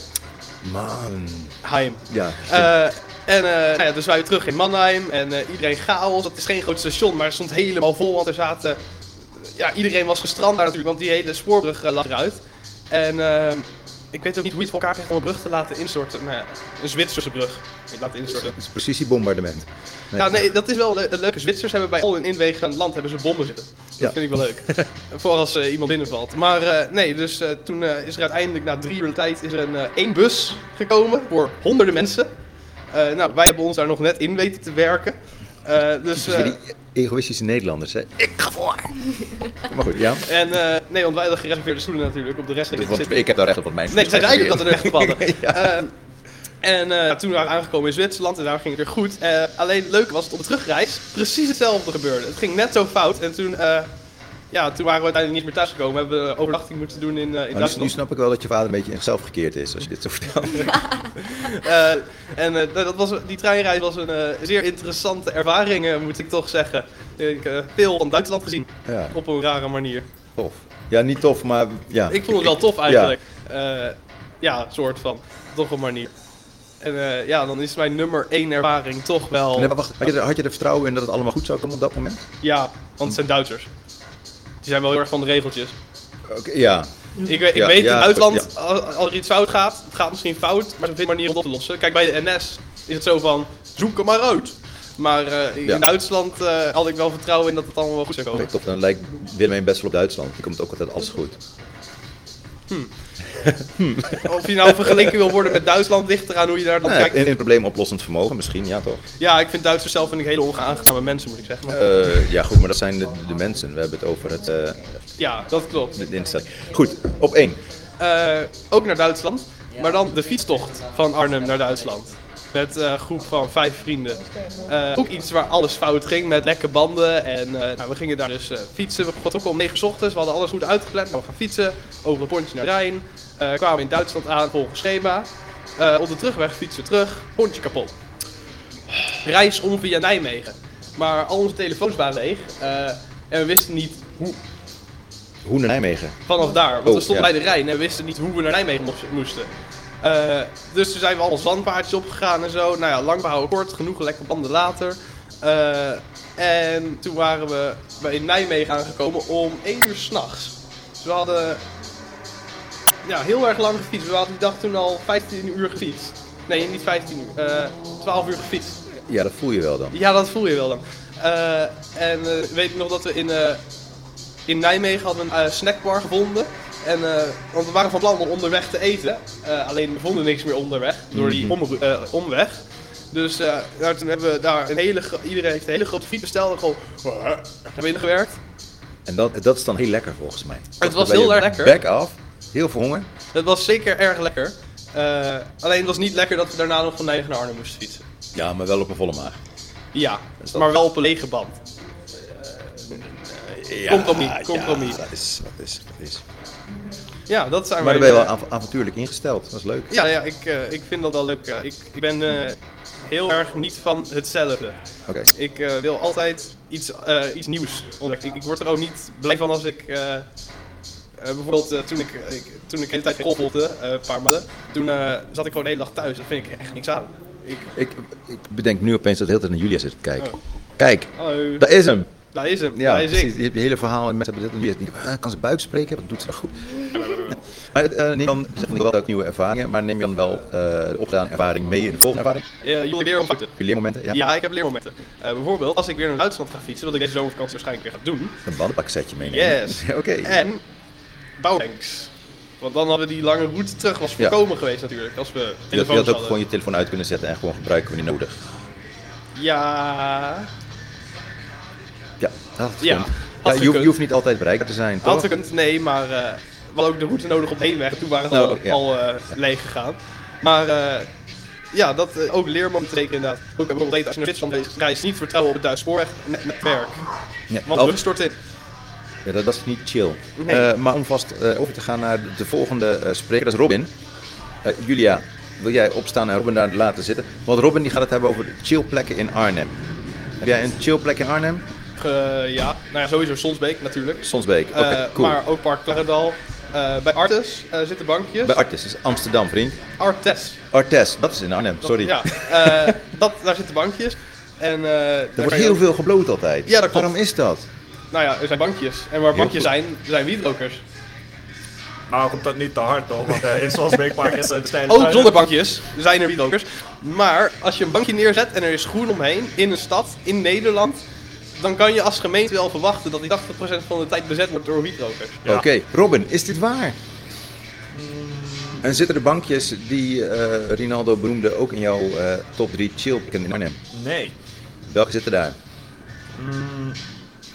Man. Heim. Ja. Eh, en eh, nou ja, dus wij terug in Mannheim en eh, iedereen chaos. Dat is geen groot station, maar het stond helemaal vol, want er zaten... eh, Ja, iedereen was gestrand daar natuurlijk, want die hele spoorbrug eh, lag eruit. En ehm, ik weet ook niet hoe je het voor elkaar krijgt om een brug te laten instorten. Nou ja, een Zwitserse brug niet laten instorten. Het is precisiebombardement. Nee. Ja, nee, dat is wel le- het leuke. Zwitsers hebben bij al hun inwegen aan het land hebben ze bommen zitten. Dat Ja. vind ik wel leuk. Voor als eh, iemand binnenvalt. Maar eh, nee, dus eh, toen eh, is er uiteindelijk na drie uur tijd is er een, eh, één bus gekomen voor honderden mensen. Eh, nou, wij hebben ons daar nog net in weten te werken. Eh, dus, eh, Jullie egoïstische Nederlanders, hè? Ik ga voor! Maar goed, ja. en eh, nee, want wij hadden gereserveerde stoelen natuurlijk op de rest. Want ik heb daar recht op, want mijn Nee, zij zeiden dat er echt op hadden. Ja. Eh, en eh, toen waren we aangekomen in Zwitserland en daar ging het weer goed. Eh, alleen het leuke was dat op de terugreis precies hetzelfde gebeurde. Het ging net zo fout en toen, eh, ja, toen waren we uiteindelijk niet meer thuisgekomen. Hebben we een overnachting moeten doen in, eh, in Maar nu, nu Duitsland. snap ik wel dat je vader een beetje in zichzelf gekeerd is, als je dit zo vertelt. Eh, en eh, nou, dat was, die treinreis was een eh, zeer interessante ervaring, eh, moet ik toch zeggen. Ik heb veel van Duitsland gezien, Ja, op een rare manier. tof. Ja, niet tof, maar ja. Ik vond het wel tof eigenlijk. Ja, ja soort van. Toch een manier. En eh, ja, dan is mijn nummer één ervaring toch wel... Nee, maar wacht, had je, er, had je er vertrouwen in dat het allemaal goed zou komen op dat moment? Ja, want het zijn Duitsers. Die zijn wel heel erg van de regeltjes. Oké, ja. Ik weet, ik Ja, weet in ja, het uitland, ja. als, als er iets fout gaat, het gaat misschien fout, maar er is een manier om het op te lossen. Kijk, bij de NS is het zo van, zoek hem maar uit. Maar eh, in Ja. Duitsland eh, had ik wel vertrouwen in dat het allemaal wel goed zou Oké, komen. top, dan lijkt Willemijn best wel op Duitsland. Die komt ook altijd alles goed. Of je nou vergeleken wil worden met Duitsland, ligt eraan hoe je daar dan Nou, kijkt. in het probleemoplossend vermogen misschien, ja toch? Ja, ik vind Duitsers zelf vind ik hele onaangename mensen, moet ik zeggen. Maar, Eh, ja goed, maar dat zijn de, de mensen. We hebben het over het, eh ja, dat klopt. de instelling. Goed, op één. Eh, ook naar Duitsland, maar dan de fietstocht van Arnhem naar Duitsland. Met eh, een groep van vijf vrienden. Eh, ook iets waar alles fout ging, met lekke banden. En eh, nou, we gingen daar dus eh, fietsen. We begonnen ook om 9 ochtends, we hadden alles goed uitgepland. Nou, we gaan fietsen, over een pontje naar de Rijn. Eh, kwamen in Duitsland aan, volgens schema. Eh, op de terugweg fietsen we terug, pontje kapot. Reis om via Nijmegen. Maar al onze telefoons waren leeg. eh, en we wisten niet hoe Hoe naar Nijmegen? vanaf daar. Want Oh, we stonden ja. bij de Rijn en we wisten niet hoe we naar Nijmegen moest- moesten. Eh, dus toen zijn we allemaal zandpaardjes opgegaan en zo. Nou ja, lang behouden kort, genoeg lekker banden later. Eh, en toen waren we bij- in Nijmegen aangekomen om 1 uur s'nachts. Dus we hadden ja, heel erg lang gefietst. We hadden die dag toen al 15 uur gefietst. Nee, niet 15 uur. eh 12 uur gefietst. Ja, dat voel je wel dan. Ja, dat voel je wel dan. Eh, en eh, weet ik nog dat we in, eh, in Nijmegen hadden we een eh, snackbar gevonden. En, eh, want we waren van plan om onderweg te eten. Eh, alleen we vonden niks meer onderweg, door die omroe- eh, omweg. Dus eh, nou, toen hebben we daar een hele, gro- iedereen heeft een hele grote fiets besteld en gewoon eh, naar binnen gewerkt. En dat, dat is dan heel lekker volgens mij. Het was Dan ben heel je erg lekker. Back af, heel veel honger. Dat was zeker erg lekker. Eh, alleen het was niet lekker dat we daarna nog van Nijmegen naar Arnhem moesten fietsen. Dus Ja, maar wel op een volle maag. Ja, dat- maar wel op een lege band. Ja, Eh, Compromis, compromis. Ja, dat is, dat is, dat is. Ja, dat zijn Maar wij, dan ben je eh, wel av- avontuurlijk ingesteld. Dat is leuk. Ja, ja ik, eh, ik vind dat wel leuk. ja. Ik, ik ben eh, heel erg niet van hetzelfde. Oké. Ik eh, wil altijd iets, eh, iets nieuws ontdekken. Ik, ik word er ook niet blij van als ik... eh, eh, bijvoorbeeld eh, toen, ik, ik- toen ik de hele tijd koppelde, een paar maanden, toen eh, zat ik gewoon de hele dag thuis. Daar vind ik echt niks aan. Ik, Ik, ik bedenk nu opeens dat de hele tijd naar Julia zit te kijken. Kijk, Oh. hallo, daar is hem. daar is hem. Ja, daar is precies. ik. Je hebt je hele verhaal en mensen hebben dit niet. eh, Kan ze buik spreken? Dat doet ze goed. Maar eh, neem dan zeg maar, wel ook nieuwe ervaringen, maar neem je dan wel eh, de opgedane ervaring mee in de volgende ervaring? Eh, jullie weer ontmoeten. Heb je leermomenten? Ja. Ja. ik heb leermomenten. Eh, bijvoorbeeld, als ik weer naar Duitsland ga fietsen, wat ik deze zomervakantie waarschijnlijk weer ga doen, Een bandenpakketje meenemen. Yes. Oké. En bouwtanks. Want dan hadden we die lange route terug was Ja. voorkomen geweest natuurlijk. Als we Je had, je telefoons had ook hadden. gewoon je telefoon uit kunnen zetten en gewoon gebruiken wanneer nodig. Ja, Ja, dat had Ja, gekund. had Ja, je, hoeft- gekund. je hoeft niet altijd bereikbaar te zijn, toch? had ik het. Nee, maar eh, we hadden ook de route nodig op heenweg. Toen waren we Nou, al, ja. al, eh, leeg gegaan. Maar eh, ja, dat eh, ook leermoment zeker inderdaad. Ook bijvoorbeeld weten als je naar Zwitserland reist, reis niet vertrouwen op het Duits spoorweg net met werk. Nee, Want dat- we stort in. ja, dat was niet chill. Nee. Eh, maar om vast eh, over te gaan naar de volgende eh, spreker, dat is Robin. Eh, Julia, wil jij opstaan en Robin daar laten zitten? Want Robin die gaat het hebben over chillplekken in Arnhem. Heb jij een chillplek in Arnhem? Eh, ja, nou ja, sowieso Sonsbeek natuurlijk. Sonsbeek, oké, Eh, cool. Maar ook Park Klarendal. Eh, bij Artes eh, zitten bankjes. Bij Artes, dat is Amsterdam, vriend. Artes. Artes, dat is in Arnhem, sorry. Ja, eh, dat, daar zitten bankjes. En, eh, daar Er kan wordt je heel ook- veel gebloot altijd. Ja, dat klopt. Waarom is dat? Nou ja, er zijn bankjes. En waar bankjes goed. zijn, zijn wietrokers. Nou, komt dat niet te hard toch? Want eh, in Swansbeek Park is eh, de stijl. Ook zonder bankjes zijn er wietrokers. Maar als je een bankje neerzet en er is groen omheen, in een stad, in Nederland... dan kan je als gemeente wel verwachten dat die 80% van de tijd bezet wordt door wietrokers. Ja. Oké, Robin, is dit waar? En zitten de bankjes die eh, Rinaldo beroemde ook in jouw eh, top 3 chillplekken in Arnhem? Nee. Mm, Welke zitten daar?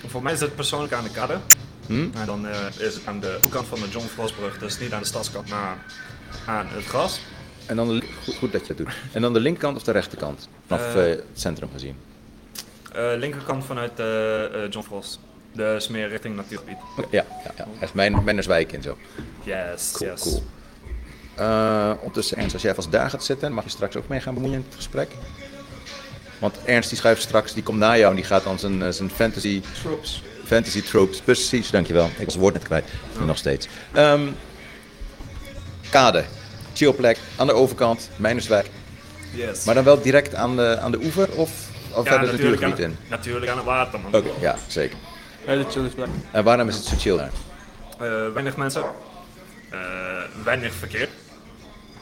Voor mij is het persoonlijk aan de kade. Hm? En dan eh, is het aan de kant van de John Vlosbrug, dus niet aan de stadskant, maar aan het gras. En dan de, li- goed, goed dat je dat doet. En dan de linkerkant of de rechterkant? Vanaf Eh. eh, het centrum gezien. Eh, linkerkant vanuit eh, eh, John Frost. Dus meer richting natuurgebied. Oké, ja, ja, ja, echt mijn, Mennerswijk en zo. Yes, Cool, yes. cool. Eh, ondertussen, Ernst, als jij vast daar gaat zitten, mag je straks ook mee gaan bemoeien in het gesprek. Want Ernst die schuift straks, die komt na jou en die gaat dan zijn, eh, zijn fantasy... Tropes. Fantasy tropes, precies, dankjewel. Ik was het woord net kwijt, nog steeds. Ehm, kade, chillplek, aan de overkant, Mijnerswijk. Yes. Maar dan wel direct aan de, aan de oever of, of Ja, verder natuurlijk aan niet in? het- Natuurlijk aan het water, man. Oké, ja, zeker. Ja, dat is En waarom is het zo chill daar? Eh, weinig mensen. eh, weinig verkeer.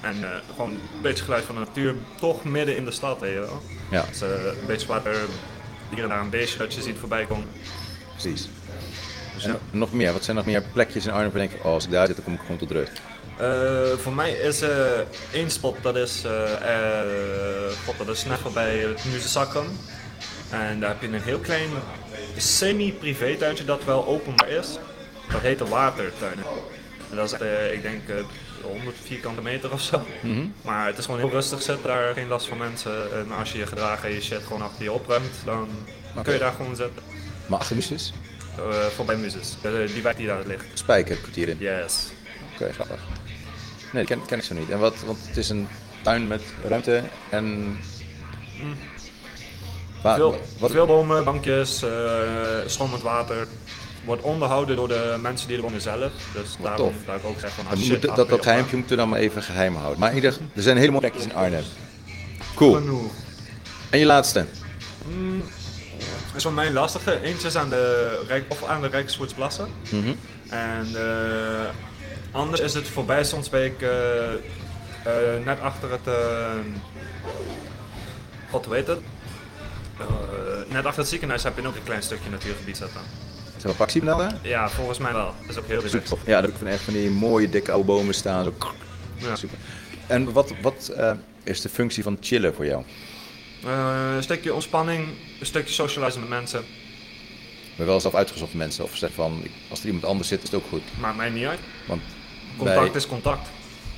En eh, gewoon een beetje geluid van de natuur, toch midden in de stad, weet je wel. Ja. Dus, eh, een beetje water, hier en daar een beestje dat je ziet voorbij komen. Precies. En nog meer, wat zijn nog meer plekjes in Arnhem waar je denkt, oh, als ik daar zit, dan kom ik gewoon tot rust. Eh, voor mij is eh één spot, dat is, eh, eh, god, dat is net voorbij het Muzezakken. En daar heb je een heel klein semi-privé tuintje dat wel openbaar is. Dat heet de Watertuin. En dat is, eh, ik denk, eh, 100 vierkante meter of zo. Mhm. Maar het is gewoon heel rustig, zit daar geen last van mensen. En als je je gedragen en je shit gewoon achter je opruimt, dan kun je daar gewoon zitten. Maar Agnus Eh, voorbij Muzes, Eh, die wijk die daar ligt. Spijkerkwartier in. Yes. Oké, grappig. Nee, die ken, ken ik zo niet. En wat, want het is een tuin met ruimte en... Wa- veel, veel bomen, bankjes, eh stromend water. Wordt onderhouden door de mensen die eronder zelf. Dus daarom tof. daar ik ook zeg van we ah, shit, moeten- laten dat, we dat geheimje moeten we dan maar even geheim houden. Maar in ieder geval, er zijn helemaal plekjes in Arnhem. Cool. Genoeg. En je laatste? Mm, dat is voor mij een lastige. Eentje is aan de, Rijk, of aan de Rijksvoetsplassen. Mhm. En eh, anders is het voorbij Sonsbeek, eh, eh, net achter het. eh, God weet het. Eh, net achter het ziekenhuis heb je nog een klein stukje natuurgebied zitten. Zijn we een pak Siebel daar? Ja, volgens mij wel. Dat is ook heel Super relaxed. tof. Ja, daar heb ik van echt van die mooie dikke oude bomen staan. Zo. Super. En wat, wat eh, is de functie van chillen voor jou? Eh, een stukje ontspanning, een stukje socializen met mensen. We wel zelf uitgezocht mensen of zeg van ik- als er iemand anders zit is het ook goed. Maakt mij niet uit. Want Contact bij- is contact.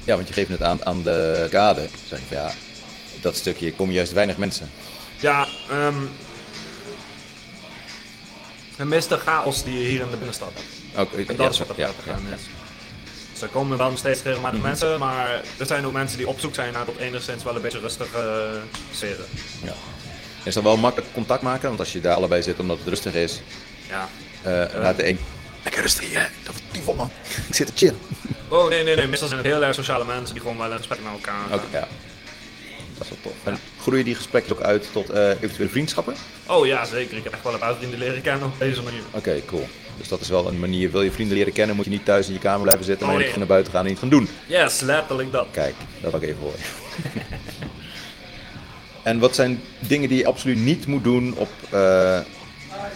Ja, want je geeft het aan aan de kade. Zeg ik van, ja, dat stukje komen juist weinig mensen. Ja, ehm de meeste chaos die je hier in de binnenstad hebt. Ook, En dat ja, is wat er ja, prettig ja, aan is. Dus er komen wel nog steeds Mhm. regelmatig mensen, maar er zijn ook mensen die op zoek zijn naar tot enigszins wel een beetje rustige eh sferen. Ja. Is dan wel makkelijk contact maken, want als je daar allebei zit omdat het rustig is, Ja. eh, laat de een. Lekker rustig, hè? Dat is toeval, man. Ik zit te chillen. Oh nee, nee, nee. Meestal zijn het heel erg sociale mensen die gewoon wel een gesprek met elkaar Oké, hebben. ja. Dat is wel tof. En groeien die gesprekken ook uit tot eh, eventuele vriendschappen? Oh ja, zeker. Ik heb echt wel een paar vrienden leren kennen op deze manier. Oké, cool. Dus dat is wel een manier. Wil je vrienden leren kennen, moet je niet thuis in je kamer blijven zitten, maar je Oh, moet nee. gewoon naar buiten gaan en iets gaan doen. Yes, letterlijk dat. Kijk, dat wil ik even horen. en wat zijn dingen die je absoluut niet moet doen op... eh,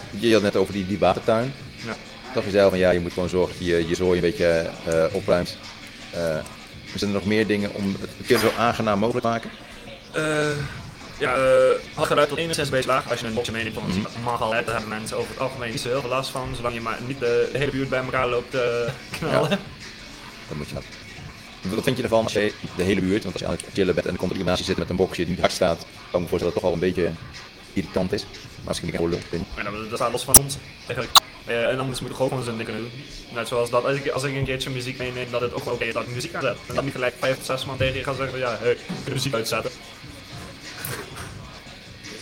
je had het net over die, die watertuin. Ja. Dat je zei al van ja, je moet gewoon zorgen dat je je zooi een beetje eh, opruimt. Eh, zijn er nog meer dingen om het verkeer zo aangenaam mogelijk te maken? Eh, ja, eh had geluid tot enigszins een beetje laag als je een botje meeneemt. Want dat mag al, hè, daar hebben mensen over het algemeen niet zo heel veel last van. Zolang je maar niet de hele buurt bij elkaar loopt te knallen. Ja. Dan moet je dat. Wat vind je ervan als je de hele buurt, want als je aan het chillen bent en er komt er iemand naast je zitten met een boxje die niet hard staat, kan ik me voorstellen dat het toch al een beetje irritant is. Maar als ik niet hoor, dan Maar dat, dat staat los van ons, eigenlijk. Eh, en anders moet ik ook gewoon zijn ding kunnen doen. Net zoals dat, als ik, als ik een keertje muziek meeneem, dat het ook wel oké is dat ik muziek aanzet. En dat niet gelijk vijf of zes man tegen je gaan zeggen van ja, hey, kun je muziek uitzetten.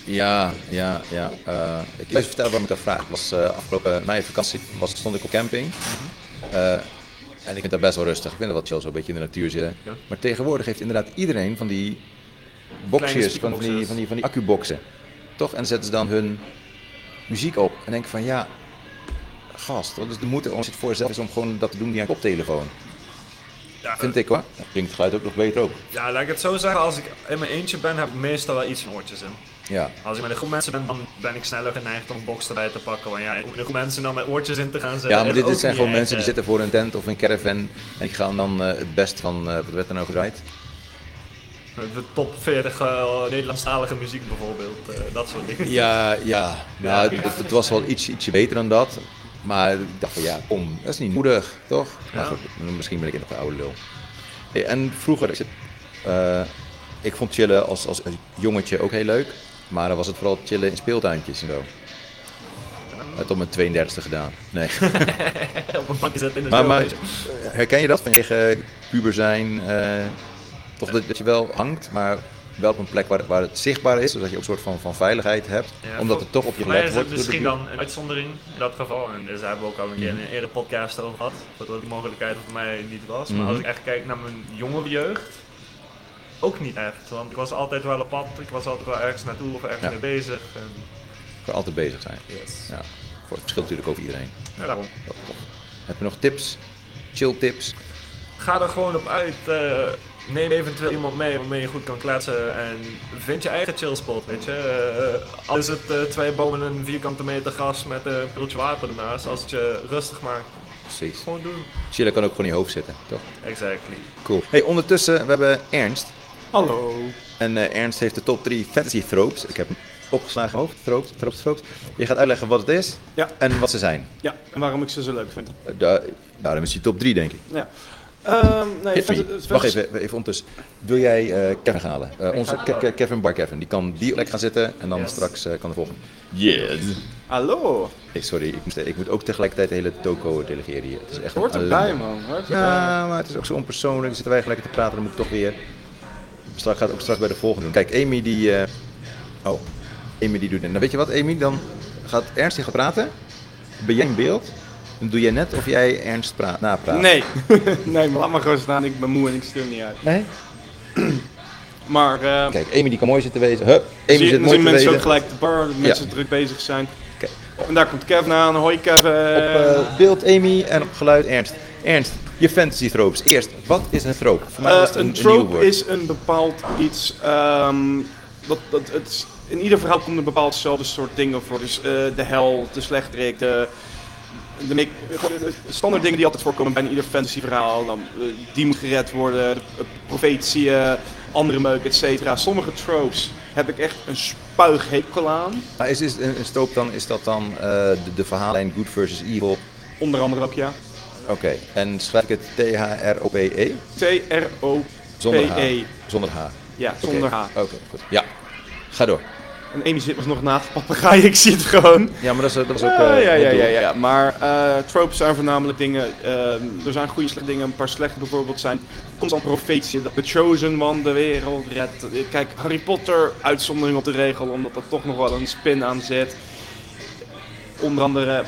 Ja, ja, ja. eh, ik wil even vertellen waarom ik dat vraag. Het was eh, afgelopen mei vakantie, was, stond ik op camping. Eh, en ik vind dat best wel rustig. Ik vind dat wel chill, zo een beetje in de natuur zitten. Ja. Maar tegenwoordig heeft inderdaad iedereen van die boxjes, van, van, die, speakerboxes. van, die, van die accuboxen. Toch? En zetten ze dan hun muziek op. En denk van ja, gast, wat is de moeite om het voor jezelf is om gewoon dat te doen via een koptelefoon. Ja, Vind ik hoor. Dan klinkt het geluid ook nog beter ook. Ja, laat ik het zo zeggen, als ik in mijn eentje ben, heb ik meestal wel iets van oortjes in. Ja. Als ik met een groep mensen ben, dan ben ik sneller geneigd om een box erbij te pakken. Want ja, om een groep mensen dan met oortjes in te gaan zetten. Ja, maar is dit, dit eh, ook zijn niet gewoon echt, mensen die eh, zitten voor een tent of een caravan en die gaan dan eh, het best van, eh, wat werd er nou gedraaid? De top 40 eh, Nederlandstalige muziek bijvoorbeeld, eh, dat soort dingen. Ja, ja. Nou, het, het was wel iets, ietsje beter dan dat. Maar ik dacht van ja, kom, dat is niet moedig, toch? Maar Ja. goed, misschien ben ik nog een oude lul. Hey, En vroeger, ik, zit- eh, ik vond chillen als, als een jongetje ook heel leuk. Maar dan was het vooral chillen in speeltuintjes en zo. Het op mijn 32 gedaan. Nee. Op een bankje zitten in het Maar, maar speeltuintje. herken je dat vanwege puber zijn? eh, toch dat, dat je wel hangt, maar wel op een plek waar, waar het zichtbaar is, zodat je ook een soort van, van veiligheid hebt. Ja, omdat voor- het toch op je voor mij gelet is het wordt. door de Mhm. misschien buurt. dan een uitzondering in dat geval. En dus daar hebben we ook al een keer in een eerder podcast over gehad. Dat die mogelijkheid voor mij niet was. Mhm. Maar als ik echt kijk naar mijn jongere jeugd, ook niet echt. Want ik was altijd wel op pad, ik was altijd wel ergens naartoe of ergens Ja. mee bezig. En, Kan altijd bezig zijn. yes. Ja, voor het verschilt natuurlijk over iedereen. Ja, daarom. Dat is tof. Heb je nog tips? Chill tips? Ga er gewoon op uit. eh, neem eventueel iemand mee waarmee je goed kan kletsen. En vind je eigen chillspot, weet je. Eh, al is het eh, twee bomen en een vierkante meter gras met eh, een piltje water ernaast. Als het je rustig maakt. Precies. Gewoon doen. Chillen kan ook gewoon in je hoofd zitten, toch? Exactly. Cool. Hey, ondertussen, we hebben Ernst. Hallo. En eh, Ernst heeft de top 3 fantasy tropes. Ik heb hem opgeslagen hoofd. Tropes, tropes, tropes. Je gaat uitleggen wat het is Ja. en wat ze zijn. Ja, en waarom ik ze zo leuk vind. Eh, da- daarom is die top 3, denk ik. Ja. Ehm, nee, Hit me. vet- vet- Wacht even, even ondertussen. Wil jij eh, Kevin gaan halen? Eh, onze Ke- Ke- Kevin Bar Kevin. Die kan die plek gaan zitten en dan Yes. straks eh, kan de volgende. Yes. Hallo. Hey, sorry, ik moet, ik moet ook tegelijkertijd de hele toko delegeren hier. Het is echt Hoort een erbij, ellende. man. Hoort erbij. Ja, maar het is ook zo onpersoonlijk. Dan zitten wij gelijk te praten, dan moet ik toch weer. Straks gaat het ook straks bij de volgende doen. Kijk, Amy die. eh, Oh, Amy die doet. En dan weet je wat, Amy? Dan gaat Ernst die gaat praten. Ben jij in beeld? Dan doe jij net of jij Ernst praat, napraat. Nee. nee, maar laat maar gewoon staan. Ik ben moe en ik stil niet uit. Nee? Maar eh Kijk, Amy die kan mooi zitten wezen. Hup, zie, Amy je- zit dan mooi zien te mensen ook wezen. Op gelijk de bar, dat mensen druk bezig zijn. Oké. En daar komt Kevin aan. Hoi Kevin. eh, beeld Amy en op geluid Ernst. Ernst, je fantasy tropes. Eerst, wat is een trope? Voor mij Eh, was het een, een nieuw trope woord. is een bepaald iets. ehm, dat, dat, het, is- in ieder verhaal komt een bepaald zelfde soort dingen voor. Dus eh, de hel, de slechterik, de, de, mik- gewoon de- de standaard dingen die altijd voorkomen bij ieder fantasy verhaal. Dan, eh, die moet gered worden, de, de profetie, eh, andere meuk, et cetera. Sommige tropes heb ik echt een spuighekel aan. Maar is, is een, een trope dan, is dat dan eh, de, de verhaallijn good versus evil? Onder andere ook, ja. Oké, en schrijf ik het T-H-R-O-P-E? T-R-O-P-E. E? Zonder H. Zonder H. E. Ja, Oké. zonder H. Oké, goed. Ja, ga door. En Amy zit me nog na te papegaaien, ik zie het gewoon. Ja, maar dat is, dat is ook... Ja, eh, ja, het ja, doel. ja, ja. Maar eh, tropes zijn voornamelijk dingen. ehm, er zijn goede slechte dingen. Een paar slechte bijvoorbeeld zijn constant profetie. dat The Chosen One, de wereld redt. Kijk, Harry Potter, uitzondering op de regel, omdat dat toch nog wel een spin aan zit. Onder andere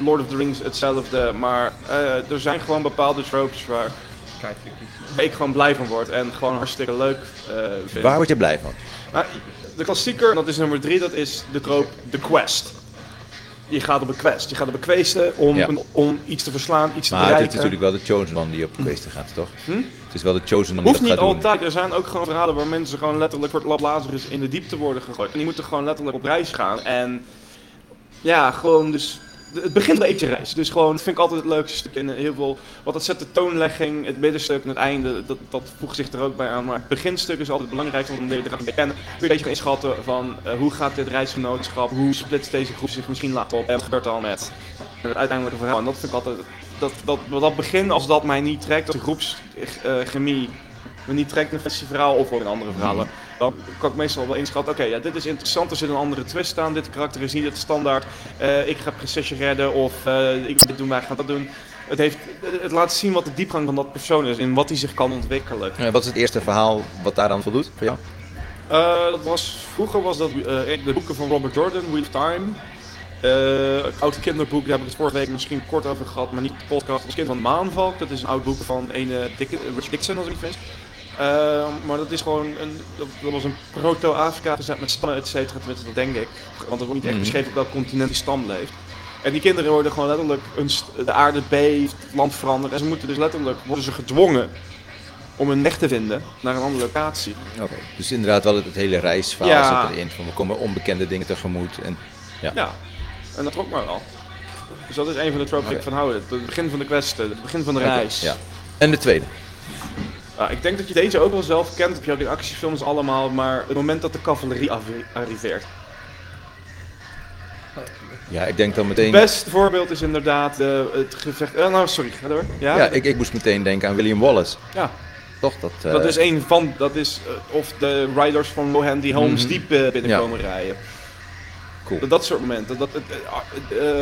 Lord of the Rings hetzelfde. Maar eh, er zijn gewoon bepaalde tropes waar ik gewoon blij van word. En gewoon hartstikke leuk eh, vind. Waar word je blij van? Nou, de klassieker, en dat is nummer drie, dat is de troop The Quest. Je gaat op een quest. Je gaat op een kwesten om, Ja. een- om iets te verslaan, iets te Maar het bereiken. is natuurlijk wel de Chosen One die op kwestie gaat, toch? Hm? Het is wel de Chosen One die Hoeft dat niet gaat doen. altijd. Er zijn ook gewoon verhalen waar mensen gewoon letterlijk voor het lab Lazarus in de diepte worden gegooid. En die moeten gewoon letterlijk op reis gaan. En ja, gewoon dus... Het begint bij eentje reis. Dus gewoon, dat vind ik altijd het leukste stuk in eh, heel veel... Want dat zet de toonlegging, het middenstuk en het einde, dat, dat voegt zich er ook bij aan. Maar het beginstuk is altijd het belangrijkste, want dan leer je er kennen. Kun je een beetje gaan inschatten van eh, hoe gaat dit reisgenootschap, hoe splitst deze groep zich misschien later op en wat gebeurt er al met het uiteindelijke verhaal. En dat vind ik altijd... Dat, dat, dat begin, als dat mij niet trekt, als de groepschemie me niet trekt in een festival of wel in andere verhalen, dan kan ik meestal wel inschatten, oké, ja, dit is interessant, er zit een andere twist aan, dit karakter is niet het standaard, eh, ik ga prinsesje redden of eh, ik wil dit doen, wij gaan dat doen. Het, heeft, het laat zien wat de diepgang van dat persoon is en wat hij zich kan ontwikkelen. Eh, wat is het eerste verhaal wat daar aan voldoet voor jou? Eh, dat was, vroeger was dat eh, de boeken van Robert Jordan, Wheel of Time. Eh, een oud kinderboek, daar heb ik het vorige week misschien kort over gehad, maar niet op de podcast. Als kind van Maanvalk, dat is een oud boek van ene Dick, eh, Richard Dixon, als ik niet mis. Eh, maar dat is gewoon een, dat, dat was een proto-Afrika gezet met stammen, et cetera, tenminste dat denk ik. Want er wordt niet echt Mhm. beschreven op welk continent die stam leeft. En die kinderen worden gewoon letterlijk een st- de aarde beeft, het land veranderen. En ze moeten dus letterlijk, worden ze gedwongen om hun weg te vinden naar een andere locatie. Oké, dus inderdaad wel het, het hele reisverhaal Ja. zit erin. Van we komen onbekende dingen tegemoet. En, Ja, en dat trok me wel. Dus dat is een van de tropes die ik Oké. van hou. Het begin van de quest, eh, het begin van de reis. Ja. En de tweede. Ah, ik denk dat je deze ook wel zelf kent, heb je ook in actiefilms allemaal, maar het moment dat de cavalerie arri- arriveert. Ja, ik denk dan Het meteen... beste voorbeeld is inderdaad eh, het gevecht... eh, nou, sorry, ga door. Ja, Ja, ik, ik moest meteen denken aan William Wallace. Ja. Toch, dat... eh, dat is een van, dat is, eh, of de riders van Lohan die Holmes Mhm. Diep eh, binnenkomen rijden. Cool. Dat, dat soort momenten. Dat, het, eh, ah, het, eh,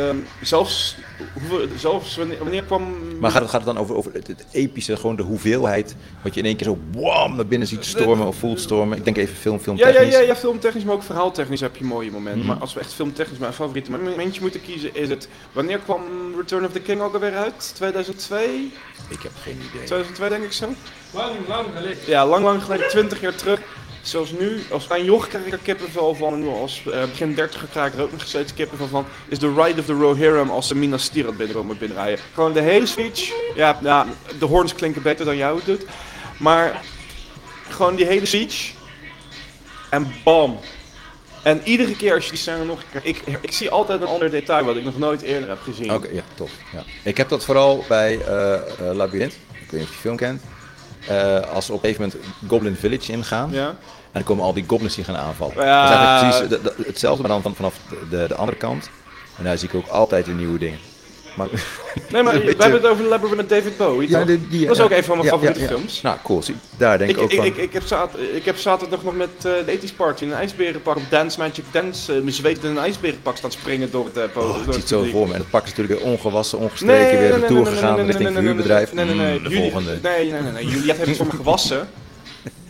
zelfs, hoeveel, zelfs wanneer, wanneer kwam... Maar gaat het, gaat het dan over, over het, het epische, gewoon de hoeveelheid, wat je in één keer zo wam naar binnen ziet stormen of voelt stormen? Ik denk even film, film Ja, ja, technisch. ja, ja, filmtechnisch, maar ook verhaaltechnisch heb je mooie momenten. Mhm. Maar als we echt filmtechnisch mijn favoriete momentje moeten kiezen, is het... Wanneer kwam Return of the King ook alweer uit? 2002? Ik heb geen idee. 2002 denk ik zo. Lang, lang geleden. Ja, lang, lang geleden, 20 jaar terug. Zoals nu, als klein joch krijg ik er kippenvel van. En nu als eh, begin dertiger krijg ik er ook nog steeds kippenvel van. Is de Ride of the Rohirrim als de Minas Tirith binnenkomen binnenrijden. Gewoon de hele speech. Ja, ja, de horns klinken beter dan jou het doet. Maar gewoon die hele speech. En bam. En iedere keer als je die scène nog... Ik, ik zie altijd een ander detail wat ik nog nooit eerder heb gezien. Oké, ja, top. Ja. Ik heb dat vooral bij eh eh, Labyrinth. Ik weet niet of je die film kent. Eh, als ze op een gegeven moment Goblin Village ingaan. Ja? En dan komen al die goblins die gaan aanvallen. Ja. Dat is eigenlijk precies de- de- hetzelfde, maar dan van, vanaf de, de andere kant. En daar zie ik ook altijd weer nieuwe dingen. Maar, Nee, maar we hebben het over Labyrinth met David Bowie, toch? Dat is ook een van mijn Ja, ja, favoriete ja. films. Nou, cool. Zie, daar denk ik, Ik, ook ik, van. ik, ik, heb zaad- ik heb zaterdag nog met eh, de ethisch Party in een ijsberenpak op Dance Magic Dance. eh, Mijn zweet in een ijsberenpak staan springen door het eh, po- door Oh, ik het zie het zo publiek. voor me. En dat pak is natuurlijk weer ongewassen, ongestreken, weer retour gegaan richting verhuurbedrijf. Nee, nee, nee. Mm, de Juliet- volgende. Nee, nee, nee. nee. Juliet heeft het voor me gewassen.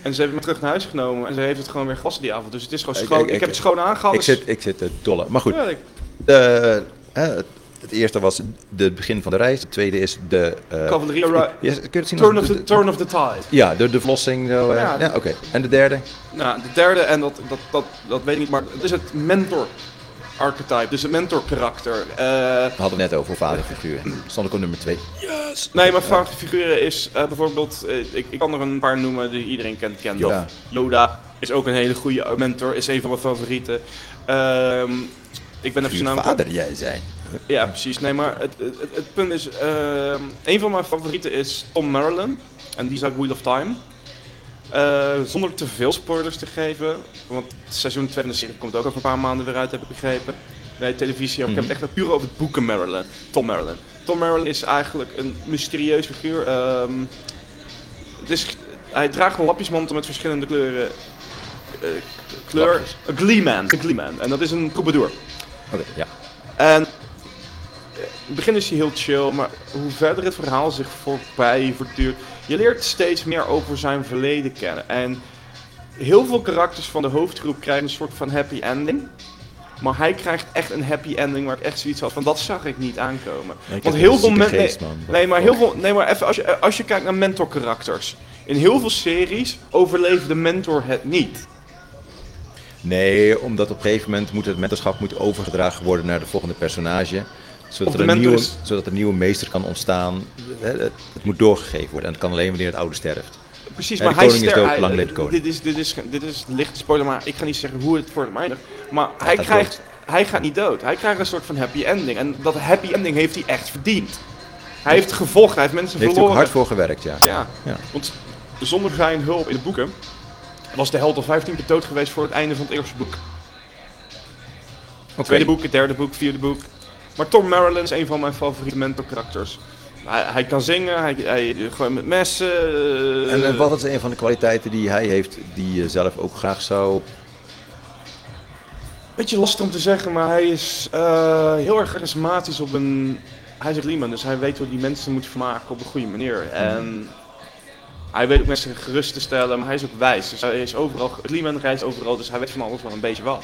En ze heeft me terug naar huis genomen. En ze heeft het gewoon weer gewassen die avond. Dus het is gewoon Ik- schoon. ik- Ik, ik- heb het schoon aangehaald. Ik zit, ik zit te dollen. Maar goed, Ja, ik- de, eh, het- het eerste was de- het begin van de reis. Het tweede is de... eh, Dus Cavalerie Arrive- Ja, kun je het zien als- Turn of the, turn of the Tide. Ja, de, de verlossing. zo, eh, Ja. ja, oké. En de derde? Nou, de derde, en dat, dat, dat, dat weet ik niet, maar het is het mentor-archetype, dus het mentor-karakter. Eh, We hadden het net over vaderfiguren. Stond ik op nummer twee. nee, mijn favoriete figuren is eh, bijvoorbeeld, eh, ik, ik kan er een paar noemen die iedereen kent, kent Ja. dat. Yoda is ook een hele goede mentor, is een van mijn favorieten. Ehm, ik ben even zijn Uw naam kwijt. vader jij zijn. Ja, precies. Nee, maar het, het, het- het punt is, ehm, een van mijn favorieten is Tom Marilyn. En die is uit Wheel of Time. Eh, zonder te veel spoilers te geven. Want seizoen 2 van de serie komt ook over een paar maanden weer uit, heb ik begrepen. Nee, televisie. Ik heb Mhm. het echt puur over het boeken Marilyn. Tom Marilyn. Tom Marilyn is eigenlijk een mysterieus figuur. Ehm, het is, hij draagt een lapjesmantel met verschillende kleuren. eh, kleur. Een Gleeman. Een Gleeman. En dat is een troubadour. Oké, ja. En eh, in het begin is hij heel chill, maar hoe verder het verhaal zich voorbij verduurt, je leert steeds meer over zijn verleden kennen. En heel veel karakters van de hoofdgroep krijgen een soort van happy ending. Maar hij krijgt echt een happy ending waar ik echt zoiets had van dat zag ik niet aankomen. heb Want een heel veel zieke mensen. geest, man. Nee, maar, heel veel, nee, maar even als je, als je kijkt naar mentor karakters. In heel veel series overleeft de mentor het niet. Nee, omdat op een gegeven moment moet het mentorschap moet overgedragen worden naar de volgende personage. Zodat Of er, de een mentor nieuwe, is- zodat er een nieuwe meester kan ontstaan. Hè, Het, het moet doorgegeven worden. En dat kan alleen wanneer het oude sterft. Precies, Ja, maar de hij koning is ster- dood, hij- lang leef de koning. Dit is, dit, is, ge- dit is een lichte spoiler, maar ik ga niet zeggen hoe het voor hem eindigt. Maar hij, gaat krijgt, hij gaat niet dood. Hij krijgt een soort van happy ending. En dat happy ending heeft hij echt verdiend. Hij heeft gevolgd, hij heeft mensen Daar heeft hij ook verloren. hard voor gewerkt, ja. Ja, Ja. want zonder zijn hulp in de boeken was de held al 15 keer dood geweest voor het einde van het eerste boek. Oké. Tweede boek, het derde boek, vierde boek. Maar Tom Marilyn is een van mijn favoriete mentor-karakters. Hij, hij kan zingen, hij, hij gooit met messen. eh, En eh, wat is een van de kwaliteiten die hij heeft, die je zelf ook graag zou... Beetje lastig om te zeggen, maar hij is eh, heel erg charismatisch op een... Hij is een Riemann, dus hij weet hoe die mensen moet vermaken op een goede manier. En hij weet ook mensen gerust te stellen, maar hij is ook wijs. Dus hij is overal... Riemann reist overal, dus hij weet van alles wel een beetje wat.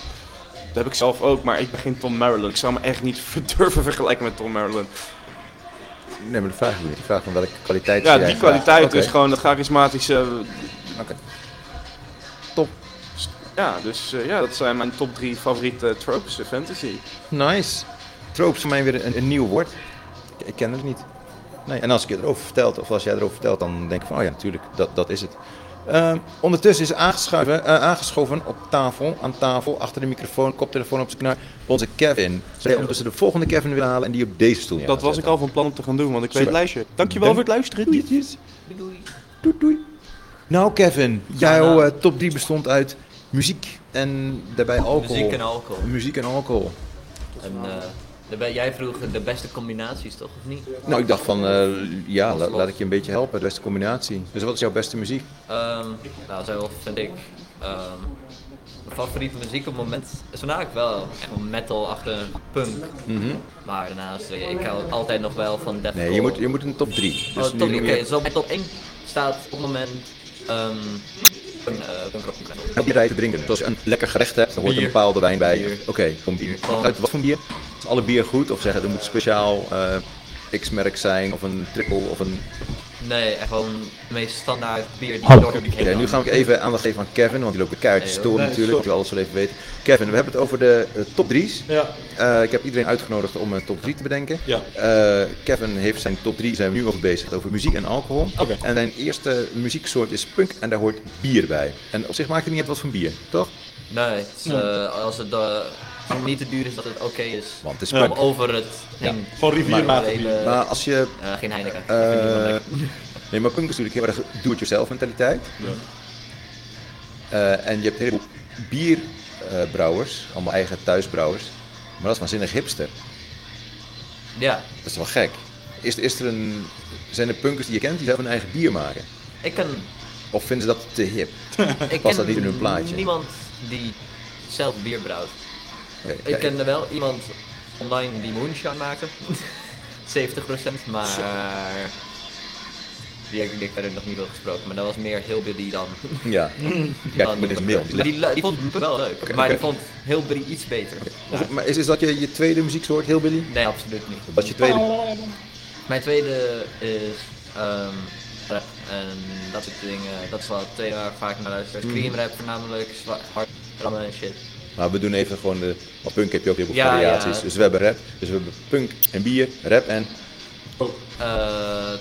Dat heb ik zelf ook, maar ik ben geen Tom Marilyn. Ik zou me echt niet durven vergelijken met Tom Marilyn. Nee, maar de vraag is niet. De vraag van welke kwaliteit Ja, zie jij die graag? kwaliteit Oké, is gewoon dat charismatische... oké. Ja, dus eh, ja, dat zijn mijn top drie favoriete tropes in fantasy. Nice. Troop is voor mij weer een, een nieuw woord. Ik, ik ken het niet. Nee, en als ik je erover vertelt, of als jij erover vertelt, dan denk ik van, oh ja, natuurlijk, dat, dat is het. Ehm, ondertussen is aangeschoven, eh, aangeschoven op tafel, aan tafel, achter de microfoon, koptelefoon op zijn knar, onze Kevin. Zou jij ondertussen de volgende Kevin willen halen en die op deze stoel dat was ik al van plan om te gaan doen, want ik weet Super. het lijstje. Dankjewel voor het luisteren. Doei. Doei, doei. Nou Kevin, jouw nou. eh, top 3 bestond uit muziek en daarbij alcohol. Muziek en alcohol. Muziek en alcohol. En, eh, daarbij- jij vroeg de beste combinaties, toch? Of niet? Nou, ik dacht van, eh, ja, la- laat ik je een beetje helpen. De beste combinatie. Dus wat is jouw beste muziek? Ehm, nou, zelf vind ik. ehm, mijn favoriete muziek op het moment is vandaag wel echt wel metal achter punk. Maar daarnaast, eh, ik hou altijd nog wel van deathcore. Mhm. Nee, je moet, je moet een top 3. Oh, Dus top, nu oké, noem je- dus op mijn top 1 staat op het moment ehm een eh, punkrock. Heb je rij te drinken? Dus als je een lekker gerecht hebt, dan hoort er een Bier. bepaalde wijn bij. Bier. Oké, kom bier. Bier. Uit wat voor bier? Is alle bier goed? Of zeggen er moet speciaal eh, X-merk zijn, of een triple, of een Nee, echt gewoon de meest standaard bier die Oh. Oké, je door die nu gaan we even aandacht geven aan Kevin, want die loopt de kaart te Nee, joh. storen Nee, natuurlijk, dat we alles wel even weten. Kevin, we hebben het over de eh, top 3's. Ja. ik heb iedereen uitgenodigd om een top 3 te bedenken. Ja. Eh, Kevin heeft zijn top 3, zijn we nu over bezig, over muziek en alcohol. Oké. En zijn eerste muzieksoort is punk en daar hoort bier bij. En op zich maakt het niet uit wat voor bier, toch? Nee, het is, Nee. eh, als het eh, als het niet te duur is, dat het oké is. Want het is Om punk. over het Ja. heen. Gewoon riviermatig Maar bier. hele- Maar als je... eh, geen Heineken. Ik vind die wel Eh, lekker. nee, maar punk is natuurlijk heel erg do-it-yourself mentaliteit. Ja. Eh, en je hebt een heleboel bierbrouwers, allemaal eigen thuisbrouwers. Maar dat is waanzinnig hipster. Ja, Dat is wel gek. Is, is er een, zijn er punkers die je kent die zelf hun eigen bier maken? ik ken Of vinden ze dat te hip? Ik Past ken dat niet in hun plaatje? Niemand die zelf bier brouwt. Oké, ik ja, ken er wel iemand online die moonshine maakte. 70%, maar. Die heb ik denk ik verder nog niet wel gesproken, maar dat was meer Hillbilly dan. Ja. Ja, ik ben dit mail. Maar die, lu- die vond het wel leuk, Oké, maar oké. die vond Hillbilly iets beter. Maar goed, Maar is, is dat je, je tweede muzieksoort, heel Billy? Nee, absoluut niet. Wat is je tweede? Mijn tweede is. ehm, rap. En dat soort dingen. Dat is wel het tweede waar ik vaak naar luister. Mhm. Scream rap voornamelijk, zwa- hard rammen en shit. Nou, we doen even gewoon de. Want punk heb je ook heel veel Ja, variaties. ja. Dus we hebben rap, dus we hebben punk en bier, rap en. Eh,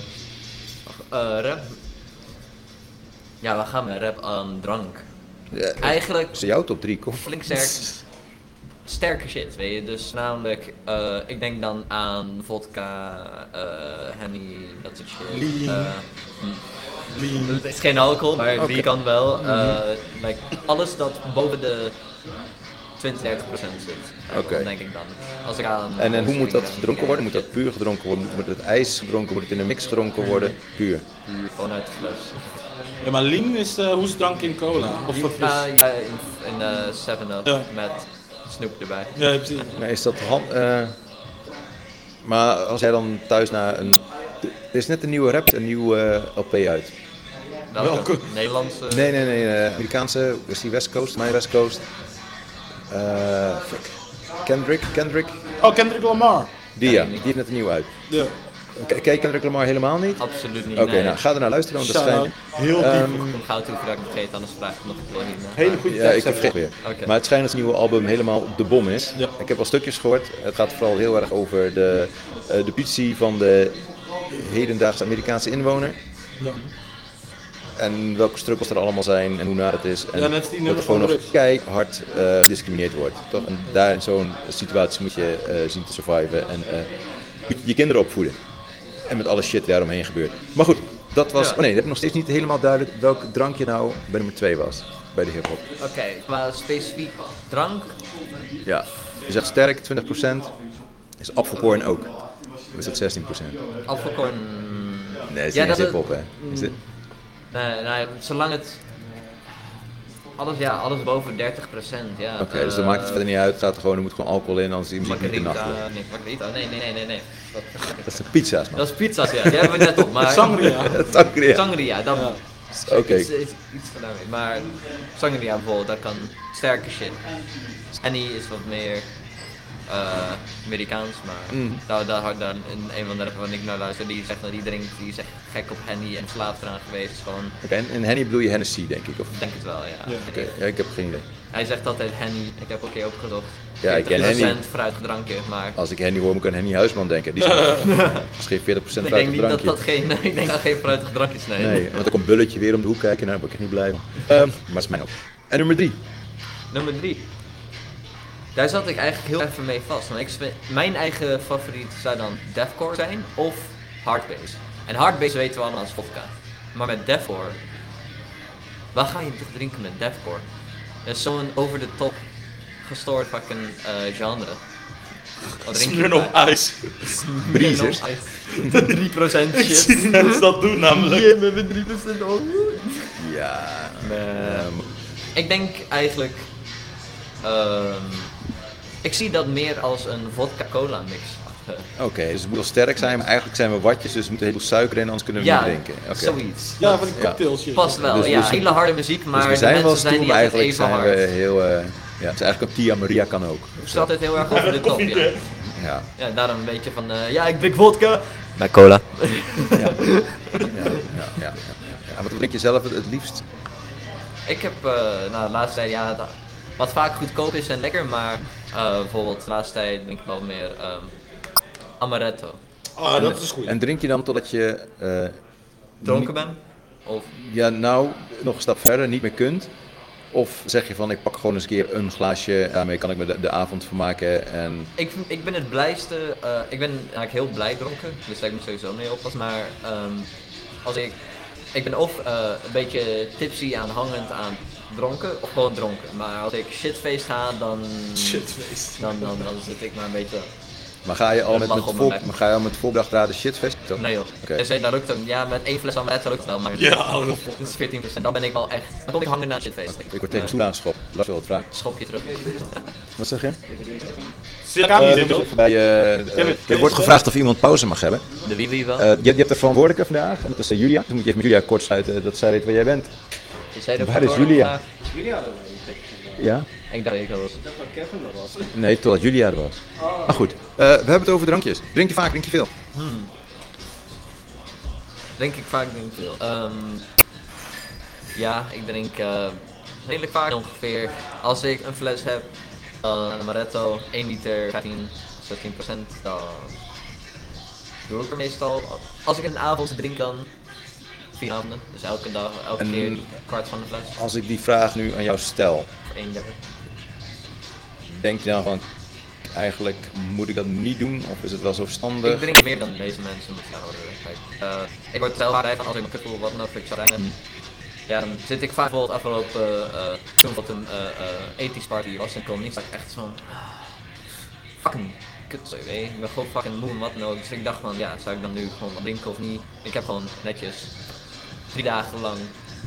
eh, rap. Ja, we gaan met rap aan drank. Ja, Eigenlijk Is jouw top 3 kom. flink sterk. Sterke shit, weet je. Dus namelijk, eh, ik denk dan aan vodka, eh henny, dat soort shit. Lean. Eh, hm. Het is geen alcohol, maar Oké. die kan wel. Eh, Mhm. like, alles dat boven de 20, 30 procent zit. Eh, Oké. Denk ik dan. Als ik aan En, en hoe moet dat gedronken worden? Moet dat puur gedronken worden? Moet het ijs gedronken worden? Moet het in een mix gedronken worden? Puur. Gewoon uit de fles. Ja, maar lean is eh hoestdrank in cola. Of wat is? Ah, ja, in, in eh, 7-Up Ja. met Snoep erbij. Ja, precies. Maar is dat hand. eh, maar als jij dan thuis naar een. Er is net een nieuwe rap, een nieuwe eh, LP uit. Welke? Welke? Nederlandse? Nee, nee, nee. eh, Amerikaanse. Is die West Coast? Mijn West Coast. Eh, fuck. Kendrick, Kendrick. Oh, Kendrick Lamar. Die ja, die heeft net een nieuwe uit. Ja. K- Kijk Kendrick Lamar helemaal niet? Absoluut niet. Oké, nou ga er naar luisteren, want dat schijnt... Ehm, ik kom gauw toe dat ik het vergeet, anders vraag ik het nog een keer niet. Ja, ik heb het weer. Oké. Maar het schijnt dat het nieuwe album helemaal de bom is. Ik heb al stukjes gehoord. Het gaat vooral heel erg over de, eh, de positie van de hedendaagse Amerikaanse inwoner. Ja. En welke struggles er allemaal zijn en hoe naar het is. En Ja, net die nummer dat er gewoon van nog Ruud. keihard eh, gediscrimineerd wordt. Toch? En daar in zo'n situatie moet je eh, zien te surviven en eh, je- je kinderen opvoeden. En met alle shit die daaromheen gebeurt. Maar goed, dat was. Ja. Oh nee, dat heb ik nog steeds niet helemaal duidelijk welk drankje nou bij nummer 2 was. Bij de hip-hop. Oké, qua specifiek drank. Ja, je zegt sterk 20%. Is appelkorn ook? Of is dat 16%? Alphacorn. Nee, het is niet eens hip-hop, hè? Is het- Mm, Nee, nee, zolang het. Alles, ja, alles boven 30%, ja. Oké, dus dat Eh, maakt het verder niet uit. Het Gaat er gewoon, er moet gewoon alcohol in, anders is die muziek niet de nacht door. Margarita, nee, margarita, nee, nee, nee, nee, nee. Dat- Dat zijn pizza's, man. Dat is pizza's, ja. Die hebben we net op, maar... Sangria. Sangria. Sangria, dat... Oké. Iets, iets, iets van daarmee. Maar sangria bijvoorbeeld, dat kan sterke shit. Annie is wat meer... eh, Amerikaans, maar Mm. daar, daar had dan een, een van de rappen van ik naar luister, die zegt dat die drinkt, die is echt gek op Henny en slaat eraan geweest. is Gewoon, Oké, en, en Henny bedoel je Hennessy, denk ik? Of... denk het wel, ja. Oké, ja, ik heb geen idee. Hij zegt altijd Henny, ik heb ook keer opgezocht. Ja, ik ken Henny. 40% fruitgedrankje, maar... Als ik Henny hoor, moet ik aan Henny Huisman denken. Die is misschien 40% Ik fruit denk op niet dat drankje. dat geen, ik denk dat geen fruitig drankje is, nee. Nee, want er komt bulletje weer om de hoek kijken. Nou, ben ik echt niet blij van. Ehm, maar het is mijn op. En nummer 3. Nummer 3. Daar zat ik eigenlijk heel even mee vast. Want ik vind- mijn eigen favoriet zou dan deathcore zijn of hardbase. En hardbase weten we allemaal als vodka. Maar met deathcore, waar ga je toch drinken met deathcore? Dat is zo'n over de top gestoord fucking eh, genre. Wat drink je Smirnoff erbij? Ice. Smirnoff Breezers. Ice. De 3% Ik shit. zie die mensen dat doen namelijk. Ja, we hebben 3% ook. Ja. Eh, Ik denk eigenlijk. ehm, ik zie dat meer als een vodka-cola mix. Oké, dus het moet wel sterk zijn, maar eigenlijk zijn we watjes, dus er moet een heleboel suiker in, anders kunnen we Ja, niet drinken. Oké. zoiets. Ja, van die cocktails, ja. Past wel, ja, hele harde muziek, maar dus de we zijn wel mensen zijn stoer, niet maar altijd eigenlijk even zijn we hard. heel... eh, ja, het is eigenlijk een Tia Maria kan ook. Ik zat altijd heel erg over de top. Ja. Ja. Ja, daarom een beetje van. eh, ja, ik drink vodka. Bij cola. Ja. Ja, ja, ja, ja, ja. En Wat drink je zelf het, het liefst? Ik heb eh, nou, de laatste tijd, ja, da- wat vaak goedkoop is en lekker, maar eh, bijvoorbeeld de laatste tijd denk ik wel meer ehm, amaretto. Ah, dat is goed. En drink je dan totdat je... eh, Dronken ben? Of Ja, nou, nog een stap verder, niet meer kunt. Of zeg je van, ik pak gewoon eens een keer een glaasje, daarmee kan ik me de, de avond vermaken. En ik, ik ben het blijste, eh, ik ben eigenlijk heel blij dronken, dus daar moet ik sowieso mee oppassen, maar ehm, als ik, ik ben of eh, een beetje tipsy aanhangend aan dronken, of gewoon dronken. Maar als ik shitface ga, dan, Shitface. dan, dan, dan zit ik maar een beetje... maar ga je al Dat met, mag met, om voor, mij. maar ga je al met voorbedacht raden shitfest? toch? Nee joh. Oké. Dus, eh, dat lukt hem. Ja, met één fles amaretto lukt het wel, maar Ja, oude dat is 14%. Dan ben ik wel echt. Dan kom ik hangen naar shitface. Ik word tegen zo'n aanschop. Dat is wel het vraag. Schop je terug. Wat zeg je? Zit Eh, daar dit niet is in, ook voorbij, eh, eh, er wordt gevraagd of iemand pauze mag hebben. De wie wie wel. Eh, je, je hebt de verantwoordelijke vandaag, en dat is eh, Julia. Dan moet je even met Julia kort sluiten, dat zij weet waar jij bent. Is hij waar is Julia? Ja? Ik dacht ik al. Nee, totdat Julia er was. Maar goed, eh, we hebben het over drankjes. Drink je vaak, drink je veel? Drink Hmm. ik vaak niet veel. Ehm, ja, ik drink eh, redelijk vaak ongeveer. Als ik een fles heb, dan een amaretto, 1 liter, 15, 16 dan doe ik er meestal. Als ik een avond drink, dan vier avonden. Dus elke dag, elke En- keer een kwart van de fles, Als ik die vraag nu aan jou stel, of één liter. Denk je dan van, eigenlijk moet ik dat niet doen? Of is het wel zo verstandig? Ik drink meer dan deze mensen moet gaan worden. Kijk, eh, ik word zelf rijden als ik me kut voel, wat dan ook ik zou rijden. Ja, dan zit ik vaak bijvoorbeeld afgelopen, eh, eh, toen wat een eh eh 80s party was in Kolonies, dat ik echt zo'n ah, fucking kutzooi, weet je. Ik ben gewoon fucking moe en wat dan ook. Dus ik dacht van, ja, zou ik dan nu gewoon wat drinken of niet? Ik heb gewoon netjes drie dagen lang,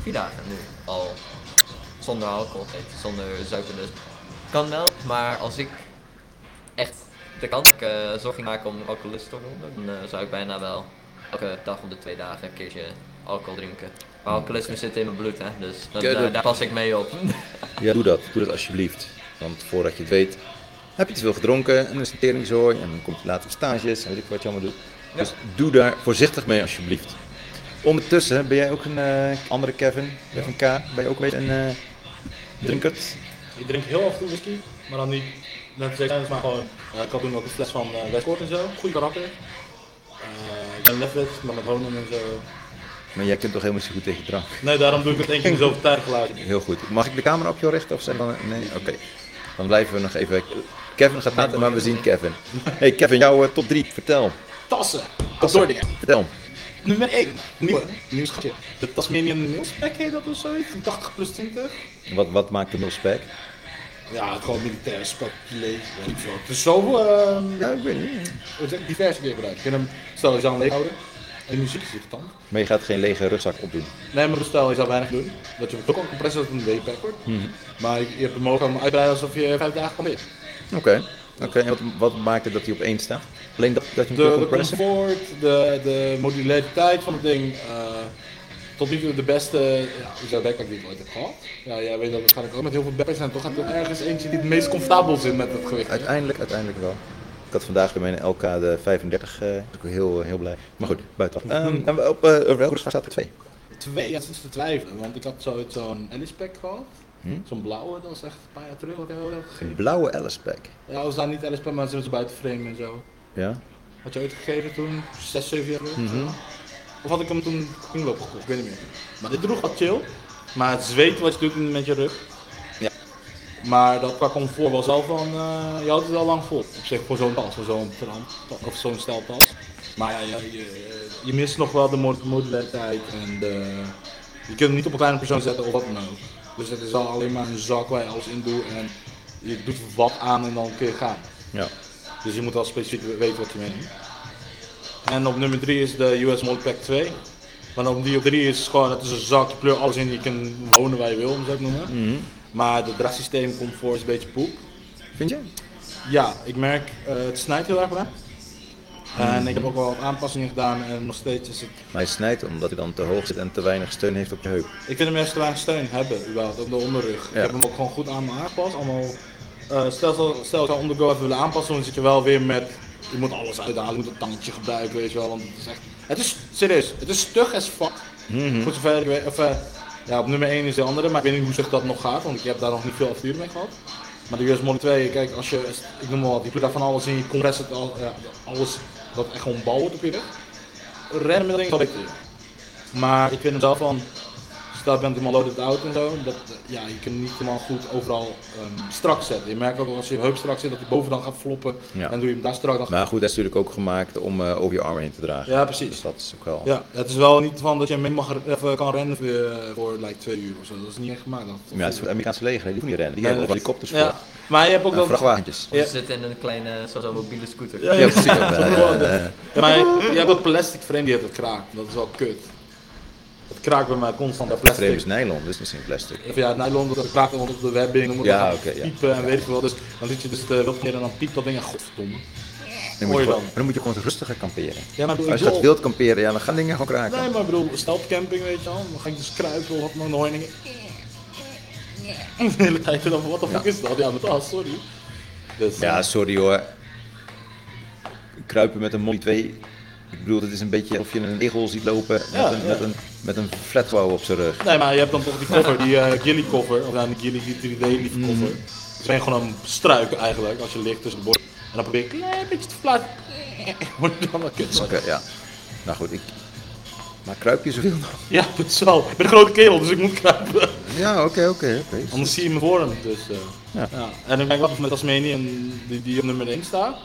vier dagen nu al, zonder alcohol, eten, zonder suiker dus. Kan wel, maar als ik echt de kans dat ik eh, zorg ging maken om alcoholist te worden, dan eh, zou ik bijna wel elke dag op de twee dagen een keertje alcohol drinken. Maar alcoholisme zit in mijn bloed, hè, dus dan, Kut, eh, dat- daar pas ik mee op. Ja, doe dat. Doe dat alsjeblieft. Want voordat je het weet, heb je te veel gedronken en dan is het teringzooi. En dan kom je later op stages en weet ik wat je allemaal doet. Dus doe daar voorzichtig mee alsjeblieft. Ondertussen ben jij ook een eh, andere Kevin ja. van K. Ben je ook weer een eh drinkert? Ik drink heel af en toe whisky, maar dan niet. Net zeggen maar gewoon. eh, ik had toen ook een fles van eh Westport en zo. Goeie karakter. Eh, ik ben lefwit, maar met honing en zo. Maar jij kunt toch helemaal niet zo goed tegen drank? Nee, daarom doe ik het eentje in zoveel tijd gelaten. Heel goed. Mag ik de camera op jou richten? Of zijn dan... Nee? Oké. Dan blijven we nog even... Kevin gaat later, maar we zien Kevin. hey Kevin, jouw eh, top 3. Vertel. Tassen! Absordingen! Vertel. Nummer 1. Nieuwe. Nieuw schatje. De Tasmanian Mailspec heet dat of zoiets. 80 plus 20. Wat, wat maakt de mulspec? Ja, gewoon militair spek. Leeg. weet ik veel. Het is zo ehm Ja, ik weet niet. het is diverse keer gebruikt. Je kunt hem, stel je zou hem leeg houden. En nu zit je het dan. Maar je gaat geen lege rugzak opdoen. Nee, maar stel je zou weinig doen. Dat je toch ook een compressor hebt en een W-pack wordt. Maar je hebt hem mogelijk om uitbreiden alsof je vijf dagen kan weer. Oké. Oké, en wat, wat maakt het dat hij op één staat? Alleen dat, dat je hem De, kunt de compressen? comfort, de, de modulariteit van het ding. eh, tot nu toe de beste ja, ik zou backpack die ik ooit heb gehad. Ja, jij weet dat waarschijnlijk ook met heel veel backpacks zijn. Toch gaat er ergens eentje die het meest comfortabel zit met het gewicht. Uiteindelijk, uiteindelijk wel. Ik had vandaag bij mijn LK de 35. eh, ik ben heel, heel blij. Maar goed, buiten. dat. Ehm, en op eh, welke rugzak staat er twee? Twee, ja, dat is te twijfelen. Want ik had zoiets zo'n Alice pack gehad. Hm? Zo'n blauwe, dat was echt een paar jaar terug. Wat ik ooit heb Een gegeven. blauwe Alice-pack. Ja, was daar niet Alice pack, maar ze was buiten frame en zo. Ja? Had je ooit gegeven toen? 6, 7 jaar terug? Mhm. Of had ik hem toen kringloop gekocht? Ik weet niet meer. Maar dit droeg wat chill. Maar het zweet wat je doet met je rug. Ja. Maar dat qua comfort was al van, eh, je houdt het al lang vol. Op zich voor zo'n tas, voor zo'n tram- of zo'n steltas. Maar ja, je, je, je mist nog wel de mod- modulariteit en de, je kunt hem niet op een kleine persoon zetten of wat dan ook. Dus het is al alleen maar een zak waar je alles in doet en je doet wat aan en dan kun je gaan. Ja. Dus je moet wel specifiek weten wat je meeneemt. En op nummer 3 is de US Mod Pack 2. Maar op die op 3 is gewoon, het is een zak, je pleur alles in, je kunt wonen waar je wil, om zo te noemen. Mhm. Maar het draagsysteem, comfort is een beetje poep. Vind je? Ja, ik merk, eh, het snijdt heel erg bij mij. En ik heb ook wel wat aanpassingen gedaan en nog steeds is het... Maar hij snijdt omdat hij dan te hoog zit en te weinig steun heeft op je heup. Ik vind hem juist te weinig steun hebben, überhaupt, op de onderrug. Ja. Ik heb hem ook gewoon goed aan me aangepast, allemaal... eh, stel, stel, stel ik zou ondergo even willen aanpassen, dan zit je wel weer met je moet alles uithalen, je moet een tandje gebruiken, weet je wel. Want het is echt, het is serieus, het is stug as fuck. Mhm. Voor zover ik weet, of, eh, ja, op nummer 1 is de andere, maar ik weet niet hoe zich dat nog gaat, want ik heb daar nog niet veel avonturen mee gehad. Maar de US Model 2, kijk, als je, ik noem maar wat, je doet daar van alles in, je compressor, al, ja, alles, dat echt gewoon bal wordt op je rug. Rennen met dingen, dat lukt je. Maar ik vind hem zelf van, stel je bent helemaal loaded out en zo, dat, eh, ja, je kunt hem niet helemaal goed overal ehm, strak zetten. Je merkt ook wel als je heup strak zit, dat hij boven dan gaat floppen, Ja. en doe je hem daar strak, dan Maar goed, dat is natuurlijk ook gemaakt om eh, over je armen heen te dragen. Ja, precies. Dus dat is ook wel... Ja, het is wel niet van dat je mee mag, even kan rennen voor, eh, voor like, twee uur of zo. Dat is niet echt gemaakt. Dat. Ja, het is voor het Amerikaanse leger, hè, die doen niet rennen. Die Nee, hebben dat- helikopters ja. voor. Maar je hebt ook En dat- vrachtwagentjes. Ja. Ze zitten in een kleine, zoals een mobiele scooter. Ja, Ja, precies. Ja, Ja, ja. maar je hebt dat plastic frame die heeft het kraakt. Dat is wel kut. Het kraakt bij mij constant dat Plastic plastic. is nylon, dus misschien plastic. Of ja, het nylon dat kraakt dan op de webbing. Dan moet Ja, dat gaan oké, ja. piepen en weet ik wel. Dus dan zit je dus de wild neer en dan piept dat ding en godverdomme. Dan moet, Mooi je dan. gewoon, maar dan moet je gewoon rustiger kamperen. Ja, maar bedoel, Als je ik dat wil- wilt kamperen, ja, dan gaan dingen gewoon kraken. Nee, maar ik bedoel, steltcamping weet je wel. Dan ga ik dus kruipen of wat dan hoor je dingen. De hele tijd dan, wat de fuck is dat? Ja, met ah, sorry. Dus, Ja, sorry hoor. Kruipen met een Molly 2. Ik bedoel, het is een beetje of je een egel ziet lopen Ja, met, een, ja. met, een, met een flatwouw op zijn rug. Nee, maar je hebt dan toch die cover, die eh Gilly cover, of nou, die Gilly die 3D-lief Mm. cover. Dus ben je gewoon een struik eigenlijk, als je ligt tussen de borden. En dan probeer ik een klein beetje te fluiten. Word je dan wel kut. Oké, ja. Nou goed, ik... Maar kruip je zoveel nog? Ja, dat zal. Ik ben een grote kerel, dus ik moet kruipen. Ja, oké, oké, oké. Anders zie je me voor hem. Dus, eh, Ja. ja. En dan ben ik af met Tasmanië, en die, die op nummer 1 staat.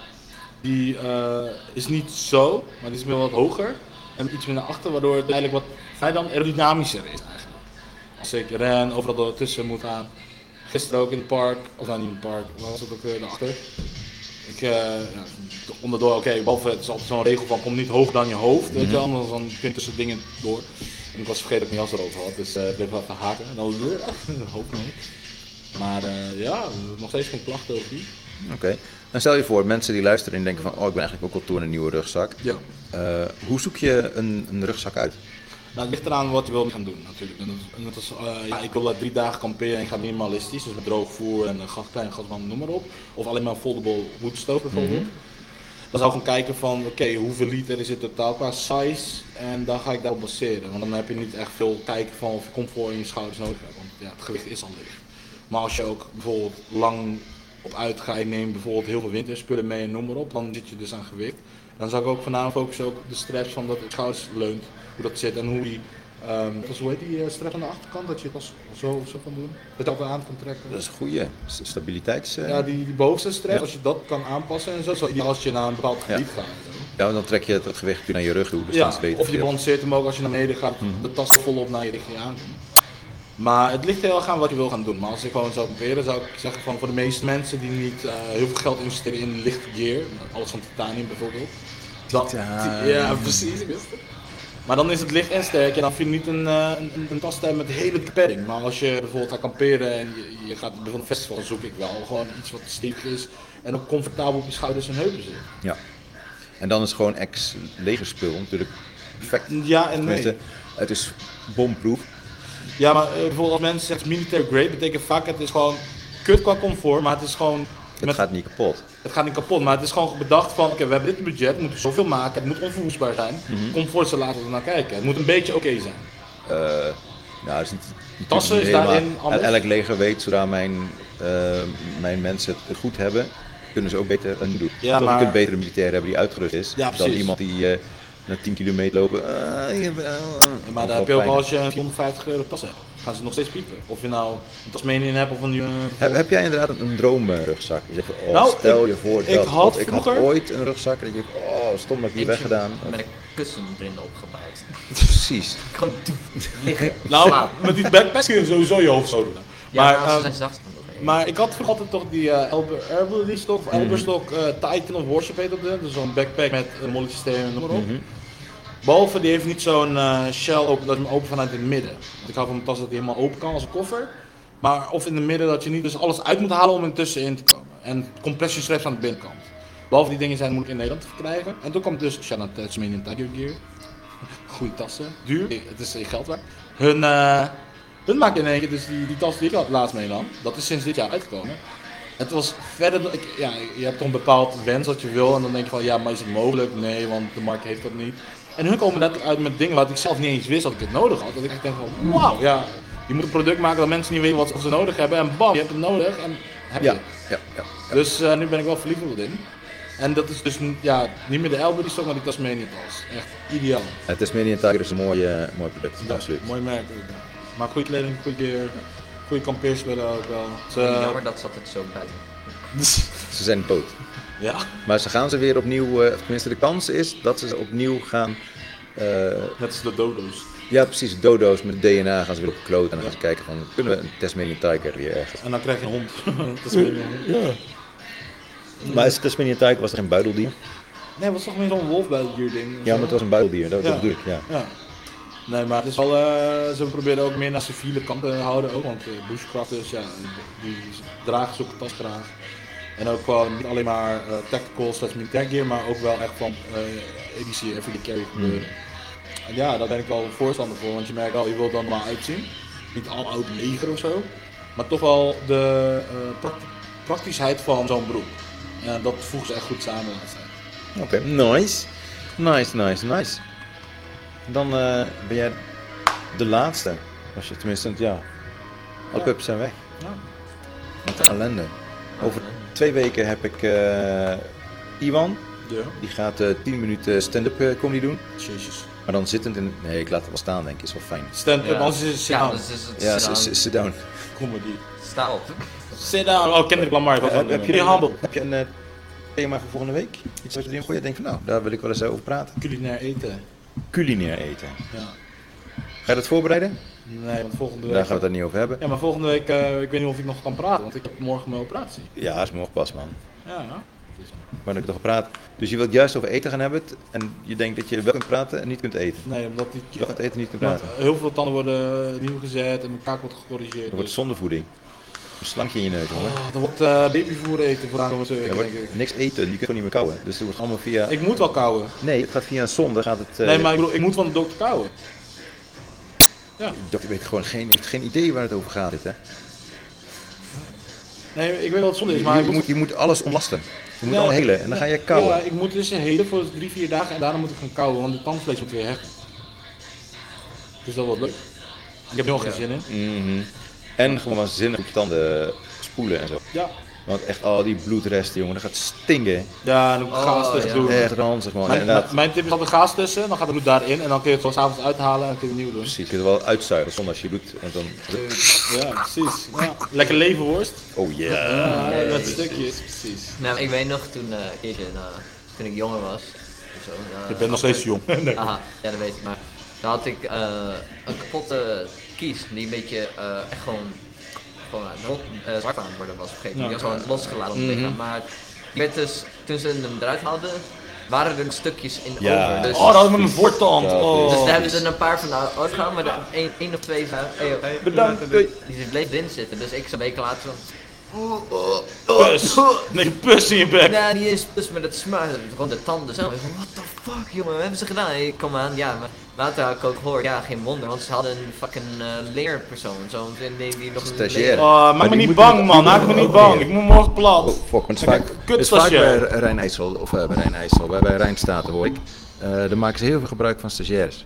Die eh, is niet zo, maar die is wel wat hoger. En iets meer naar achter, waardoor het eigenlijk wat hij dan aerodynamischer is eigenlijk. Als ik ren, overal door tussen moet gaan. Gisteren ook in het park, of nou niet in het park, waar was het ook weer daarachter? Ik, eh, ja, onderdoor, oké, behalve het is altijd zo'n regel van kom niet hoger dan je hoofd, weet je wel, anders dan kun je tussen dingen door. En ik was vergeten dat ik mijn jas erover had, dus eh, ik bleef wel even haken. En dan hoop nog. Maar eh, ja, nog steeds geen klachten over die. Oké. En stel je voor, mensen die luisteren en denken van... Oh, ik ben eigenlijk ook al toe aan een nieuwe rugzak. Ja. Eh, hoe zoek je een, een rugzak uit? Nou, het ligt eraan wat je wil gaan doen natuurlijk. En dat, en dat is, eh, ja, ik wil eh, drie dagen kamperen en ik ga minimalistisch, dus met droog voer en een gas, klein gasbrand, noem maar op. Of alleen maar een foldable woodstove bijvoorbeeld. Dan zou ik gewoon kijken van, oké, hoeveel liter is het totaal qua size en dan ga ik daarop baseren. Want dan heb je niet echt veel kijken van of je comfort in je schouders nodig hebt, want ja, het gewicht is al licht. Maar als je ook bijvoorbeeld lang op uitgaat, ik neem bijvoorbeeld heel veel winterspullen mee en noem maar op, dan zit je dus aan gewicht. Dan zou ik ook voornamelijk focussen op de straps van dat het schouders leunt, hoe dat zit en hoe die, ehm, dat is- hoe heet die eh, strap aan de achterkant, dat je het als zo of zo kan doen, dat je ook aan kan trekken. Dat is een goede stabiliteits... eh, Ja, die, die bovenste strap, Ja. als je dat kan aanpassen en zo, zo ideaal als je naar een bepaald gebied gaat. en zo. ja, want dan trek je het gewicht weer naar je rug toe. Dus Ja, dat is beter. of je balanceert hem ook als je naar beneden gaat, de tas volop naar je richting aan. Maar het ligt heel erg aan wat je wil gaan doen. Maar als ik gewoon zou proberen, zou ik zeggen van voor de meeste mensen die niet eh, heel veel geld investeren in licht gear, alles van titanium bijvoorbeeld. Dat, Titanium. ja, precies. ik wist het. Maar dan is het licht en sterk en dan hoef je niet een, eh, een, een- een tas te hebben met hele beperking. Maar als je bijvoorbeeld gaat kamperen en je, je gaat bijvoorbeeld een festival, dan zoek ik wel gewoon iets wat stevig is en ook comfortabel op je schouders en heupen zit. Ja. En dan is gewoon ex-legerspul natuurlijk perfect. Ja en nee. Tenminste, het is bomproof. Ja, maar eh, bijvoorbeeld als mensen zeggen militair grade, betekent vaak het is gewoon kut qua comfort, maar het is gewoon, Het Met- gaat niet kapot. het gaat niet kapot. Maar het is gewoon bedacht van, oké, we hebben dit budget, we moeten zoveel maken, het moet onverwoestbaar zijn. Mhm. Comfort, ze laten we er naar kijken. Het moet een beetje oké zijn. Eh nou, het is niet, niet Tassen is helemaal- daarin anders? Elk leger weet, zodra mijn, eh, mijn mensen het goed hebben, kunnen ze ook beter een doen. Ja, Je maar- kunt beter een militair hebben die uitgerust is, Ja, dan precies. iemand die eh na 10 kilometer lopen... eh, je bent- Maar daar heb je ook wel als je een 150 euro tas hebt. Gaan ze nog steeds piepen. Of je nou een Tasmanian hebt of een... eh, Heb, heb jij inderdaad een, een droomrugzak? Je zegt, oh, Nou, stel ik- je voor ik dat. had want ik had vroeger- ooit een rugzak en ik denk, oh, stom dat ik Eentje die weggedaan. Met een kussen erin opgebouwd. Precies. Ik kan liggen. Nou, met die backpacks kun je sowieso je hoofd zo doen. Maar, Maar, ja, maar ehm, ze zijn zacht. Maar ik had vroeger altijd toch die eh Elber, Elberly-stok, Mhm. of Elberstok eh, Titan of Worship heet dat ding. Dus zo'n backpack met een molletsysteem en noem maar op. Mhm. Behalve die heeft niet zo'n eh, shell open, dat je hem open vanuit het midden. Want ik hou van mijn tas dat die helemaal open kan als een koffer. Maar of in het midden dat je niet dus alles uit moet halen om er tussenin te komen. En compressiestraps aan de binnenkant. Behalve die dingen zijn moeilijk in Nederland te verkrijgen. En toen kwam dus Shannon Tasmanian Tiger Gear. Goede tassen, duur, het is geen geld waard. Hun, eh, hun maken in één keer dus die, die tas die ik had laatst meenam. Dat is sinds dit jaar uitgekomen. Het was verder, ik, ja, je hebt toch een bepaald wens wat je wil en dan denk je van ja, maar is het mogelijk? Nee, want de markt heeft dat niet. En hun komen letterlijk uit met dingen wat ik zelf niet eens wist dat ik het nodig had. Dat ik echt denk van wauw, ja, je moet een product maken dat mensen niet weten wat ze nodig hebben en bam, je hebt het nodig en heb je Ja, het. ja, ja. Dus eh, nu ben ik wel verliefd op in. En dat is dus ja, niet meer de Elbury stock, maar die Tasmanian tas. Echt ideaal. Het is Tasmanian Tiger is een mooi, eh, mooi product, absoluut. Mooi merk. ook. Maar goede kleding, goede gear, goede kampeerspullen ook wel. Dus, eh, Jammer dat zat het zo buiten. Ze zijn dood. Ja. Maar ze gaan ze weer opnieuw, eh, tenminste de kans is dat ze ze opnieuw gaan... eh, Net als de dodo's. ja, precies, dodo's met DNA gaan ze weer op kloot en dan gaan ze kijken van, kunnen we een Tasmanian Tiger weer ergens? En dan krijg je een hond. Tasmanian hond. Maar is Tasmanian Tiger, was er geen buideldier? Nee, was toch meer zo'n wolfbuildier ding. Ja, maar het was een buideldier, dat, dat bedoel ik, ja. Nee, maar het is wel, eh, ze proberen ook meer naar civiele kant te houden ook, want eh, bushcrafters, ja, die dragen zoeken pas graag. En ook gewoon niet alleen maar eh, tactical slash militair gear, maar ook wel echt van eh editie everyday carry gebeuren. Hmm. En ja, daar ben ik wel een voorstander voor, want je merkt wel, je wilt dan maar uitzien. Niet al oud leger of zo, maar toch wel de eh, prakt- praktischheid van zo'n broek. En dat voegen ze echt goed samen. Oké, nice. Nice, nice, nice. Dan eh, ben jij de laatste. Als je tenminste, ja. Alle pups zijn weg. Ja. Wat een ellende. Over twee weken heb ik eh, Iwan. Ja. Die gaat eh 10 minuten stand-up eh, comedy doen. Jezus. Maar dan zittend in... Nee, ik laat het wel staan denk ik. Is wel fijn. Stand-up, Ja. als je Ja, zit dus is het Ja, sit s- down. s- sit down. comedy. Sta op. Sit down. Oh, Kendrick Lamar. Eh, heb, je een een, heb je een eh, thema voor volgende week? Iets wat je erin gooit? Denk van, nou, daar wil ik wel eens over praten. Culinair eten. Culinair eten. Ja. Ga je dat voorbereiden? Nee, want volgende Daar week... gaan we het daar niet over hebben. Ja, maar volgende week, eh, ik weet niet of ik nog kan praten, want ik heb morgen mijn operatie. Ja, is morgen pas, man. Ja, ja. waar ik toch praat. Dus je wilt juist over eten gaan hebben t- en je denkt dat je wel kunt praten en niet kunt eten. Nee, omdat ik... Je wel kunt eten en niet kunt want praten. heel veel tanden worden eh, nieuw gezet en mijn kaak wordt gecorrigeerd. Dat wordt dus- zondevoeding. Een slankje in je neus, jongen. Ah, er wordt eh, babyvoer eten voor aankomende Je week, denk ik. wordt niks eten, je kunt gewoon niet meer kauwen. Dus het wordt allemaal via... Ik moet wel kauwen. Nee, het gaat via een zonde, gaat het... eh, Nee, maar ik bedoel, ik moet van de dokter kauwen. Dat weet gewoon geen, heeft geen idee waar het over gaat, dit, hè. Nee, ik weet wel wat zonde Je, is, maar ik je moet... moet, je moet alles ontlasten. Je moet Ja. al helen en dan ga je Ja, kauwen. ik moet dus helen voor drie, vier dagen en daarna moet ik gaan kauwen, want het tandvlees moet weer hechten. Dus dat wordt leuk. Ik heb er nog geen zin in. Mhm. En gewoon waanzinnig goed je tanden spoelen en zo. Ja. Want echt al die bloedresten, jongen, dat gaat stinken. Ja, en ook Oh, gaas tegen ja. doen. Echt ranzig, man. Mijn, Inderdaad. mijn tip is altijd gaas tussen, dan gaat het bloed daarin en dan kun je het gewoon s'avonds uithalen en dan kun je het nieuw doen. Precies, je kunt er wel uitzuigen zonder als je doet. Want dan... Ja, precies. Ja. Lekker levenworst. Oh yeah. Ja, nee, dat precies. stukje is precies. Nou, ik weet nog toen, eh, een keertje, nou, toen ik jonger was. of Zo, eh, Ik ben nog steeds jong. Nee. Aha, ja, dat weet ik maar. Daar had ik eh, een kapotte kies die een beetje eh, echt gewoon, gewoon eh, rot, eh, zwart aan het worden was vergeten. Die was gewoon losgelaten op het Mhm. lichaam. Maar die werd dus, toen ze hem eruit hadden, waren er stukjes in Ja. over. Dus, Oh, dat had ik met mijn voortand. dus daar Oh. hebben ze er een paar van uitgehaald, maar er één- één of twee van, eh, Bedankt. Doei. die bleef binnen zitten. Dus ik zo'n week later zo, Pus. Nee, pus in je bek. Nou, die is dus met het smuilen, gewoon de tanden zelf. Ik van, What the fuck, jongen, wat hebben ze gedaan? En ik kom aan, ja, maar later had ik ook gehoord, ja, geen wonder, want ze hadden een fucking eh, leerpersoon, zo'n die- die, die nog een Stagiair. leer- Oh, maak me niet bang, man. Maak me niet bang. Ik moet morgen Oh, plat. fuck, want het is Kijk, vaak, een het is vaak bij kutstation. Rijn IJssel, of eh, bij Rijn IJssel, bij, bij Rijnstaten hoor ik, eh daar maken ze heel veel gebruik van stagiaires.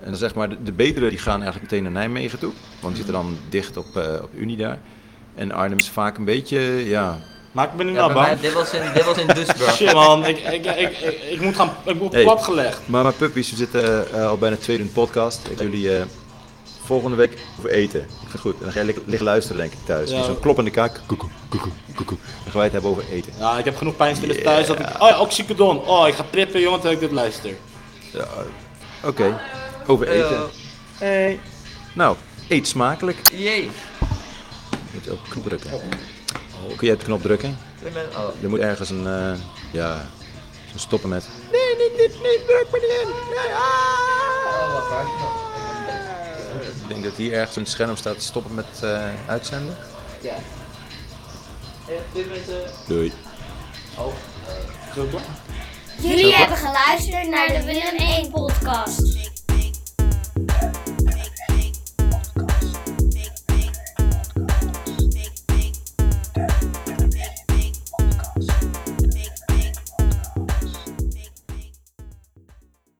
En dan zeg maar, de, de betere die gaan eigenlijk meteen naar Nijmegen toe, want die zitten dan dicht op, eh, op Unie daar. En Arnhem is vaak een beetje, ja, Maak me niet Ja, nou bij mij, bang. dit was in, dit was in dus, Dusburg. Shit, man. Ik, ik, ik, ik, ik moet gaan... Ik word Hey. platgelegd. Maar mijn puppies, we zitten eh, al bijna twee uur in de podcast. Ik jullie eh, volgende week over eten. Ik vind het goed. En dan ga je lik- liggen luisteren denk ik thuis. Ja. Dus Zo'n kloppende kaak. Koekoe, koekoe, koekoe. Dan gaan wij het hebben over eten. Ja, ik heb genoeg pijnstillers thuis. Dat ik... Oh, ja, oxycodon. Oh, ik ga trippen, jongen, terwijl ik dit luister. Ja, Oké, over eten. Hey. Nou, eet smakelijk. Jee. Je moet ook knop drukken. Oh, kun jij de knop drukken? Ik ben- Oh, Er moet ergens een, eh, ja, zo'n stoppen met. ah! Ik denk dat hier ergens een scherm staat stoppen met eh, uitzenden. ja. 哎 Doei. Oh, eh, Jullie hebben geluisterd naar de Willem 1 podcast.